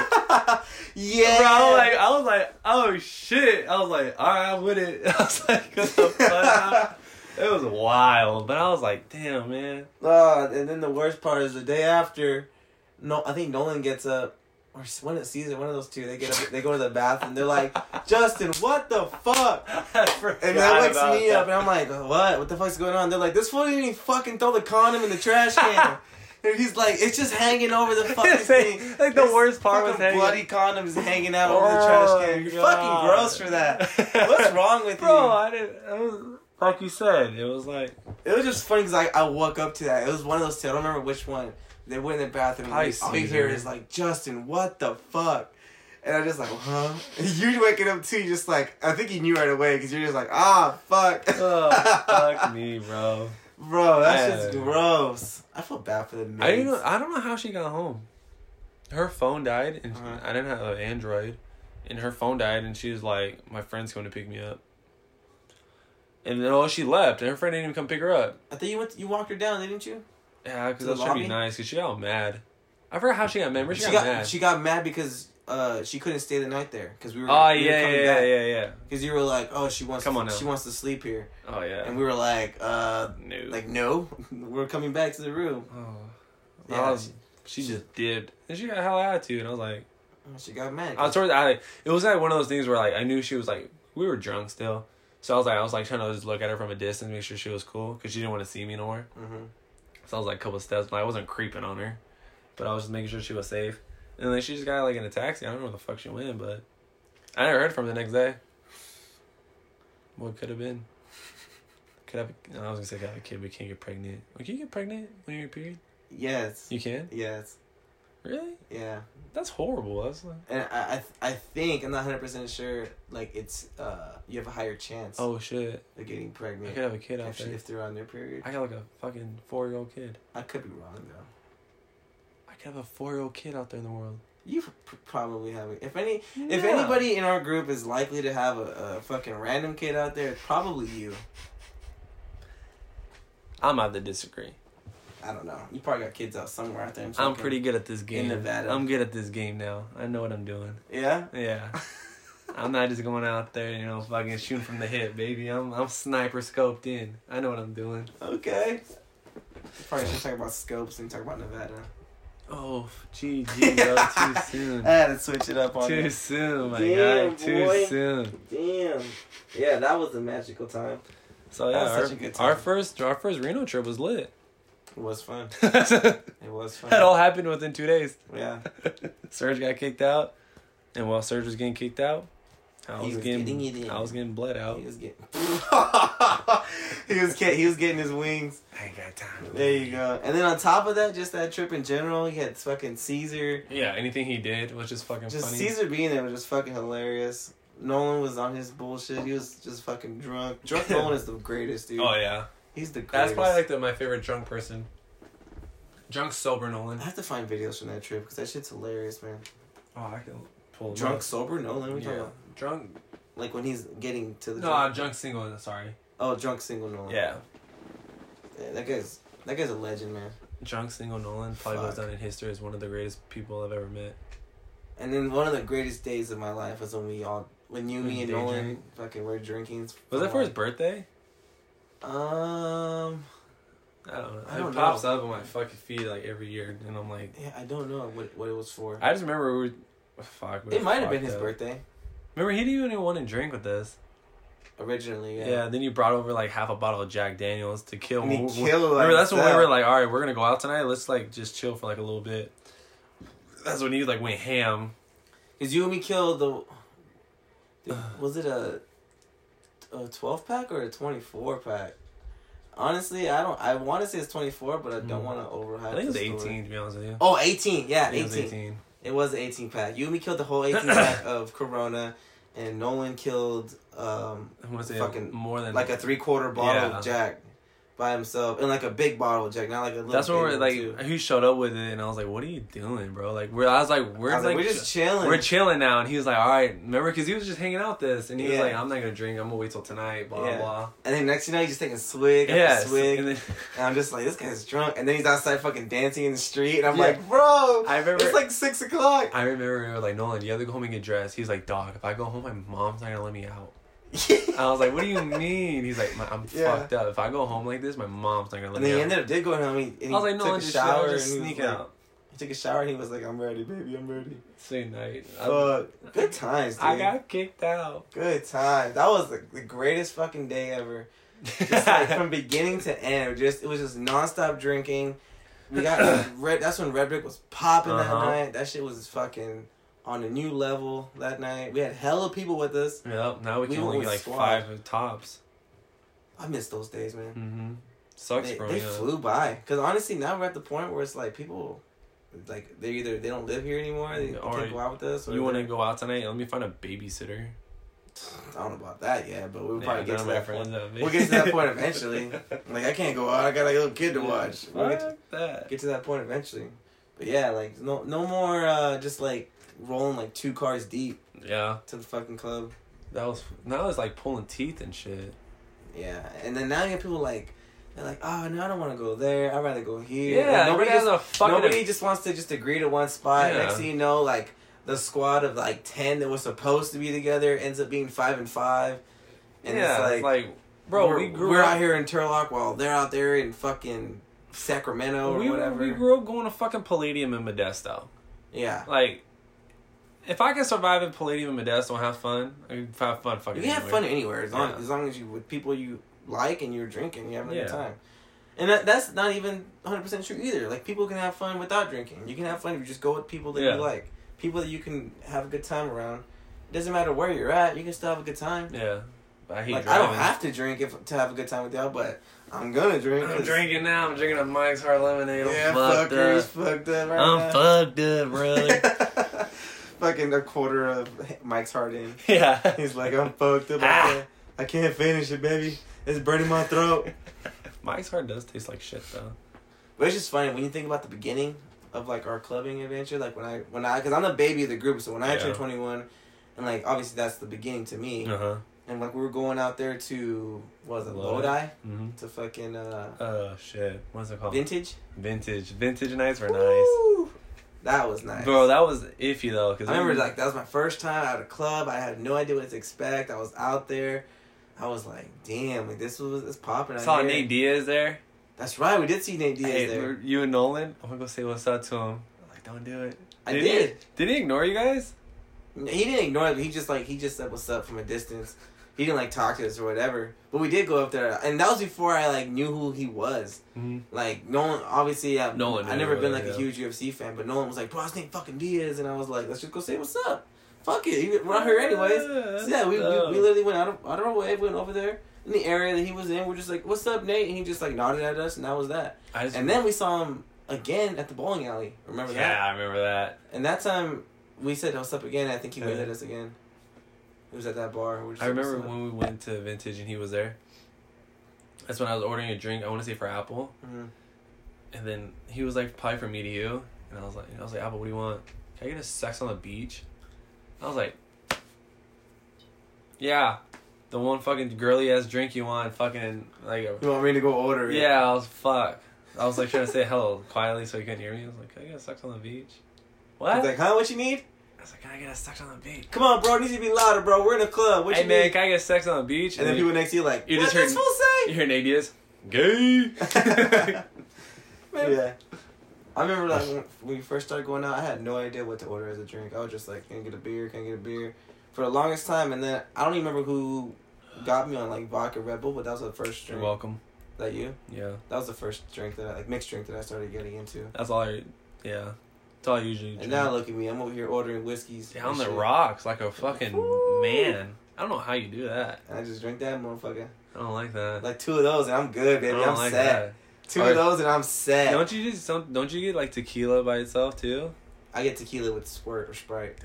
[SPEAKER 2] yeah.
[SPEAKER 3] bro, I'm like I was like, oh shit, I was like, all right, I'm with it. I was like, what the fuck? It was wild, but I was like, damn man.
[SPEAKER 2] Uh, and then the worst part is the day after. No, I think Nolan gets up, or s- one of Caesar, one of those two. They get up, they go to the bathroom. They're like, Justin, what the fuck? And that wakes me up, and I'm like, what? What the fuck's going on? They're like, this fool didn't even fucking throw the condom in the trash can. and he's like, it's just hanging over the fucking
[SPEAKER 3] It's like-
[SPEAKER 2] thing.
[SPEAKER 3] like the
[SPEAKER 2] This
[SPEAKER 3] worst part was
[SPEAKER 2] fucking
[SPEAKER 3] hanging- Oh,
[SPEAKER 2] bloody condoms hanging out over the trash can. You're fucking gross for that. What's wrong with
[SPEAKER 3] Bro,
[SPEAKER 2] you?
[SPEAKER 3] I didn't. It was, like you said, it was like
[SPEAKER 2] It was just funny because I, I woke up to that. It was one of those two. I don't remember which one. They went in the bathroom. and
[SPEAKER 3] Probably
[SPEAKER 2] all you
[SPEAKER 3] Caesar.
[SPEAKER 2] hear is like, Justin, what the fuck? And I'm just like, huh? You're waking up too. You're just like, I think you knew right away because you're just like, ah, fuck.
[SPEAKER 3] oh, fuck me, bro.
[SPEAKER 2] Bro, that shit's
[SPEAKER 3] Yeah.
[SPEAKER 2] gross. I feel bad for the maids.
[SPEAKER 3] I didn't. Know, I don't know how she got home. Her phone died, and
[SPEAKER 2] Uh-huh.
[SPEAKER 3] I didn't have an Android, and her phone died, and she was like, "My friend's coming to pick me up." And then oh, she left, and her friend didn't even come pick her up.
[SPEAKER 2] I think you went. You walked her down, didn't you?
[SPEAKER 3] Yeah,
[SPEAKER 2] To
[SPEAKER 3] because
[SPEAKER 2] the
[SPEAKER 3] that should
[SPEAKER 2] lobby?
[SPEAKER 3] be nice. Cause she got all mad. I forgot how she got mad. Remember she,
[SPEAKER 2] she
[SPEAKER 3] got,
[SPEAKER 2] got.
[SPEAKER 3] mad.
[SPEAKER 2] She got mad because uh she couldn't stay the night there because we were.
[SPEAKER 3] oh
[SPEAKER 2] we were
[SPEAKER 3] yeah, yeah, yeah, yeah, yeah.
[SPEAKER 2] Because you were like, oh, she wants.
[SPEAKER 3] Come on now.
[SPEAKER 2] she wants to sleep here,
[SPEAKER 3] Oh yeah.
[SPEAKER 2] and we were like, uh,
[SPEAKER 3] no.
[SPEAKER 2] like no, we're coming back to the room.
[SPEAKER 3] oh.
[SPEAKER 2] Yeah,
[SPEAKER 3] I was- she, just dipped, and she got hell attitude, and I was like.
[SPEAKER 2] Oh, She got mad.
[SPEAKER 3] I was towards I it was like one of those things where like I knew she was like we were drunk still. So I was like I was like trying to just look at her from a distance, make sure she was cool, cause she didn't want to see me no more.
[SPEAKER 2] Mhm.
[SPEAKER 3] So I was like a couple steps, but I wasn't creeping on her. but I was just making sure she was safe. And then she just got like in a taxi. I don't know where the fuck she went, but I never heard from her the next day. What could have been? Could have. I was gonna say could have a kid, but can't get pregnant. Like, can you get pregnant when you're in your period?
[SPEAKER 2] Yes.
[SPEAKER 3] You can.
[SPEAKER 2] Yes.
[SPEAKER 3] Really?
[SPEAKER 2] Yeah.
[SPEAKER 3] That's horrible. That's like,
[SPEAKER 2] And I, I, I think I'm not hundred percent sure. Like it's uh, you have a higher chance
[SPEAKER 3] oh shit!
[SPEAKER 2] of getting
[SPEAKER 3] I
[SPEAKER 2] pregnant
[SPEAKER 3] could have a kid out
[SPEAKER 2] if, she,
[SPEAKER 3] there.
[SPEAKER 2] if they're on their period.
[SPEAKER 3] I got like a fucking four year old kid.
[SPEAKER 2] I could be wrong though.
[SPEAKER 3] I could have a four year old kid out there in the world.
[SPEAKER 2] You p- probably have. If any, if
[SPEAKER 3] Yeah.
[SPEAKER 2] anybody in our group is likely to have a, a fucking random kid out there, it's probably you.
[SPEAKER 3] I'm out to disagree.
[SPEAKER 2] I don't know. You probably got kids out somewhere out there. in
[SPEAKER 3] I'm
[SPEAKER 2] fucking-
[SPEAKER 3] pretty good at this game.
[SPEAKER 2] Nevada.
[SPEAKER 3] I'm good at this game now. I know what I'm doing.
[SPEAKER 2] Yeah.
[SPEAKER 3] Yeah. I'm not just going out there, you know, fucking shooting from the hip, baby. I'm I'm sniper scoped in. I know what I'm doing.
[SPEAKER 2] Okay. Probably should talk about scopes and talk about Nevada.
[SPEAKER 3] Oh, gee, gee, bro, too soon.
[SPEAKER 2] I had to switch it up on
[SPEAKER 3] Too
[SPEAKER 2] you.
[SPEAKER 3] soon, my
[SPEAKER 2] Damn,
[SPEAKER 3] guy. Too
[SPEAKER 2] boy.
[SPEAKER 3] soon.
[SPEAKER 2] Damn. Yeah, that was a magical time.
[SPEAKER 3] So
[SPEAKER 2] That
[SPEAKER 3] yeah,
[SPEAKER 2] was
[SPEAKER 3] our,
[SPEAKER 2] such a good
[SPEAKER 3] our
[SPEAKER 2] time.
[SPEAKER 3] first our first Reno trip was lit.
[SPEAKER 2] It was fun.
[SPEAKER 3] that
[SPEAKER 2] It was fun.
[SPEAKER 3] all happened within two days.
[SPEAKER 2] Yeah.
[SPEAKER 3] Serge got kicked out, and while Serge was getting kicked out, I
[SPEAKER 2] He
[SPEAKER 3] was,
[SPEAKER 2] was
[SPEAKER 3] getting,
[SPEAKER 2] getting it in.
[SPEAKER 3] I was getting bled out.
[SPEAKER 2] He was getting he was get, he was getting his wings.
[SPEAKER 3] I ain't got time.
[SPEAKER 2] There you go. And then on top of that, just that trip in general, he had fucking Caesar.
[SPEAKER 3] Yeah, anything he did was just fucking
[SPEAKER 2] Just
[SPEAKER 3] funny.
[SPEAKER 2] Caesar being there was just fucking hilarious. Nolan was on his bullshit. He was just fucking drunk. Drunk Nolan is the greatest dude.
[SPEAKER 3] Oh yeah,
[SPEAKER 2] He's the greatest.
[SPEAKER 3] that's probably like the, my favorite drunk person. Drunk sober Nolan.
[SPEAKER 2] I have to find videos from that trip because that shit's hilarious, man.
[SPEAKER 3] Oh, I can pull them
[SPEAKER 2] Drunk
[SPEAKER 3] up.
[SPEAKER 2] sober? No, let me talk
[SPEAKER 3] Yeah.
[SPEAKER 2] about
[SPEAKER 3] Drunk.
[SPEAKER 2] like when he's getting to the
[SPEAKER 3] No, I'm drunk single. Sorry.
[SPEAKER 2] oh drunk single Nolan.
[SPEAKER 3] Yeah,
[SPEAKER 2] Yeah, that guy's that guy's a legend, man.
[SPEAKER 3] drunk single Nolan probably goes
[SPEAKER 2] Fuck.
[SPEAKER 3] down in history as one of the greatest people I've ever met.
[SPEAKER 2] And then one of the greatest days of my life was when we all when you, me, and
[SPEAKER 3] Day
[SPEAKER 2] Nolan
[SPEAKER 3] drink.
[SPEAKER 2] fucking were drinking.
[SPEAKER 3] Was it for his birthday?
[SPEAKER 2] Um,
[SPEAKER 3] I don't know.
[SPEAKER 2] I don't
[SPEAKER 3] it pops
[SPEAKER 2] know.
[SPEAKER 3] up on my fucking feed like every year, and I'm like,
[SPEAKER 2] yeah, I don't know what what it was for.
[SPEAKER 3] I just remember we were. Fuck. we
[SPEAKER 2] it
[SPEAKER 3] were
[SPEAKER 2] might have been
[SPEAKER 3] fucked
[SPEAKER 2] his
[SPEAKER 3] up.
[SPEAKER 2] birthday
[SPEAKER 3] Remember, he didn't even want to drink with us.
[SPEAKER 2] originally.
[SPEAKER 3] Yeah.
[SPEAKER 2] Yeah.
[SPEAKER 3] Then you brought over like half a bottle of Jack Daniels to kill.
[SPEAKER 2] And he
[SPEAKER 3] Remember,
[SPEAKER 2] killed
[SPEAKER 3] that's when we
[SPEAKER 2] himself.
[SPEAKER 3] were like, all right, we're gonna go out tonight. Let's like just chill for like a little bit. That's when he like went ham.
[SPEAKER 2] Cause you and me killed the. Dude, was it a, a twelve pack or a twenty four pack? Honestly, I don't. I want to say it's twenty four, but I don't
[SPEAKER 3] Mm.
[SPEAKER 2] want to overhype.
[SPEAKER 3] I think it was
[SPEAKER 2] the story.
[SPEAKER 3] eighteen. To be honest with you,
[SPEAKER 2] Oh, 18. Yeah,
[SPEAKER 3] I think it
[SPEAKER 2] 18.
[SPEAKER 3] was eighteen.
[SPEAKER 2] It was an 18 pack. You and me killed the whole 18 pack of Corona, and Nolan killed um,
[SPEAKER 3] I want to say
[SPEAKER 2] Fucking-
[SPEAKER 3] more than
[SPEAKER 2] like a three quarter bottle
[SPEAKER 3] Yeah.
[SPEAKER 2] of Jack by himself, and like a big bottle of Jack, not like a little.
[SPEAKER 3] That's when
[SPEAKER 2] big
[SPEAKER 3] we're
[SPEAKER 2] one,
[SPEAKER 3] like,
[SPEAKER 2] too.
[SPEAKER 3] he showed up with it, and I was like, "What are you doing, bro?" Like, we're I was like, we're
[SPEAKER 2] I was
[SPEAKER 3] like,
[SPEAKER 2] like, we're just chilling.
[SPEAKER 3] we're chilling now, and he was like, "All right, remember?" Because he was just hanging out with us, and he was
[SPEAKER 2] Yeah.
[SPEAKER 3] like, "I'm not gonna drink. I'm gonna wait till tonight." Blah
[SPEAKER 2] Yeah.
[SPEAKER 3] blah.
[SPEAKER 2] and then next thing you know, he's just taking swig after
[SPEAKER 3] Yeah.
[SPEAKER 2] swig,
[SPEAKER 3] And
[SPEAKER 2] and,
[SPEAKER 3] then,
[SPEAKER 2] I'm just like, this guy's drunk. And then he's outside fucking dancing in the street, and I'm
[SPEAKER 3] Yeah.
[SPEAKER 2] like, bro,
[SPEAKER 3] I remember-
[SPEAKER 2] it's like six o'clock.
[SPEAKER 3] I remember we were like, "Nolan, you have to go home and get dressed." He's like, "Dog, if I go home, my mom's not gonna let me out." I was like, "What do you mean?" He's like, "My- "I'm
[SPEAKER 2] Yeah.
[SPEAKER 3] fucked up. If I go home like this, my mom's not gonna let
[SPEAKER 2] and then he
[SPEAKER 3] me out."
[SPEAKER 2] ended up did going home. And he,
[SPEAKER 3] I
[SPEAKER 2] and
[SPEAKER 3] was
[SPEAKER 2] he
[SPEAKER 3] like,
[SPEAKER 2] took
[SPEAKER 3] "Nolan,
[SPEAKER 2] a
[SPEAKER 3] just,
[SPEAKER 2] shower,
[SPEAKER 3] shower, just
[SPEAKER 2] and he was
[SPEAKER 3] sneak
[SPEAKER 2] like-
[SPEAKER 3] out."
[SPEAKER 2] He took a shower, and he was like, I'm ready, baby, I'm ready.
[SPEAKER 3] Say night. I-
[SPEAKER 2] Fuck, good times, dude.
[SPEAKER 3] I got kicked out.
[SPEAKER 2] Good time. That was the, the greatest fucking day ever. Just like from beginning to end, it was just it was just nonstop drinking. We got red. That's when Red Brick was popping
[SPEAKER 3] Uh-huh.
[SPEAKER 2] that night. That shit was fucking on a new level that night. We had hella people with us.
[SPEAKER 3] Yep. Now we
[SPEAKER 2] We
[SPEAKER 3] can
[SPEAKER 2] went
[SPEAKER 3] only
[SPEAKER 2] with
[SPEAKER 3] get like
[SPEAKER 2] squad.
[SPEAKER 3] five tops.
[SPEAKER 2] I miss those days, man.
[SPEAKER 3] Mm-hmm. Sucks,
[SPEAKER 2] They,
[SPEAKER 3] bro.
[SPEAKER 2] they
[SPEAKER 3] yeah.
[SPEAKER 2] flew by. Cause honestly, now we're at the point where it's like people, like they either they don't live here anymore, they, they
[SPEAKER 3] Or
[SPEAKER 2] can't go out with us. Or
[SPEAKER 3] You want to
[SPEAKER 2] they're-
[SPEAKER 3] go out tonight? Let me find a babysitter.
[SPEAKER 2] I don't know about that yet, but we'll probably
[SPEAKER 3] none
[SPEAKER 2] get
[SPEAKER 3] of
[SPEAKER 2] to
[SPEAKER 3] my
[SPEAKER 2] that
[SPEAKER 3] friends
[SPEAKER 2] point.
[SPEAKER 3] have
[SPEAKER 2] We'll get to that point
[SPEAKER 3] babies.
[SPEAKER 2] eventually. Like I can't go out. I got like, a little kid to watch. We'll get to-
[SPEAKER 3] Fuck that.
[SPEAKER 2] get to that point eventually. But yeah, like no no more uh just like rolling like two cars deep
[SPEAKER 3] Yeah,
[SPEAKER 2] to the fucking club.
[SPEAKER 3] that was now it's like pulling teeth and shit.
[SPEAKER 2] Yeah. And then now you have people like they're like, Oh no, I don't wanna go there, I'd rather go here.
[SPEAKER 3] Yeah,
[SPEAKER 2] Like, nobody
[SPEAKER 3] nobody has
[SPEAKER 2] just,
[SPEAKER 3] a fucking.
[SPEAKER 2] nobody just wants to just agree to one spot.
[SPEAKER 3] Yeah.
[SPEAKER 2] Next thing you know, like the squad of like ten that was supposed to be together ends up being five and five. And
[SPEAKER 3] yeah,
[SPEAKER 2] it's like,
[SPEAKER 3] bro,
[SPEAKER 2] we're,
[SPEAKER 3] we grew
[SPEAKER 2] we're
[SPEAKER 3] up
[SPEAKER 2] out here in Turlock while they're out there in fucking Sacramento or
[SPEAKER 3] We,
[SPEAKER 2] whatever.
[SPEAKER 3] we grew up going to fucking Palladium in Modesto.
[SPEAKER 2] yeah.
[SPEAKER 3] Like, if I can survive in Palladium and Modesto and have fun, I can have fun fucking.
[SPEAKER 2] You can have
[SPEAKER 3] anywhere.
[SPEAKER 2] fun anywhere as long
[SPEAKER 3] Yeah.
[SPEAKER 2] as long as you with people you like and you're drinking, you're having a
[SPEAKER 3] Yeah.
[SPEAKER 2] good time. And that, that's not even 100% true either. Like, people can have fun without drinking. You can have fun if you just go with people that
[SPEAKER 3] Yeah.
[SPEAKER 2] you like. People that you can have a good time around. It doesn't matter where you're at, you can still have a good time.
[SPEAKER 3] Yeah. I hate
[SPEAKER 2] Like, I
[SPEAKER 3] driving.
[SPEAKER 2] don't have to drink if to have a good time with y'all, but I'm gonna drink.
[SPEAKER 1] I'm
[SPEAKER 2] 'cause-
[SPEAKER 1] drinking now. I'm drinking a Mike's Hard Lemonade. I'm
[SPEAKER 2] Yeah,
[SPEAKER 3] fucked
[SPEAKER 2] fuckers,
[SPEAKER 3] up.
[SPEAKER 2] fucked up right
[SPEAKER 3] I'm
[SPEAKER 2] now.
[SPEAKER 3] fucked up, brother.
[SPEAKER 2] Fucking a quarter of Mike's heart in.
[SPEAKER 3] yeah.
[SPEAKER 2] He's like, I'm fucked up. I, can't, I can't finish it, baby. It's burning my throat.
[SPEAKER 3] Mike's hard does taste like shit though.
[SPEAKER 2] But it's just funny when you think about the beginning of like our clubbing adventure. Like when I when I because I'm the baby of the group, so when I
[SPEAKER 3] Yeah.
[SPEAKER 2] turned 21, and like obviously that's the beginning to me.
[SPEAKER 3] Uh huh.
[SPEAKER 2] And like we were going out there to what was it
[SPEAKER 3] Lodi.
[SPEAKER 2] Lodi
[SPEAKER 3] hmm
[SPEAKER 2] to fucking uh,
[SPEAKER 3] Oh shit. What's it called?
[SPEAKER 2] vintage.
[SPEAKER 3] Vintage. Vintage nights were
[SPEAKER 2] Woo! That was nice,
[SPEAKER 3] nice. Bro, that was iffy though. Cause
[SPEAKER 2] I remember like that was my first time at a club. I had no idea what to expect. I was out there. I was like, damn, like this was it's popping.
[SPEAKER 3] I
[SPEAKER 2] out
[SPEAKER 3] saw
[SPEAKER 2] here.
[SPEAKER 3] Nate Diaz there.
[SPEAKER 2] That's right. We did see Nate Diaz
[SPEAKER 3] Hey,
[SPEAKER 2] there.
[SPEAKER 3] we're- you and Nolan. I'm gonna go say what's up to him. I'm like, don't do it.
[SPEAKER 2] I
[SPEAKER 3] Did
[SPEAKER 2] did.
[SPEAKER 3] He, did he ignore you guys?
[SPEAKER 2] He didn't ignore it. He just like he just said what's up from a distance. He didn't like talk to us or whatever. But we did go up there, and that was before I like knew who he was.
[SPEAKER 3] Mm-hmm.
[SPEAKER 2] Like Nolan, obviously, I,
[SPEAKER 3] Nolan
[SPEAKER 2] I
[SPEAKER 3] knew
[SPEAKER 2] never
[SPEAKER 3] who
[SPEAKER 2] been
[SPEAKER 3] he
[SPEAKER 2] like
[SPEAKER 3] was,
[SPEAKER 2] a
[SPEAKER 3] yeah.
[SPEAKER 2] huge UFC fan, but Nolan was like, "Bro, I name fucking Diaz," and I was like, "Let's just go say what's up." Fuck it, we're out here anyways. So yeah, we, we, we literally went out of out of our way, went over there in the area that he was in. We're just like, "What's up, Nate?" And he just like nodded at us, and that was that.
[SPEAKER 3] I just,
[SPEAKER 2] And then we saw him again at the bowling alley. Remember
[SPEAKER 3] yeah,
[SPEAKER 2] that?
[SPEAKER 3] I remember that.
[SPEAKER 2] And that time we said what's up again. I think he waved
[SPEAKER 3] Yeah.
[SPEAKER 2] at us again. It was at that bar. We were just
[SPEAKER 3] I
[SPEAKER 2] like,
[SPEAKER 3] remember
[SPEAKER 2] "What's up?"
[SPEAKER 3] when we went to Vintage and he was there. That's when I was ordering a drink. I want to say for Apple,
[SPEAKER 2] Mhm.
[SPEAKER 3] and then he was like, "Probably for me to you," and I was like, "I was like, Apple, what do you want? Can I get a sex on the beach?" I was like, "Yeah, the one fucking girly ass drink you want, fucking like a
[SPEAKER 2] You want me to go order it?
[SPEAKER 3] Yeah, I was fuck. I was like trying to say hello quietly so he couldn't hear me. I was like, "Can I get a sex on the beach?" What?
[SPEAKER 2] He's like, huh? What you need?
[SPEAKER 3] I was like, "Can I get a sex on the beach?"
[SPEAKER 2] Come on, bro. It needs to be louder, bro. We're in a club. What
[SPEAKER 3] hey
[SPEAKER 2] you
[SPEAKER 3] man,
[SPEAKER 2] need?
[SPEAKER 3] can I get sex on the beach?
[SPEAKER 2] And then people next to you like,
[SPEAKER 3] You
[SPEAKER 2] what
[SPEAKER 3] just
[SPEAKER 2] this
[SPEAKER 3] heard- you
[SPEAKER 2] fool say?
[SPEAKER 3] hear Nate Diaz, gay. Man.
[SPEAKER 2] yeah. I remember like when- when we first started going out, I had no idea what to order as a drink. I was just like, can I get a beer? Can I get a beer? For the longest time, and then I don't even remember who got me on like vodka Red Bull, but that was the first
[SPEAKER 3] You're
[SPEAKER 2] drink.
[SPEAKER 3] welcome.
[SPEAKER 2] that you?
[SPEAKER 3] Yeah,
[SPEAKER 2] That was the first drink that I like mixed drink that I started getting into.
[SPEAKER 3] that's all. I, yeah, that's all I usually.
[SPEAKER 2] And
[SPEAKER 3] Drink.
[SPEAKER 2] now look at me, I'm over here ordering whiskeys.
[SPEAKER 3] down
[SPEAKER 2] and
[SPEAKER 3] the
[SPEAKER 2] shit.
[SPEAKER 3] rocks like a fucking
[SPEAKER 2] Woo.
[SPEAKER 3] man. I don't know how you do that.
[SPEAKER 2] And I just drink that motherfucker.
[SPEAKER 3] I don't like that.
[SPEAKER 2] Like two of those and I'm good,
[SPEAKER 3] I
[SPEAKER 2] baby.
[SPEAKER 3] don't
[SPEAKER 2] I'm
[SPEAKER 3] like
[SPEAKER 2] set. Two
[SPEAKER 3] Or-
[SPEAKER 2] of those and I'm
[SPEAKER 3] that.
[SPEAKER 2] set.
[SPEAKER 3] Don't you just don't don't you get like tequila by itself too?
[SPEAKER 2] I get tequila with squirt or sprite.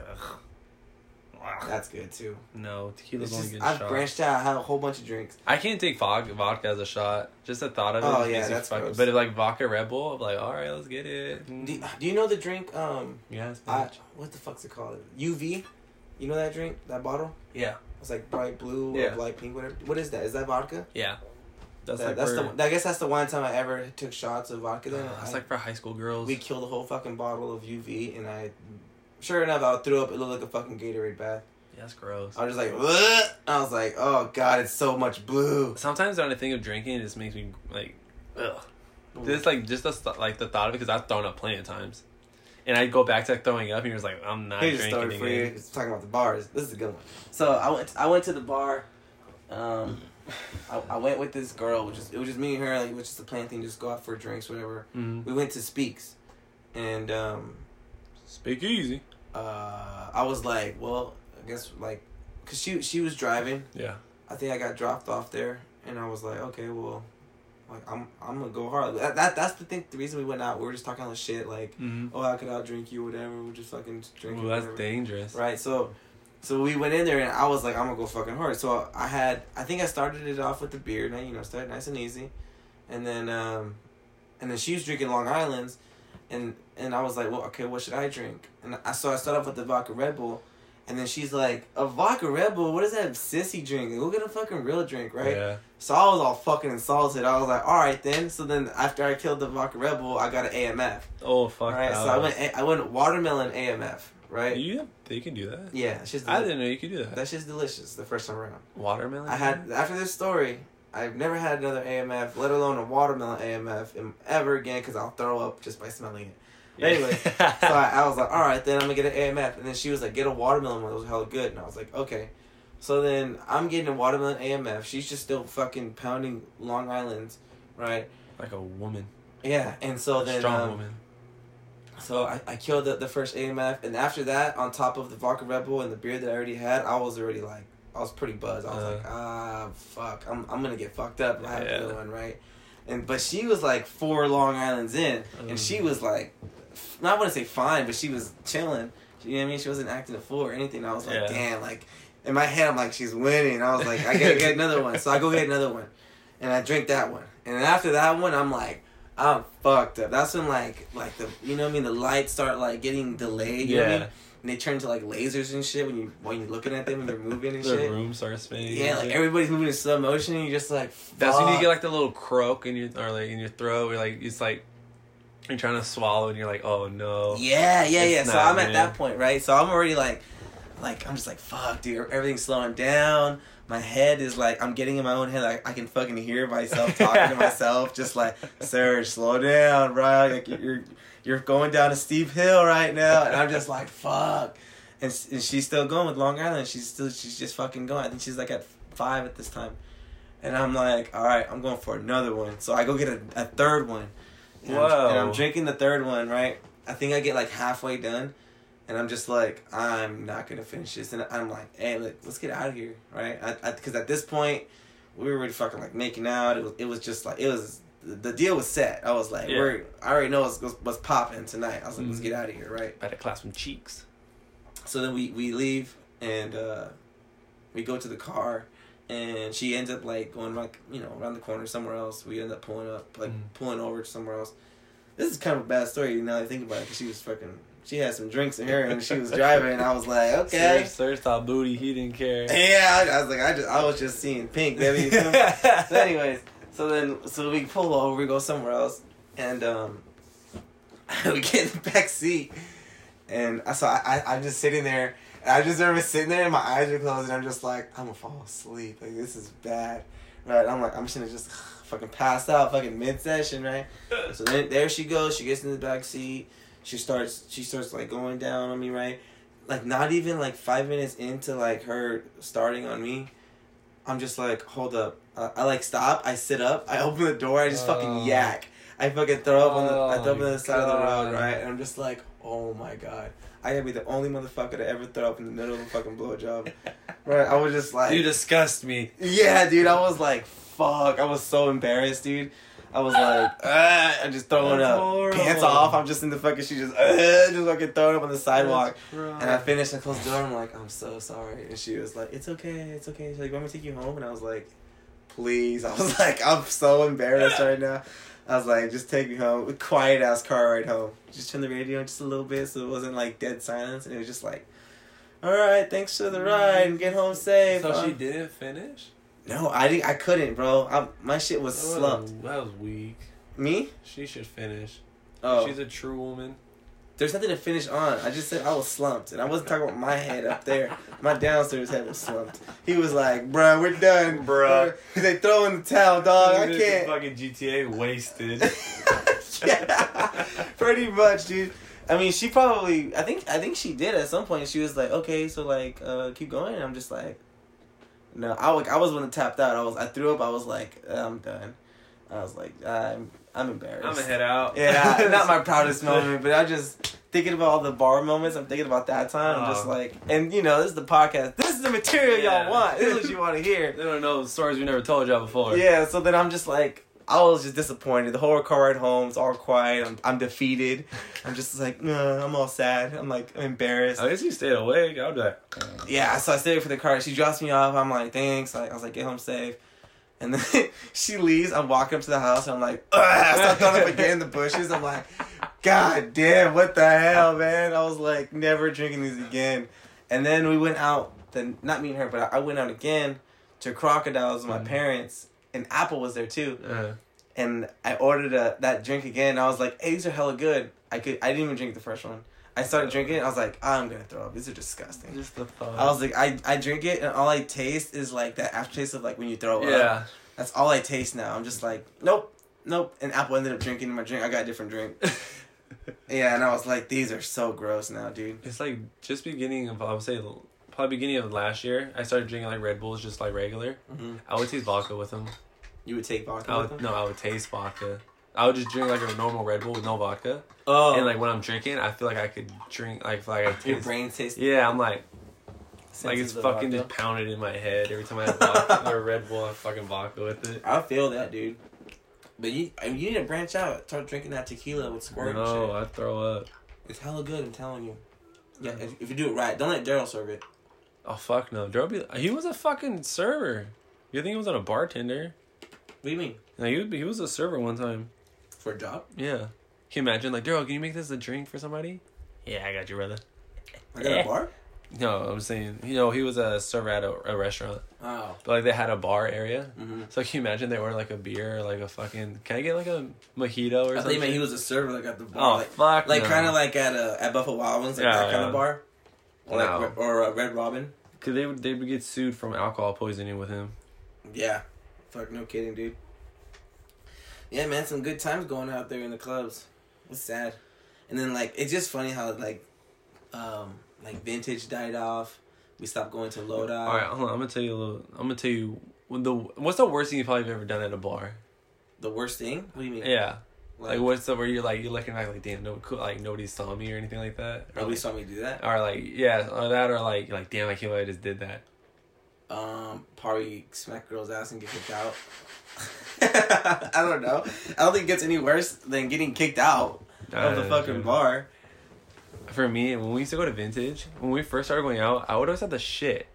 [SPEAKER 2] That's good too.
[SPEAKER 3] No, tequila's
[SPEAKER 2] It's
[SPEAKER 3] only
[SPEAKER 2] just,
[SPEAKER 3] good.
[SPEAKER 2] I've
[SPEAKER 3] shot.
[SPEAKER 2] branched out. I have a whole bunch of drinks.
[SPEAKER 3] I can't take vod- vodka as a shot. Just the thought of it.
[SPEAKER 2] Oh,
[SPEAKER 3] makes
[SPEAKER 2] yeah,
[SPEAKER 3] me
[SPEAKER 2] that's
[SPEAKER 3] fucking-
[SPEAKER 2] gross.
[SPEAKER 3] But if like vodka Red Bull, I'm like, all right, let's get it. Mm.
[SPEAKER 2] Do, do you know the drink? Um,
[SPEAKER 3] yes,
[SPEAKER 2] I,
[SPEAKER 3] bitch.
[SPEAKER 2] what the fuck's it called? UV. You know that drink? That bottle?
[SPEAKER 3] yeah,
[SPEAKER 2] It's like bright blue
[SPEAKER 3] Yeah.
[SPEAKER 2] or light pink, whatever. What is that? Is that vodka?
[SPEAKER 3] yeah. That's
[SPEAKER 2] That-
[SPEAKER 3] like
[SPEAKER 2] that's
[SPEAKER 3] for, Uh,
[SPEAKER 2] the. I guess that's the one time I ever took shots of vodka. Then
[SPEAKER 3] that's
[SPEAKER 2] I-
[SPEAKER 3] like for high school girls.
[SPEAKER 2] We killed a whole fucking bottle of UV, and I, sure enough, I threw up. It looked like a fucking Gatorade bath.
[SPEAKER 3] yeah, that's gross.
[SPEAKER 2] I was just like, Ugh! I was like, oh god, it's so much blue.
[SPEAKER 3] Sometimes when I think of drinking, it just makes me like, ugh. Just like just the th- like the thought of it because I've thrown up plenty of times, and I'd go back to like, throwing up and you're just like, I'm not
[SPEAKER 2] Here's a
[SPEAKER 3] drinking
[SPEAKER 2] story for you.
[SPEAKER 3] again.
[SPEAKER 2] It's talking about the bars. This is a good one. So I went. I went to the bar. Um, I, I went with this girl. Which is it was just me and her. Like it was just a plan thing. Just go out for drinks, whatever.
[SPEAKER 3] Mm.
[SPEAKER 2] We went to Speaks, and um,
[SPEAKER 3] Speak easy.
[SPEAKER 2] uh, I was like, well, I guess like, cause she she was driving.
[SPEAKER 3] Yeah.
[SPEAKER 2] I think I got dropped off there, and I was like, okay, well, like I'm I'm gonna go hard. That, that that's the thing. The reason we went out, we were just talking all this shit, like,
[SPEAKER 3] Mm.
[SPEAKER 2] oh, I could outdrink you, whatever. We're just fucking drinking.
[SPEAKER 3] Ooh, that's
[SPEAKER 2] whatever.
[SPEAKER 3] dangerous.
[SPEAKER 2] Right. So, so we went in there, and I was like, I'm gonna go fucking hard. So I had, I think I started it off with the beer, and I, you know, started nice and easy, and then, um, and then she was drinking Long Island's, and and I was like, well, okay, what should I drink? And I so I started off with the vodka Red Bull. And then she's like, a vodka Red Bull? What is that sissy drink? Go get a fucking real drink, right?
[SPEAKER 3] Yeah.
[SPEAKER 2] So I was all fucking insulted. I was like, all right then. So then after I killed the vodka Red Bull, I got an AMF.
[SPEAKER 3] Oh fuck.
[SPEAKER 2] right?
[SPEAKER 3] that
[SPEAKER 2] So I
[SPEAKER 3] was-
[SPEAKER 2] went, I went watermelon AMF, right?
[SPEAKER 3] You they can do that.
[SPEAKER 2] yeah, she's
[SPEAKER 3] I didn't know you could do that.
[SPEAKER 2] That shit's delicious the first time around.
[SPEAKER 3] Watermelon.
[SPEAKER 2] I had after this story, I've never had another AMF, let alone a watermelon AMF, in- ever again because I'll throw up just by smelling it. Anyway, so So I, I was like, all right, then I'm gonna get an AMF, and then she was like, get a watermelon one. It was hella good, and I was like, okay. So then I'm getting a watermelon AMF. She's just still fucking pounding Long Island's, right?
[SPEAKER 3] like a woman,
[SPEAKER 2] Yeah, and so then
[SPEAKER 3] strong
[SPEAKER 2] um,
[SPEAKER 3] woman.
[SPEAKER 2] So I, I killed the, the first AMF, and after that, on top of the vodka rebel and the beer that I already had, I was already like, I was pretty buzzed. I was
[SPEAKER 3] Uh.
[SPEAKER 2] like, ah, fuck, I'm, I'm gonna get fucked up. and I have
[SPEAKER 3] Yeah.
[SPEAKER 2] another one, right? And but she was like four Long Island's in,
[SPEAKER 3] Um.
[SPEAKER 2] and she was like, f- not want to say fine, but she was chilling. You know what I mean? She wasn't acting a fool or anything. I was like,
[SPEAKER 3] Yeah.
[SPEAKER 2] damn, like in my head, I'm like, she's winning. I was like, I gotta get another one. So I go get another one, and I drink that one. And then after that one, I'm like, I'm fucked up. That's when like like the you know what I mean. The lights start like getting delayed. You know what I
[SPEAKER 3] Yeah,
[SPEAKER 2] mean? And they turn to like lasers and shit when you when you're looking at them and they're moving and
[SPEAKER 3] the
[SPEAKER 2] shit.
[SPEAKER 3] room starts spinning.
[SPEAKER 2] Yeah,
[SPEAKER 3] and
[SPEAKER 2] like
[SPEAKER 3] shit.
[SPEAKER 2] everybody's moving in slow motion. and You're just like, fuck.
[SPEAKER 3] That's when you get like the little croak in your or like in your throat. Where like it's like you're trying to swallow and you're like, oh no.
[SPEAKER 2] Yeah, yeah,
[SPEAKER 3] It's
[SPEAKER 2] yeah. So
[SPEAKER 3] not,
[SPEAKER 2] I'm at
[SPEAKER 3] man.
[SPEAKER 2] that point, right? So I'm already like, like I'm just like, fuck, dude. Everything's slowing down. My head is like, I'm getting in my own head. Like I can fucking hear myself talking to myself, just like, Serge, slow down, right? Like you're you're going down a steep hill right now, and I'm just like, fuck. And, s- and she's still going with Long Island. She's still she's just fucking going. I think she's like at five at this time. And I'm like, all right, I'm going for another one. So I go get a, a third one. And I'm-
[SPEAKER 3] Whoa.
[SPEAKER 2] and I'm drinking the third one, right? I think I get like halfway done. And I'm just like, I'm not going to finish this. And I'm like, hey, look, let's get out of here, right? Because at this point, we were already fucking like making out. It was, it was just like, it was, the deal was set. I was like,
[SPEAKER 3] Yeah.
[SPEAKER 2] we're, I already know what's, what's, what's popping tonight. I was like, let's
[SPEAKER 3] Mhm.
[SPEAKER 2] get out of here, right?
[SPEAKER 3] Better clap some cheeks.
[SPEAKER 2] So then we, we leave and uh, we go to the car and she ends up like going like you know around the corner somewhere else. We end up pulling up like
[SPEAKER 3] Mm.
[SPEAKER 2] pulling over to somewhere else. This is kind of a bad story now that I think about it 'cause she was fucking she had some drinks in her and she was driving and I was like okay.
[SPEAKER 3] Serge, Serge thought booty. He didn't care.
[SPEAKER 2] Yeah, I, I was like, I just, I was just seeing pink, baby. you feel me? so, anyways, so then, so we pull over, we go somewhere else, and um, we get in the back seat, and I so I, I I'm just sitting there, and I just remember sitting there, and my eyes are closed, and I'm just like, I'm gonna fall asleep, like this is bad, right? I'm like, I'm just gonna just fucking pass out, fucking mid session, right? So then there she goes. She gets in the back seat. She starts. She starts like going down on me, right? Like not even like five minutes into like her starting on me, I'm just like, hold up. I, I like stop. I sit up. I open the door. I just
[SPEAKER 3] Oh.
[SPEAKER 2] fucking yak. I fucking throw up on the. I throw up on
[SPEAKER 3] Oh,
[SPEAKER 2] the side of the road,
[SPEAKER 3] God.
[SPEAKER 2] right? And I'm just like, oh my god. I gotta be the only motherfucker to ever throw up in the middle of a fucking blowjob, right? I was just like,
[SPEAKER 3] you disgust me.
[SPEAKER 2] yeah, dude. I was like, fuck. I was so embarrassed, dude. I was like, ah, I'm just throwing
[SPEAKER 3] That's
[SPEAKER 2] up.
[SPEAKER 3] horrible.
[SPEAKER 2] Pants off. I'm just in the fucking. She just, ah, just fucking throwing up on the sidewalk. And I finished and closed the door. I'm like, I'm so sorry. And she was like, It's okay, it's okay. She's like, Want me to take you home? And I was like, Please. I was like, I'm so embarrassed right now. I was like, Just take me home. Quiet ass car ride home. Just turn the radio on just a little bit so it wasn't like dead silence. And it was just like, All right, thanks for the ride and get home safe.
[SPEAKER 3] Mm-hmm. so she
[SPEAKER 2] Um,
[SPEAKER 3] didn't finish.
[SPEAKER 2] No, I didn't. I couldn't, bro. I, my shit was
[SPEAKER 3] That
[SPEAKER 2] slumped.
[SPEAKER 3] That was weak.
[SPEAKER 2] Me?
[SPEAKER 3] She should finish.
[SPEAKER 2] Oh,
[SPEAKER 3] She's a true woman.
[SPEAKER 2] there's nothing to finish on. I just said I was slumped, and I wasn't talking about my head up there. My downstairs head was slumped. He was like, "Bruh, we're done,
[SPEAKER 3] Bruh.
[SPEAKER 2] They throw in the towel, dog. I
[SPEAKER 3] This is
[SPEAKER 2] can't."
[SPEAKER 3] Fucking GTA wasted.
[SPEAKER 2] yeah, pretty much, dude. I mean, she probably. I think. I think she did at some point. She was like, "Okay, so like, uh, keep going." And I'm just like, "No, I, wa- I was when I tapped out. I was. I threw up. I was like, "Uh, I'm done. I was like, I'm. I'm embarrassed.
[SPEAKER 1] I'm gonna head out.
[SPEAKER 2] Yeah, not my proudest moment, but I just thinking about all the bar moments. I'm thinking about that time. I'm just
[SPEAKER 3] Oh.
[SPEAKER 2] like, and you know, this is the podcast. This is the material
[SPEAKER 3] Yeah.
[SPEAKER 2] y'all want. This is what you want to hear.
[SPEAKER 3] They don't know the stories we never told y'all before.
[SPEAKER 2] Yeah. So then I'm just like, I was just disappointed. The whole car ride home, it's all quiet. I'm, I'm defeated. I'm just like, nah, I'm all sad. I'm like, I'm embarrassed.
[SPEAKER 3] At least you stayed awake. I was like,
[SPEAKER 2] Yeah. So I stayed for the car. She drops me off. I'm like, thanks. Like, I was like, get home safe. And then she leaves. I'm walking up to the house. And I'm like, Ugh! I start throwing up again in the bushes. I'm like, God damn, what the hell, man? I was like, never drinking these again. And then we went out. Then not me and her, but I went out again to Crocodiles with my
[SPEAKER 3] Mm.
[SPEAKER 2] parents, and Apple was there too.
[SPEAKER 3] uh,
[SPEAKER 2] And I ordered a, that drink again. I was like, hey, these are hella good. I could. I didn't even drink the first one. I started drinking. it, I was like, I'm gonna throw up. These are disgusting.
[SPEAKER 3] just the thought.
[SPEAKER 2] I was like, I, I drink it and all I taste is like that aftertaste of like when you throw up.
[SPEAKER 3] yeah.
[SPEAKER 2] That's all I taste now. I'm just like, nope, nope. And Apple ended up drinking my drink. I got a different drink. Yeah, and I was like, these are so gross now, dude.
[SPEAKER 3] it's like just beginning of I would say probably beginning of last year. I started drinking like Red Mm-hmm. Bulls just like regular. I would taste vodka with them.
[SPEAKER 2] You would take vodka
[SPEAKER 3] I
[SPEAKER 2] with
[SPEAKER 3] would,
[SPEAKER 2] them?
[SPEAKER 3] no, I would taste vodka. I would just drink like a normal Red Bull with no vodka.
[SPEAKER 2] Oh,
[SPEAKER 3] And like when I'm drinking, I feel like I could drink like I feel like I
[SPEAKER 2] your
[SPEAKER 3] taste.
[SPEAKER 2] brain tastes
[SPEAKER 3] Yeah, I'm like like
[SPEAKER 2] senses
[SPEAKER 3] it's
[SPEAKER 2] the
[SPEAKER 3] fucking
[SPEAKER 2] vodka.
[SPEAKER 3] just pounded in my head every time I have vodka or Red Bull. I fucking vodka with it.
[SPEAKER 2] I feel that, dude. But you, I mean, you need to branch out. Start drinking that tequila with squirt and
[SPEAKER 3] No,
[SPEAKER 2] shit.
[SPEAKER 3] I throw up.
[SPEAKER 2] It's hella good. I'm telling you. Yeah, if, if you do it right, don't let Daryl serve it.
[SPEAKER 3] Oh fuck no, Droby. He was a fucking server. You think he wasn't a bartender?
[SPEAKER 2] What do you mean?
[SPEAKER 3] No, he would be, he was a server one time.
[SPEAKER 2] For a job?
[SPEAKER 3] Yeah. Can you imagine like Daryl? Can you make this a drink for somebody? Yeah, I got you, brother.
[SPEAKER 2] I got
[SPEAKER 3] Eh.
[SPEAKER 2] a bar.
[SPEAKER 3] No, I'm saying you know he was a server at a, a restaurant,
[SPEAKER 2] Oh.
[SPEAKER 3] but like they had a bar area.
[SPEAKER 2] Mm-hmm.
[SPEAKER 3] So can you imagine they order like a beer, or, like a fucking? Can I get like a mojito or
[SPEAKER 2] I thought
[SPEAKER 3] something?
[SPEAKER 2] you meant he was a server like at the bar,
[SPEAKER 3] oh
[SPEAKER 2] like,
[SPEAKER 3] fuck,
[SPEAKER 2] like
[SPEAKER 3] no.
[SPEAKER 2] kind of like at uh, at Buffalo Wild Wings, like
[SPEAKER 3] Yeah,
[SPEAKER 2] that kind
[SPEAKER 3] yeah.
[SPEAKER 2] of bar, or
[SPEAKER 3] No.
[SPEAKER 2] like, or uh, Red Robin.
[SPEAKER 3] Cause they would they would get sued from alcohol poisoning with him.
[SPEAKER 2] Yeah. Fuck, no kidding, dude. Yeah, man, some good times going out there in the clubs. It's sad. And then like it's just funny how like um like vintage died off. We stopped going to Lodi.
[SPEAKER 3] All right, hold on. I'm gonna tell you a little. I'm gonna tell you when the what's the worst thing you probably have ever done at a bar.
[SPEAKER 2] The worst thing? What do you mean?
[SPEAKER 3] Yeah,
[SPEAKER 2] Like,
[SPEAKER 3] like what's the where you're like you're looking back like damn no cool, like nobody saw me or anything like that. Or,
[SPEAKER 2] nobody
[SPEAKER 3] like,
[SPEAKER 2] saw me do that.
[SPEAKER 3] or like yeah or that or like you're like damn I can't believe I just did that.
[SPEAKER 2] Um probably smack girl's ass and get kicked out. I don't know. I don't think it gets any worse than getting kicked out of the
[SPEAKER 3] Uh,
[SPEAKER 2] fucking
[SPEAKER 3] dude.
[SPEAKER 2] bar.
[SPEAKER 3] For me, when we used to go to Vintage, when we first started going out, I would always have the shit.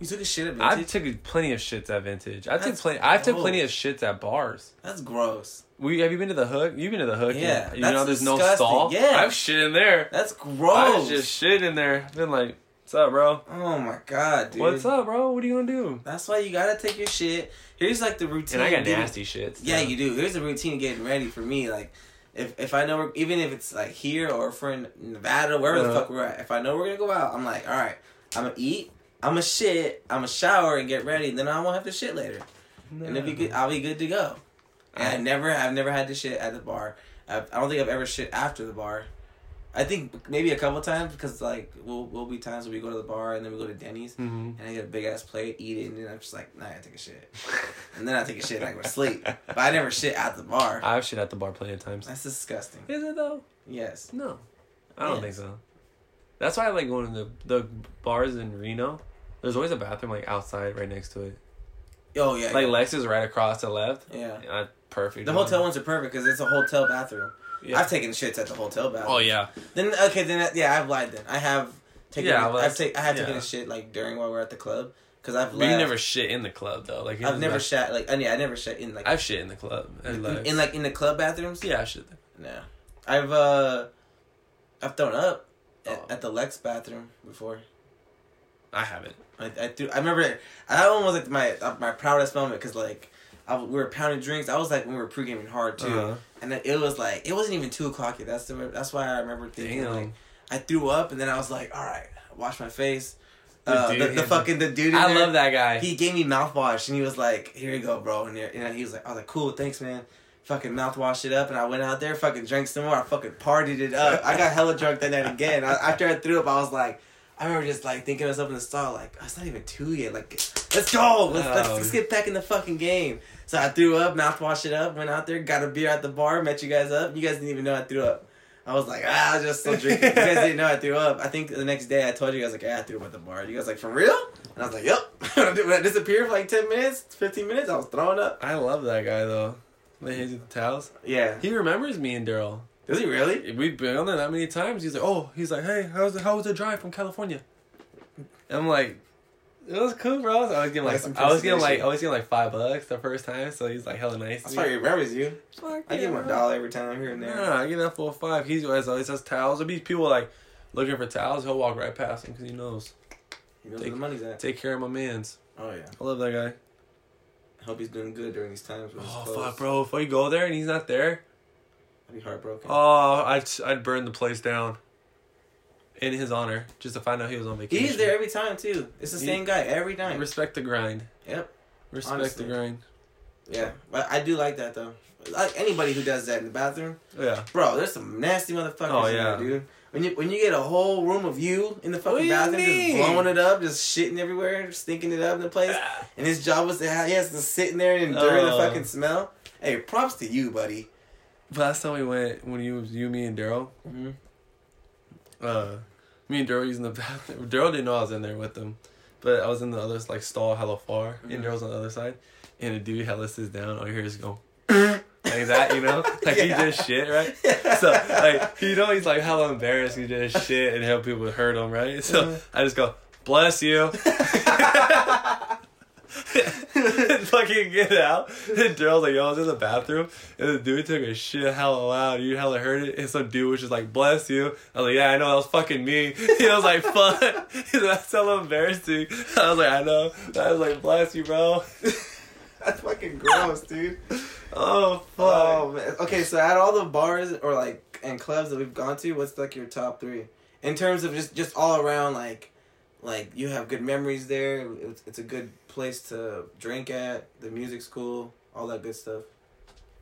[SPEAKER 2] You took a shit at
[SPEAKER 3] I
[SPEAKER 2] vintage?
[SPEAKER 3] took plenty of shits at Vintage. I took
[SPEAKER 2] That's
[SPEAKER 3] plenty. I took
[SPEAKER 2] gross.
[SPEAKER 3] plenty of shits at bars.
[SPEAKER 2] That's gross.
[SPEAKER 3] We have you been to the hook? You've been to the hook?
[SPEAKER 2] Yeah,
[SPEAKER 3] You
[SPEAKER 2] that's
[SPEAKER 3] know, there's no
[SPEAKER 2] disgusting.
[SPEAKER 3] stall.
[SPEAKER 2] Yeah.
[SPEAKER 3] I've shit in there.
[SPEAKER 2] That's
[SPEAKER 3] I was
[SPEAKER 2] gross.
[SPEAKER 3] just shit in there. Been like, what's up, bro?
[SPEAKER 2] Oh my god, dude.
[SPEAKER 3] What's up, bro? What are you gonna do?
[SPEAKER 2] That's why you gotta take your shit. Here's like the routine.
[SPEAKER 3] And I got
[SPEAKER 2] of getting-
[SPEAKER 3] nasty shits.
[SPEAKER 2] Yeah, you do. Here's the routine of getting ready for me. Like, if if I know we're, even if it's like here or if we're in Nevada, wherever the
[SPEAKER 3] Uh-huh.
[SPEAKER 2] fuck we're at, if I know we're gonna go out, I'm like, all right, I'm gonna eat, I'm gonna shit, I'm gonna shower and get ready. Then I won't have to shit later, and it'll be good. I'll be good to go. And I never, I've never had to shit at the bar. I've, I don't think I've ever shit after the bar. I think maybe a couple times because like we'll we'll be times where we go to the bar and then we go to Denny's
[SPEAKER 3] Mhm.
[SPEAKER 2] and I get a big ass plate, eat it, and then I'm just like, nah, I gotta take a shit. And then I take a shit and I go to sleep. But I never shit at the bar.
[SPEAKER 3] I've shit at the bar plenty of times.
[SPEAKER 2] That's disgusting.
[SPEAKER 3] Is it though?
[SPEAKER 2] Yes.
[SPEAKER 3] No, I don't
[SPEAKER 2] Yes.
[SPEAKER 3] think so. That's why I like going to the the bars in Reno. There's always a bathroom like outside, right next to it.
[SPEAKER 2] Oh yeah.
[SPEAKER 3] Like Lex is right across to the left.
[SPEAKER 2] yeah.
[SPEAKER 3] Uh, perfect.
[SPEAKER 2] The hotel ones are perfect because it's a hotel bathroom.
[SPEAKER 3] Yeah.
[SPEAKER 2] I've taken shits at the hotel bathroom.
[SPEAKER 3] Oh yeah.
[SPEAKER 2] Then okay, then that, yeah, I've lied. Then I have taken.
[SPEAKER 3] Yeah,
[SPEAKER 2] Yeah,
[SPEAKER 3] well,
[SPEAKER 2] I've taken. I have taken
[SPEAKER 3] yeah.
[SPEAKER 2] a shit like during while we're at the club because I've.
[SPEAKER 3] But you
[SPEAKER 2] left.
[SPEAKER 3] never shit in the club though. Like
[SPEAKER 2] I've never shat like. And yeah, I never shit in like.
[SPEAKER 3] I've shit in the club. at
[SPEAKER 2] in,
[SPEAKER 3] Lex.
[SPEAKER 2] in, like in the club bathrooms.
[SPEAKER 3] yeah, I shit. there.
[SPEAKER 2] No. I've uh, I've thrown up at,
[SPEAKER 3] Oh.
[SPEAKER 2] at the Lex bathroom before.
[SPEAKER 3] I haven't.
[SPEAKER 2] I, I threw. I remember that one was like my uh, my proudest moment because like I, we were pounding drinks. I was like when we were pre gaming hard too,
[SPEAKER 3] Uh-huh.
[SPEAKER 2] and then it was like it wasn't even two o'clock yet. That's the that's why I remember thinking
[SPEAKER 3] Damn.
[SPEAKER 2] like I threw up, and then I was like, all right, wash my face.
[SPEAKER 3] The
[SPEAKER 2] Uh,
[SPEAKER 3] dude
[SPEAKER 2] the,
[SPEAKER 3] in
[SPEAKER 2] the
[SPEAKER 3] the-
[SPEAKER 2] fucking the dude. In
[SPEAKER 3] I
[SPEAKER 2] there,
[SPEAKER 3] love that guy.
[SPEAKER 2] He gave me mouthwash, and he was like, "Here you go, bro." And, there- and he was like, "I was like, cool, thanks, man." Fucking mouthwash it up, and I went out there, fucking drank some more. I fucking partied it up. I got hella drunk that night again. I, after I threw up, I was like, I remember just like thinking to myself in the stall, like, oh, it's not even two yet. Like, let's go. Let's, let's,
[SPEAKER 3] Oh.
[SPEAKER 2] let's get back in the fucking game. So I threw up, mouthwash it up, went out there, got a beer at the bar, met you guys up. You guys didn't even know I threw up. I was like, ah, I was just still drinking. You guys didn't know I threw up. I think the next day I told you guys, like, ah, I threw up at the bar. You guys like, for real? And I was like, yep. when I disappeared for like 10 minutes, 15 minutes, I was throwing up.
[SPEAKER 3] I love that guy though. When he's at the towels.
[SPEAKER 2] Yeah.
[SPEAKER 3] He remembers me and Daryl.
[SPEAKER 2] Does he really?
[SPEAKER 3] We've been on there that many times. He's like, oh, he's like, hey, how's the, how was the drive from California? And I'm like, it was cool, bro. So I was getting
[SPEAKER 2] Nice
[SPEAKER 3] like, I was getting like,
[SPEAKER 2] impersonation.
[SPEAKER 3] I was getting like five bucks the first time. So he's like, hella nice.
[SPEAKER 2] That's
[SPEAKER 3] to
[SPEAKER 2] why he
[SPEAKER 3] me.
[SPEAKER 2] remembers you.
[SPEAKER 3] Fuck
[SPEAKER 2] I
[SPEAKER 3] yeah,
[SPEAKER 2] give him a
[SPEAKER 3] bro.
[SPEAKER 2] dollar every time I'm here and there.
[SPEAKER 3] Nah, I give him that full five. He's always always has towels. There'll be people like looking for towels. He'll walk right past him because he knows.
[SPEAKER 2] He knows where the money's at.
[SPEAKER 3] Take care of my man's.
[SPEAKER 2] Oh, yeah.
[SPEAKER 3] I love that guy.
[SPEAKER 2] I hope he's doing good during these times. when he's
[SPEAKER 3] Oh
[SPEAKER 2] closed.
[SPEAKER 3] fuck, bro! If I go there and he's not there,
[SPEAKER 2] I'd be heartbroken.
[SPEAKER 3] oh, I'd I'd burn the place down. In his honor, just to find out he was on vacation.
[SPEAKER 2] He's there every time too. It's the
[SPEAKER 3] He-
[SPEAKER 2] same guy every time.
[SPEAKER 3] Respect the grind.
[SPEAKER 2] Yep.
[SPEAKER 3] Respect
[SPEAKER 2] Honestly.
[SPEAKER 3] the grind.
[SPEAKER 2] Yeah, but I do like that though. Like anybody who does that in the bathroom,
[SPEAKER 3] Yeah.
[SPEAKER 2] bro. There's some nasty motherfuckers
[SPEAKER 3] Oh,
[SPEAKER 2] in
[SPEAKER 3] yeah.
[SPEAKER 2] there, dude. When you when you get a whole room of you in the
[SPEAKER 3] What do
[SPEAKER 2] fucking
[SPEAKER 3] you
[SPEAKER 2] bathroom, just
[SPEAKER 3] mean? Ah.
[SPEAKER 2] blowing it up, just shitting everywhere, stinking it up in the place, and his job was to have, he has to sit in there and endure the
[SPEAKER 3] Oh.
[SPEAKER 2] fucking smell. Hey, props to you, buddy.
[SPEAKER 3] last time we went when you was you, me, and Daryl.
[SPEAKER 2] Mhm.
[SPEAKER 3] Uh, me and Daryl using the bathroom. Daryl didn't know I was in there with him, but I was in the other like stall hella far, and
[SPEAKER 2] Mhm.
[SPEAKER 3] Daryl's on the other side, and the dude hella sits down. All you hear is go. like that, you know, like
[SPEAKER 2] Yeah.
[SPEAKER 3] he just shit, right? So like, you know, he's like hella embarrassed. He just shit and help people hurt him, right? So
[SPEAKER 2] Mhm.
[SPEAKER 3] I just go, bless you. And fucking get out. And Daryl's like, yo, I was in the bathroom. And the dude took a shit hella loud. You hella heard it. And some dude was just like, bless you. I was like, yeah, I know. That was fucking me. He was like, fuck. He's like, That's hella embarrassing. I was like, I know. I was like, bless you, bro.
[SPEAKER 2] That's fucking gross, dude.
[SPEAKER 3] Oh, fuck.
[SPEAKER 2] Oh man. Okay, so at all the bars or like and clubs that we've gone to, what's like your top three in terms of just just all around like, like you have good memories there. It's, it's a good place to drink at. The music's cool. All that good stuff.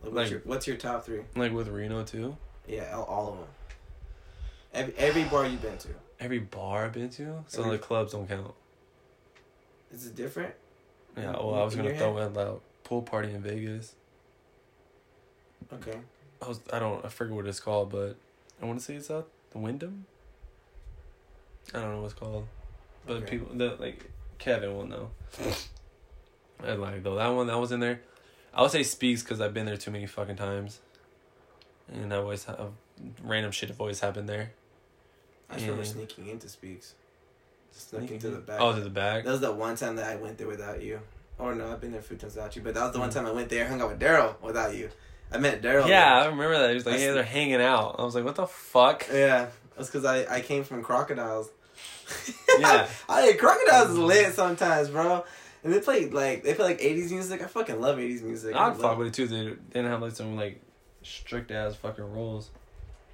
[SPEAKER 2] Like, what's,
[SPEAKER 3] Like-
[SPEAKER 2] your, what's your top three?
[SPEAKER 3] Like with Reno, too.
[SPEAKER 2] Yeah, all, all of them. Every every bar you've been to,
[SPEAKER 3] Every bar I've been to, so
[SPEAKER 2] Every-
[SPEAKER 3] the clubs don't count.
[SPEAKER 2] is it different?
[SPEAKER 3] Yeah, well, I was
[SPEAKER 2] In
[SPEAKER 3] going to
[SPEAKER 2] your
[SPEAKER 3] throw in like pool party in Vegas.
[SPEAKER 2] Okay.
[SPEAKER 3] I was I don't I forget what it's called, but I want to say it's out the Wyndham. I don't know what's called, but
[SPEAKER 2] Okay.
[SPEAKER 3] people that like Kevin will know. and like though that one that was in there, I would say speaks because I've been there too many fucking times, and I always have random shit have always happened there.
[SPEAKER 2] I just remember
[SPEAKER 3] Yeah.
[SPEAKER 2] sneaking into Speaks. Snuck into the back.
[SPEAKER 3] Oh, to the back.
[SPEAKER 2] That was the one time that I went there without you. Or no, I've been there a few times without you. But that was
[SPEAKER 3] Mm.
[SPEAKER 2] the one time I went there, hung out with Daryl without you. I met Daryl.
[SPEAKER 3] Yeah, I remember that. He was like,
[SPEAKER 2] I
[SPEAKER 3] "Hey,
[SPEAKER 2] sn-
[SPEAKER 3] they're hanging out." I was like, "What the fuck?"
[SPEAKER 2] there. Yeah. That's because I, I came from crocodiles.
[SPEAKER 3] Yeah.
[SPEAKER 2] I, I crocodiles is lit sometimes, bro. And they play like they play like eighties music. I fucking love eighties music. I
[SPEAKER 3] I'd
[SPEAKER 2] love-
[SPEAKER 3] fuck with it too. if They didn't have like some like strict ass fucking rules.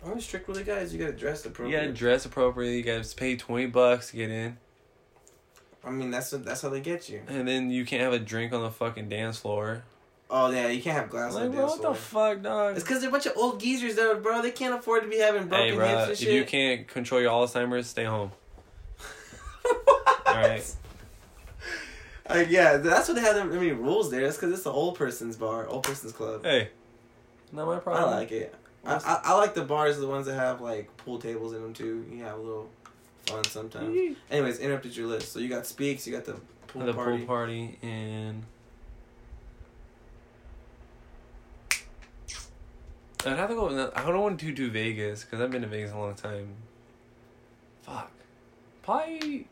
[SPEAKER 2] Only strict with the guys. You gotta dress
[SPEAKER 3] You
[SPEAKER 2] appropriate.
[SPEAKER 3] gotta dress appropriately. You gotta pay twenty bucks to get in,
[SPEAKER 2] I mean that's what, that's how they get you.
[SPEAKER 3] and then you can't have a drink on the fucking dance floor.
[SPEAKER 2] Oh yeah, you can't have glasses.
[SPEAKER 3] Like,
[SPEAKER 2] on
[SPEAKER 3] bro,
[SPEAKER 2] dance
[SPEAKER 3] what the
[SPEAKER 2] floor.
[SPEAKER 3] fuck, dog?
[SPEAKER 2] It's because they're a bunch of old geezers there, bro. They can't afford to be having broken
[SPEAKER 3] Hey, bro,
[SPEAKER 2] hips and
[SPEAKER 3] if
[SPEAKER 2] shit.
[SPEAKER 3] you can't control your Alzheimer's, stay home. All right,
[SPEAKER 2] Like, Uh, yeah, that's what they have that many rules there. That's because it's the old person's bar, old person's club.
[SPEAKER 3] hey, not my
[SPEAKER 2] I
[SPEAKER 3] problem.
[SPEAKER 2] like it. I, I, I like the bars, the ones that have like pool tables in them too. You have a little fun sometimes.
[SPEAKER 3] Yeet.
[SPEAKER 2] Anyways, interrupted your list. So you got speaks, you got the pool
[SPEAKER 3] the
[SPEAKER 2] party.
[SPEAKER 3] pool party and. I'd have to go. with- I don't want to do Vegas because I've been to Vegas a long time. Fuck, probably.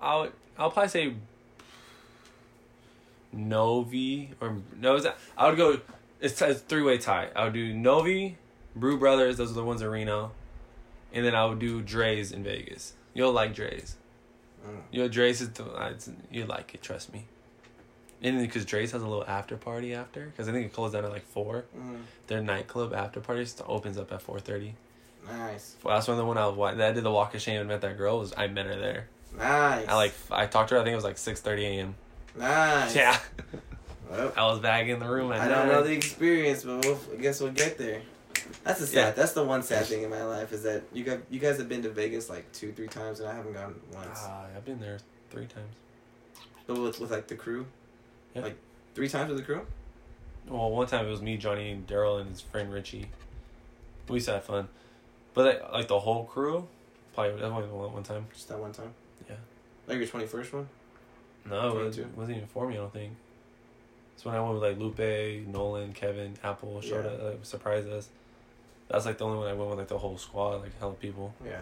[SPEAKER 3] I'll I'll probably say. Novi or no? Is that, I would go. It's it's three way tie. I would do Novi, Brew Brothers. Those are the ones in Reno, and then I would do Dre's in Vegas. You'll like Dre's.
[SPEAKER 2] Mm.
[SPEAKER 3] Yo, Dre's is the, uh, it's- you like it, trust me. And because Dre's has a little after party after, because I think it closed down at like four.
[SPEAKER 2] Mm,
[SPEAKER 3] Their nightclub after party st- opens up at four thirty.
[SPEAKER 2] nice,
[SPEAKER 3] That's one of the one I was wa- that I did the walk of shame and met that girl. Was I met her there?
[SPEAKER 2] nice.
[SPEAKER 3] I like f- I talked to her. I think it was like six thirty a.m.
[SPEAKER 2] nice.
[SPEAKER 3] Yeah,
[SPEAKER 2] Well,
[SPEAKER 3] I was back in the room. At
[SPEAKER 2] I don't know
[SPEAKER 3] nine.
[SPEAKER 2] the experience, but we'll, I guess we'll get there. That's the sad.
[SPEAKER 3] Yeah.
[SPEAKER 2] That's the one sad thing in my life is that you got you guys have been to Vegas like two, three times, and I haven't gone once.
[SPEAKER 3] Ah, I've been there three times.
[SPEAKER 2] But Oh, with, with like the crew,
[SPEAKER 3] Yeah.
[SPEAKER 2] like three times with the crew.
[SPEAKER 3] Well, one time it was me, Johnny, and Daryl, and his friend Richie. We used to have fun, but like, like the whole crew, probably that only one one time.
[SPEAKER 2] Just that one time.
[SPEAKER 3] Yeah.
[SPEAKER 2] Like your twenty first one.
[SPEAKER 3] No, it
[SPEAKER 2] 22?
[SPEAKER 3] wasn't, wasn't even for me. I don't think. It's when I went with like Lupe, Nolan, Kevin, Apple, showed
[SPEAKER 2] Yeah.
[SPEAKER 3] up, like, surprised us. That's like the only one I went with like the whole squad, like hella people.
[SPEAKER 2] Yeah.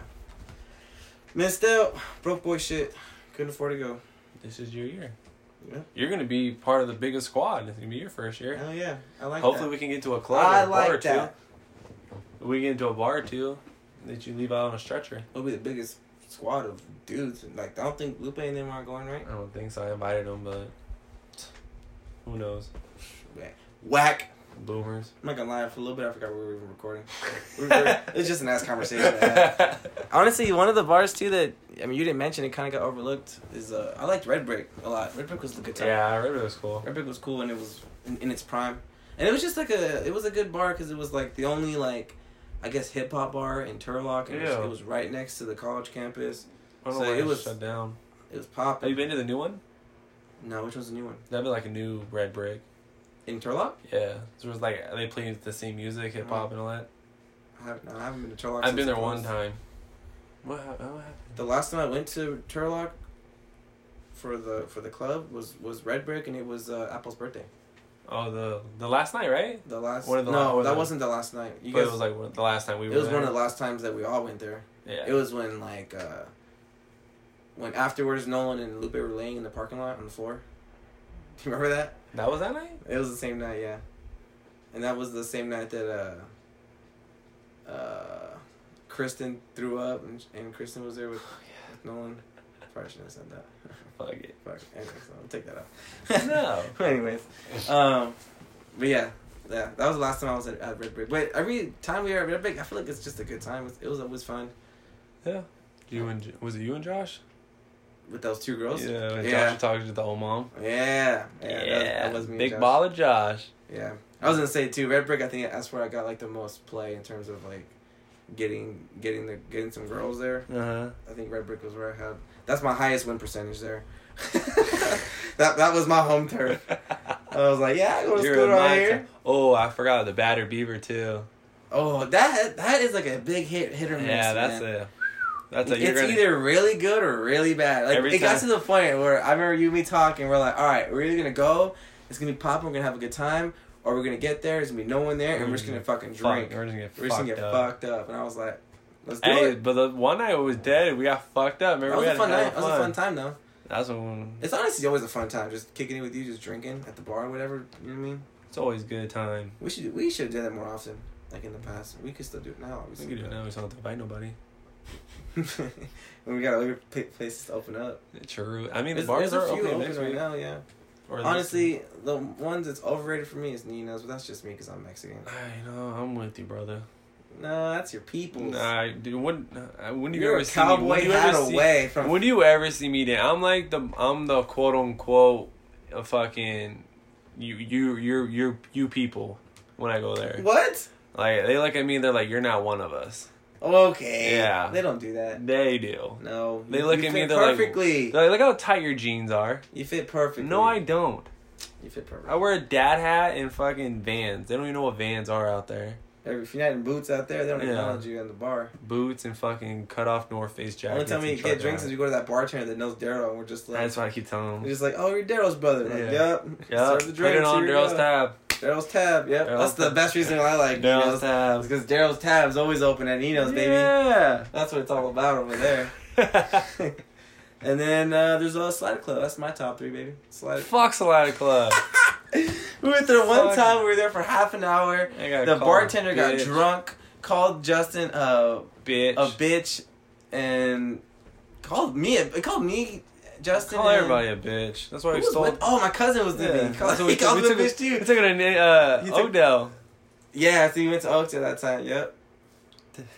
[SPEAKER 2] Missed out. Broke boy shit. Couldn't afford to go.
[SPEAKER 3] This is your year.
[SPEAKER 2] Yeah.
[SPEAKER 3] You're gonna be part of the biggest squad. It's gonna be your first year.
[SPEAKER 2] Hell yeah. I like
[SPEAKER 3] Hopefully
[SPEAKER 2] that.
[SPEAKER 3] we can get to a club.
[SPEAKER 2] I
[SPEAKER 3] or a bar or
[SPEAKER 2] like
[SPEAKER 3] two.
[SPEAKER 2] that.
[SPEAKER 3] We can get to a bar or two that you leave out on a stretcher.
[SPEAKER 2] We'll be the biggest squad of dudes. Like I don't think Lupe and them are going right.
[SPEAKER 3] I don't think so. I invited them, but who knows?
[SPEAKER 2] Whack.
[SPEAKER 3] Boomers.
[SPEAKER 2] I'm not gonna lie. For a little bit, I forgot we were even recording. We were- it's just an ass conversation. I had. Honestly, one of the bars too that I mean you didn't mention it kind of got overlooked is uh I liked Red Brick a lot. Red Brick was the good time.
[SPEAKER 3] yeah, I remember it was cool.
[SPEAKER 2] Red Brick was cool when it was in, in its prime, and it was just like a it was a good bar because it was like the only like I guess hip hop bar in Turlock, and it was,
[SPEAKER 3] Yeah.
[SPEAKER 2] it was right next to the college campus.
[SPEAKER 3] I don't
[SPEAKER 2] So
[SPEAKER 3] know why
[SPEAKER 2] it
[SPEAKER 3] it
[SPEAKER 2] was-
[SPEAKER 3] was shut down.
[SPEAKER 2] It was
[SPEAKER 3] Have
[SPEAKER 2] popping.
[SPEAKER 3] you been to the new one?
[SPEAKER 2] No, which was the new one?
[SPEAKER 3] That'd be like a new red brick.
[SPEAKER 2] Interlock?
[SPEAKER 3] Yeah, so it was like they played the same music, hip hop, and all that.
[SPEAKER 2] I haven't, no, I haven't been to Turlock.
[SPEAKER 3] I've
[SPEAKER 2] since
[SPEAKER 3] been there
[SPEAKER 2] it
[SPEAKER 3] one
[SPEAKER 2] closed.
[SPEAKER 3] time. What hap- what happened?
[SPEAKER 2] The last time I went to Turlock for the for the club was was Red Brick and it was uh, Apple's birthday.
[SPEAKER 3] Oh, the the last night, right?
[SPEAKER 2] The last
[SPEAKER 3] One of the
[SPEAKER 2] no,
[SPEAKER 3] la- was
[SPEAKER 2] that
[SPEAKER 3] it-
[SPEAKER 2] wasn't the last night. You
[SPEAKER 3] but
[SPEAKER 2] guys,
[SPEAKER 3] it was like one, the last time we were.
[SPEAKER 2] it was
[SPEAKER 3] there.
[SPEAKER 2] one of the last times that we all went there.
[SPEAKER 3] Yeah.
[SPEAKER 2] It was when like uh, when afterwards Nolan and Lupe were laying in the parking lot on the floor. Do you remember that?
[SPEAKER 3] that was that night.
[SPEAKER 2] It was the same night, yeah. And that was the same night that uh, uh, Kristen threw up, and, and Kristen was there with, with Nolan. Probably shouldn't have said that.
[SPEAKER 3] Fuck it.
[SPEAKER 2] Fuck. Anyways, I'll take that out.
[SPEAKER 3] No.
[SPEAKER 2] Anyways, um, but yeah, yeah, that was the last time I was at, at Red Brick. But every time we are at Red Brick, I feel like it's just a good time. It was always fun
[SPEAKER 3] Yeah. You and J- was it you and Josh?
[SPEAKER 2] with those two girls.
[SPEAKER 3] Yeah. when
[SPEAKER 2] Yeah.
[SPEAKER 3] Josh talking to the old mom.
[SPEAKER 2] Yeah, yeah, that- That, was me. and
[SPEAKER 3] Big
[SPEAKER 2] Josh.
[SPEAKER 3] baller Josh.
[SPEAKER 2] Yeah, I was gonna say too. Red Brick, I think that's where I got like the most play in terms of like getting getting the getting some girls there.
[SPEAKER 3] Uh huh.
[SPEAKER 2] I think Red Brick was where I had. That's my highest win percentage there. that that was my home turf. I was like, yeah, I go to
[SPEAKER 3] You're
[SPEAKER 2] school
[SPEAKER 3] in my
[SPEAKER 2] right here.
[SPEAKER 3] town. Oh, I forgot the batter beaver too.
[SPEAKER 2] Oh, that that is like a big hit hit or miss.
[SPEAKER 3] Yeah, that's
[SPEAKER 2] man.
[SPEAKER 3] it. That's it. You're
[SPEAKER 2] It's
[SPEAKER 3] gonna,
[SPEAKER 2] either really good or really bad. Like
[SPEAKER 3] Every
[SPEAKER 2] it got
[SPEAKER 3] time-
[SPEAKER 2] to the point where I remember you and me talking. We're like, all right, we're either gonna go, it's gonna be popping, we're gonna have a good time, or we're gonna get there, there's gonna be no one there, and we're just gonna fucking
[SPEAKER 3] Mm-hmm.
[SPEAKER 2] drink.
[SPEAKER 3] Fuck, we're just gonna get
[SPEAKER 2] We're just
[SPEAKER 3] fucked
[SPEAKER 2] gonna get
[SPEAKER 3] up.
[SPEAKER 2] fucked up. And I was like, let's do
[SPEAKER 3] Hey,
[SPEAKER 2] it.
[SPEAKER 3] but the one night it was dead. We got fucked up. Remember
[SPEAKER 2] That was
[SPEAKER 3] we
[SPEAKER 2] a
[SPEAKER 3] had
[SPEAKER 2] fun
[SPEAKER 3] hell
[SPEAKER 2] night.
[SPEAKER 3] of
[SPEAKER 2] That was a fun time though.
[SPEAKER 3] That's when
[SPEAKER 2] It's honestly always a fun time, just kicking it with you, just drinking at the bar, or whatever. You know what I mean?
[SPEAKER 3] it's always a good time.
[SPEAKER 2] We should we should have done it more often, like in the past. We could still do it now,
[SPEAKER 3] We
[SPEAKER 2] obviously.
[SPEAKER 3] could do it now. We just don't have to invite nobody.
[SPEAKER 2] but- when we got other pla- places to open up.
[SPEAKER 3] True. I mean, the
[SPEAKER 2] There's,
[SPEAKER 3] bars
[SPEAKER 2] there's
[SPEAKER 3] are
[SPEAKER 2] a few
[SPEAKER 3] opening
[SPEAKER 2] open
[SPEAKER 3] next
[SPEAKER 2] right
[SPEAKER 3] week.
[SPEAKER 2] now, yeah.
[SPEAKER 3] Or this week.
[SPEAKER 2] Honestly, the ones that's overrated for me is Nina's, but that's just me because I'm Mexican.
[SPEAKER 3] I know. I'm with you, brother.
[SPEAKER 2] No, that's your people's.
[SPEAKER 3] Nah, dude. When uh, when do you
[SPEAKER 2] You're
[SPEAKER 3] ever
[SPEAKER 2] a
[SPEAKER 3] see me- when
[SPEAKER 2] cowboy
[SPEAKER 3] do you ever
[SPEAKER 2] hat
[SPEAKER 3] see-
[SPEAKER 2] away from.
[SPEAKER 3] When do you ever see me down? I'm like the I'm the quote unquote uh, fucking you you you you you people when I go there.
[SPEAKER 2] what?
[SPEAKER 3] Like they look at me, they're like, "You're not one of us."
[SPEAKER 2] Okay.
[SPEAKER 3] Yeah.
[SPEAKER 2] They don't do that.
[SPEAKER 3] They do.
[SPEAKER 2] No.
[SPEAKER 3] They
[SPEAKER 2] you-
[SPEAKER 3] look
[SPEAKER 2] you
[SPEAKER 3] at me,
[SPEAKER 2] fit
[SPEAKER 3] they're like-
[SPEAKER 2] perfectly.
[SPEAKER 3] They're like, "Look how tight your jeans are."
[SPEAKER 2] You fit perfectly.
[SPEAKER 3] No, I don't.
[SPEAKER 2] You fit perfectly.
[SPEAKER 3] I wear a dad hat and fucking Vans. They don't even know what Vans are out there.
[SPEAKER 2] if you're not in boots out there, they don't
[SPEAKER 3] Yeah.
[SPEAKER 2] acknowledge you in the bar.
[SPEAKER 3] Boots and fucking cut off North Face
[SPEAKER 2] The
[SPEAKER 3] jackets.
[SPEAKER 2] only time we
[SPEAKER 3] and
[SPEAKER 2] get
[SPEAKER 3] truck
[SPEAKER 2] drinks is
[SPEAKER 3] hats.
[SPEAKER 2] we go to that bartender that knows Daryl, and we're just like,
[SPEAKER 3] That's why I keep telling
[SPEAKER 2] we're
[SPEAKER 3] them.
[SPEAKER 2] just like, oh, you're Daryl's brother. Like,
[SPEAKER 3] Yeah.
[SPEAKER 2] Yep.
[SPEAKER 3] Yeah,
[SPEAKER 2] Serve the
[SPEAKER 3] put it
[SPEAKER 2] drinks,
[SPEAKER 3] on
[SPEAKER 2] here we
[SPEAKER 3] Daryl's
[SPEAKER 2] go."
[SPEAKER 3] tab.
[SPEAKER 2] Daryl's tab. Yep.
[SPEAKER 3] Daryl's
[SPEAKER 2] That's the
[SPEAKER 3] tab.
[SPEAKER 2] best reason why I like
[SPEAKER 3] Daryl's
[SPEAKER 2] Daryl's
[SPEAKER 3] tab.
[SPEAKER 2] because Daryl's tab's always open at Nino's, baby.
[SPEAKER 3] Yeah.
[SPEAKER 2] That's what it's all about over there. and then uh, there's a Slider Club. That's my top three, baby. Slider.
[SPEAKER 3] Fuck Salada Club.
[SPEAKER 2] We went there one
[SPEAKER 3] Fuck.
[SPEAKER 2] time. We were there for half an hour.
[SPEAKER 3] I got
[SPEAKER 2] The
[SPEAKER 3] called
[SPEAKER 2] bartender
[SPEAKER 3] a
[SPEAKER 2] got
[SPEAKER 3] bitch.
[SPEAKER 2] drunk, called Justin a
[SPEAKER 3] Bitch.
[SPEAKER 2] a bitch, and called me. A, called me Justin.
[SPEAKER 3] Call
[SPEAKER 2] and-
[SPEAKER 3] everybody a bitch. That's why
[SPEAKER 2] Who
[SPEAKER 3] we
[SPEAKER 2] was
[SPEAKER 3] stole.
[SPEAKER 2] with- oh, my cousin was there.
[SPEAKER 3] Yeah.
[SPEAKER 2] He called,
[SPEAKER 3] So
[SPEAKER 2] he called
[SPEAKER 3] we
[SPEAKER 2] me a
[SPEAKER 3] took
[SPEAKER 2] bitch
[SPEAKER 3] We
[SPEAKER 2] too.
[SPEAKER 3] took it to uh,
[SPEAKER 2] He took-
[SPEAKER 3] Odell.
[SPEAKER 2] Yeah, so he went to Oakdale that time. Yep.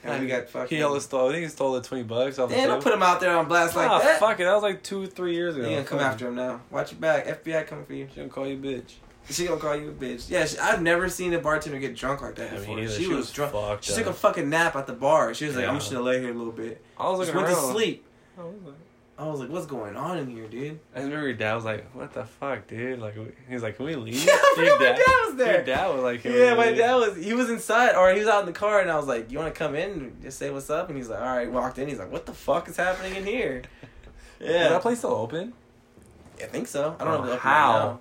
[SPEAKER 2] And we got fucking.
[SPEAKER 3] He hella stole. I think he stole the twenty bucks off.
[SPEAKER 2] Damn,
[SPEAKER 3] the
[SPEAKER 2] don't put him out there on blast like
[SPEAKER 3] Ah,
[SPEAKER 2] that.
[SPEAKER 3] fuck it. That was like two, three years
[SPEAKER 2] They're
[SPEAKER 3] ago.
[SPEAKER 2] gonna come
[SPEAKER 3] Fuck.
[SPEAKER 2] after him now. Watch your back. FBI coming for you.
[SPEAKER 3] She gonna call you a bitch.
[SPEAKER 2] She gonna call you a bitch. Yeah, she, I've never seen a bartender get drunk like that before. she, was, drunk.
[SPEAKER 3] Fucked
[SPEAKER 2] She took a fucking nap at the bar. She was like, "I'm
[SPEAKER 3] Yeah.
[SPEAKER 2] just gonna lay here a little bit."
[SPEAKER 3] I was
[SPEAKER 2] Just
[SPEAKER 3] looking
[SPEAKER 2] went
[SPEAKER 3] around.
[SPEAKER 2] to sleep.
[SPEAKER 3] I, was like,
[SPEAKER 2] I was like, "What's going on in here, dude?"
[SPEAKER 3] I remember your dad was like, "What the fuck, dude?" Like we- he's like, "Can we leave?"
[SPEAKER 2] Yeah, I
[SPEAKER 3] your
[SPEAKER 2] forgot my dad was there.
[SPEAKER 3] Your dad was like, "Can
[SPEAKER 2] Yeah,
[SPEAKER 3] we
[SPEAKER 2] my
[SPEAKER 3] leave?"
[SPEAKER 2] dad was. He was inside, or he was out in the car, and I was like, "You want to come in and just say what's up?" And he's like, "All right." Walked in. He's like, "What the fuck is happening in here?"
[SPEAKER 3] Is
[SPEAKER 2] Yeah,
[SPEAKER 3] that place still open?
[SPEAKER 2] I think so. I don't know
[SPEAKER 3] Oh,
[SPEAKER 2] if they open it
[SPEAKER 3] how?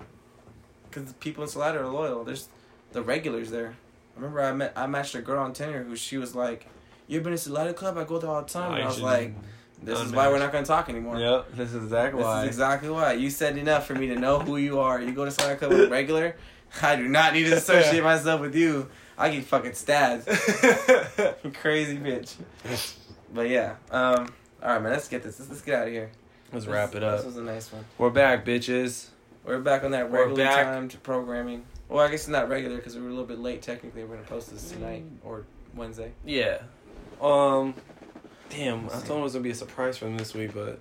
[SPEAKER 2] Because people in Salida are loyal. There's the regulars there. I remember I met I matched a girl on Tinder who she was like, "You've been to Salida Club? I go there all the time."
[SPEAKER 3] No,
[SPEAKER 2] and
[SPEAKER 3] you
[SPEAKER 2] I was
[SPEAKER 3] shouldn't.
[SPEAKER 2] like, "This is why we're not gonna talk anymore."
[SPEAKER 3] Yep, this is exactly
[SPEAKER 2] This
[SPEAKER 3] why.
[SPEAKER 2] is exactly why you said enough for me to know who you are. You go to Salida Club with a regular. I do not need to associate myself with you. I get fucking stabbed. You crazy bitch. But yeah. Um. All right, man. Let's get this. Let's, let's get out of here.
[SPEAKER 3] Let's
[SPEAKER 2] This-
[SPEAKER 3] wrap it
[SPEAKER 2] This
[SPEAKER 3] up.
[SPEAKER 2] was a nice one.
[SPEAKER 3] We're back, bitches.
[SPEAKER 2] We're back on that
[SPEAKER 3] We're
[SPEAKER 2] regular
[SPEAKER 3] back.
[SPEAKER 2] time to programming. Well, I guess it's not regular because we were a little bit late technically. We're gonna post this tonight
[SPEAKER 3] Mm.
[SPEAKER 2] or Wednesday.
[SPEAKER 3] Yeah. Um. Damn, I thought it was gonna be a surprise for them this week, but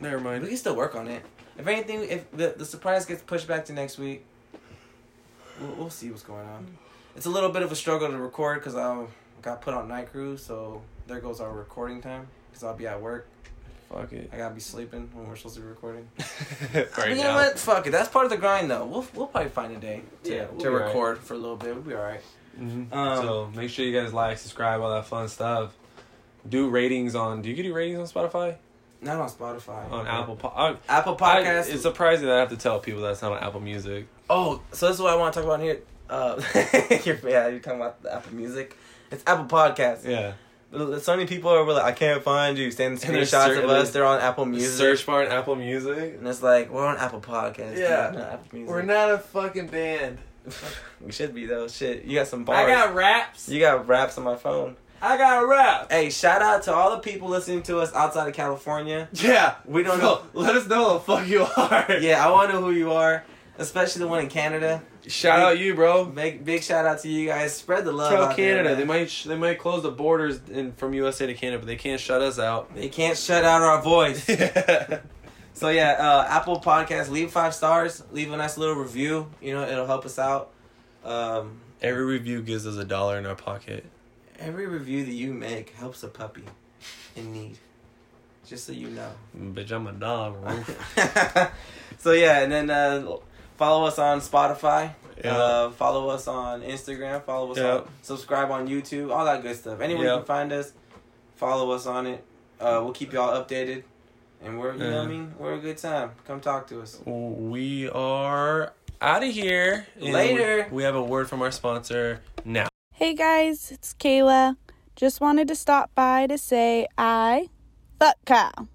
[SPEAKER 3] never
[SPEAKER 2] We
[SPEAKER 3] mind.
[SPEAKER 2] can still work on it. If anything, if the, the surprise gets pushed back to next week, we'll, we'll see what's going on. It's a little bit of a struggle to record because I got put on night crew, so there goes our recording time because I'll be at work.
[SPEAKER 3] Fuck it.
[SPEAKER 2] I gotta be sleeping when we're supposed to be recording.
[SPEAKER 3] right
[SPEAKER 2] you know
[SPEAKER 3] now.
[SPEAKER 2] what? Fuck it. That's part of the grind, though. We'll we'll probably find a day to,
[SPEAKER 3] Yeah, we'll
[SPEAKER 2] to
[SPEAKER 3] be alright.
[SPEAKER 2] record for a little bit. We'll be all right.
[SPEAKER 3] Mhm.
[SPEAKER 2] Um,
[SPEAKER 3] so make sure you guys like, subscribe, all that fun stuff. Do ratings on. Do you do ratings on Spotify?
[SPEAKER 2] Not on Spotify.
[SPEAKER 3] On Apple Po- I,
[SPEAKER 2] Apple
[SPEAKER 3] I,
[SPEAKER 2] Podcasts.
[SPEAKER 3] it's surprising that I have to tell people that's not on Apple Music.
[SPEAKER 2] Oh, so this is what I want to talk about here. Uh, you're, yeah, you're talking about the Apple Music. It's Apple Podcasts.
[SPEAKER 3] Yeah.
[SPEAKER 2] So many people are like, I can't find you. Send
[SPEAKER 3] And they're
[SPEAKER 2] screenshots of
[SPEAKER 3] certain-
[SPEAKER 2] us. They're on Apple Music.
[SPEAKER 3] Search bar in Apple Music.
[SPEAKER 2] And it's like, we're on Apple Podcasts.
[SPEAKER 1] Yeah.
[SPEAKER 2] We're not Apple Music.
[SPEAKER 1] We're not a fucking band.
[SPEAKER 2] we should be, though. Shit. You got some
[SPEAKER 1] I
[SPEAKER 2] bars.
[SPEAKER 1] got raps.
[SPEAKER 2] you got raps on my phone.
[SPEAKER 1] I got raps.
[SPEAKER 2] Hey, shout out to all the people listening to us outside of California.
[SPEAKER 1] Yeah.
[SPEAKER 2] We don't know.
[SPEAKER 1] So, let us know who the fuck you are.
[SPEAKER 2] Yeah, I want to know who you are, especially the one in Canada.
[SPEAKER 3] Shout out you, bro.
[SPEAKER 2] Big, big shout out to you guys. Spread the love.
[SPEAKER 3] Tell
[SPEAKER 2] out there,
[SPEAKER 3] Canada
[SPEAKER 2] man.
[SPEAKER 3] they might sh- they might close the borders in, from USA to Canada, but they can't shut us out.
[SPEAKER 2] They can't shut out our voice. so yeah, uh, Apple Podcast, leave five stars, leave a nice little review. You know, it'll help us out. Um,
[SPEAKER 3] Every review gives us a dollar in our pocket.
[SPEAKER 2] every review that you make helps a puppy in need. Just so you know.
[SPEAKER 3] Bitch, I'm a dog. bro.
[SPEAKER 2] so yeah, and then uh, follow us on Spotify.
[SPEAKER 3] Yeah.
[SPEAKER 2] Uh, follow us on Instagram. Follow us.
[SPEAKER 3] Yeah.
[SPEAKER 2] on Subscribe on YouTube. All that good stuff. Anywhere
[SPEAKER 3] Yeah.
[SPEAKER 2] you can find us, follow us on it. Uh, we'll keep y'all updated. And we're, you know what I
[SPEAKER 3] Yeah.
[SPEAKER 2] mean? We're a good time. Come talk to us.
[SPEAKER 3] we are out of here. And
[SPEAKER 2] Later.
[SPEAKER 3] We, we have a word from our sponsor now.
[SPEAKER 4] Hey guys, it's Kayla. Just wanted to stop by to say I fuck Kyle.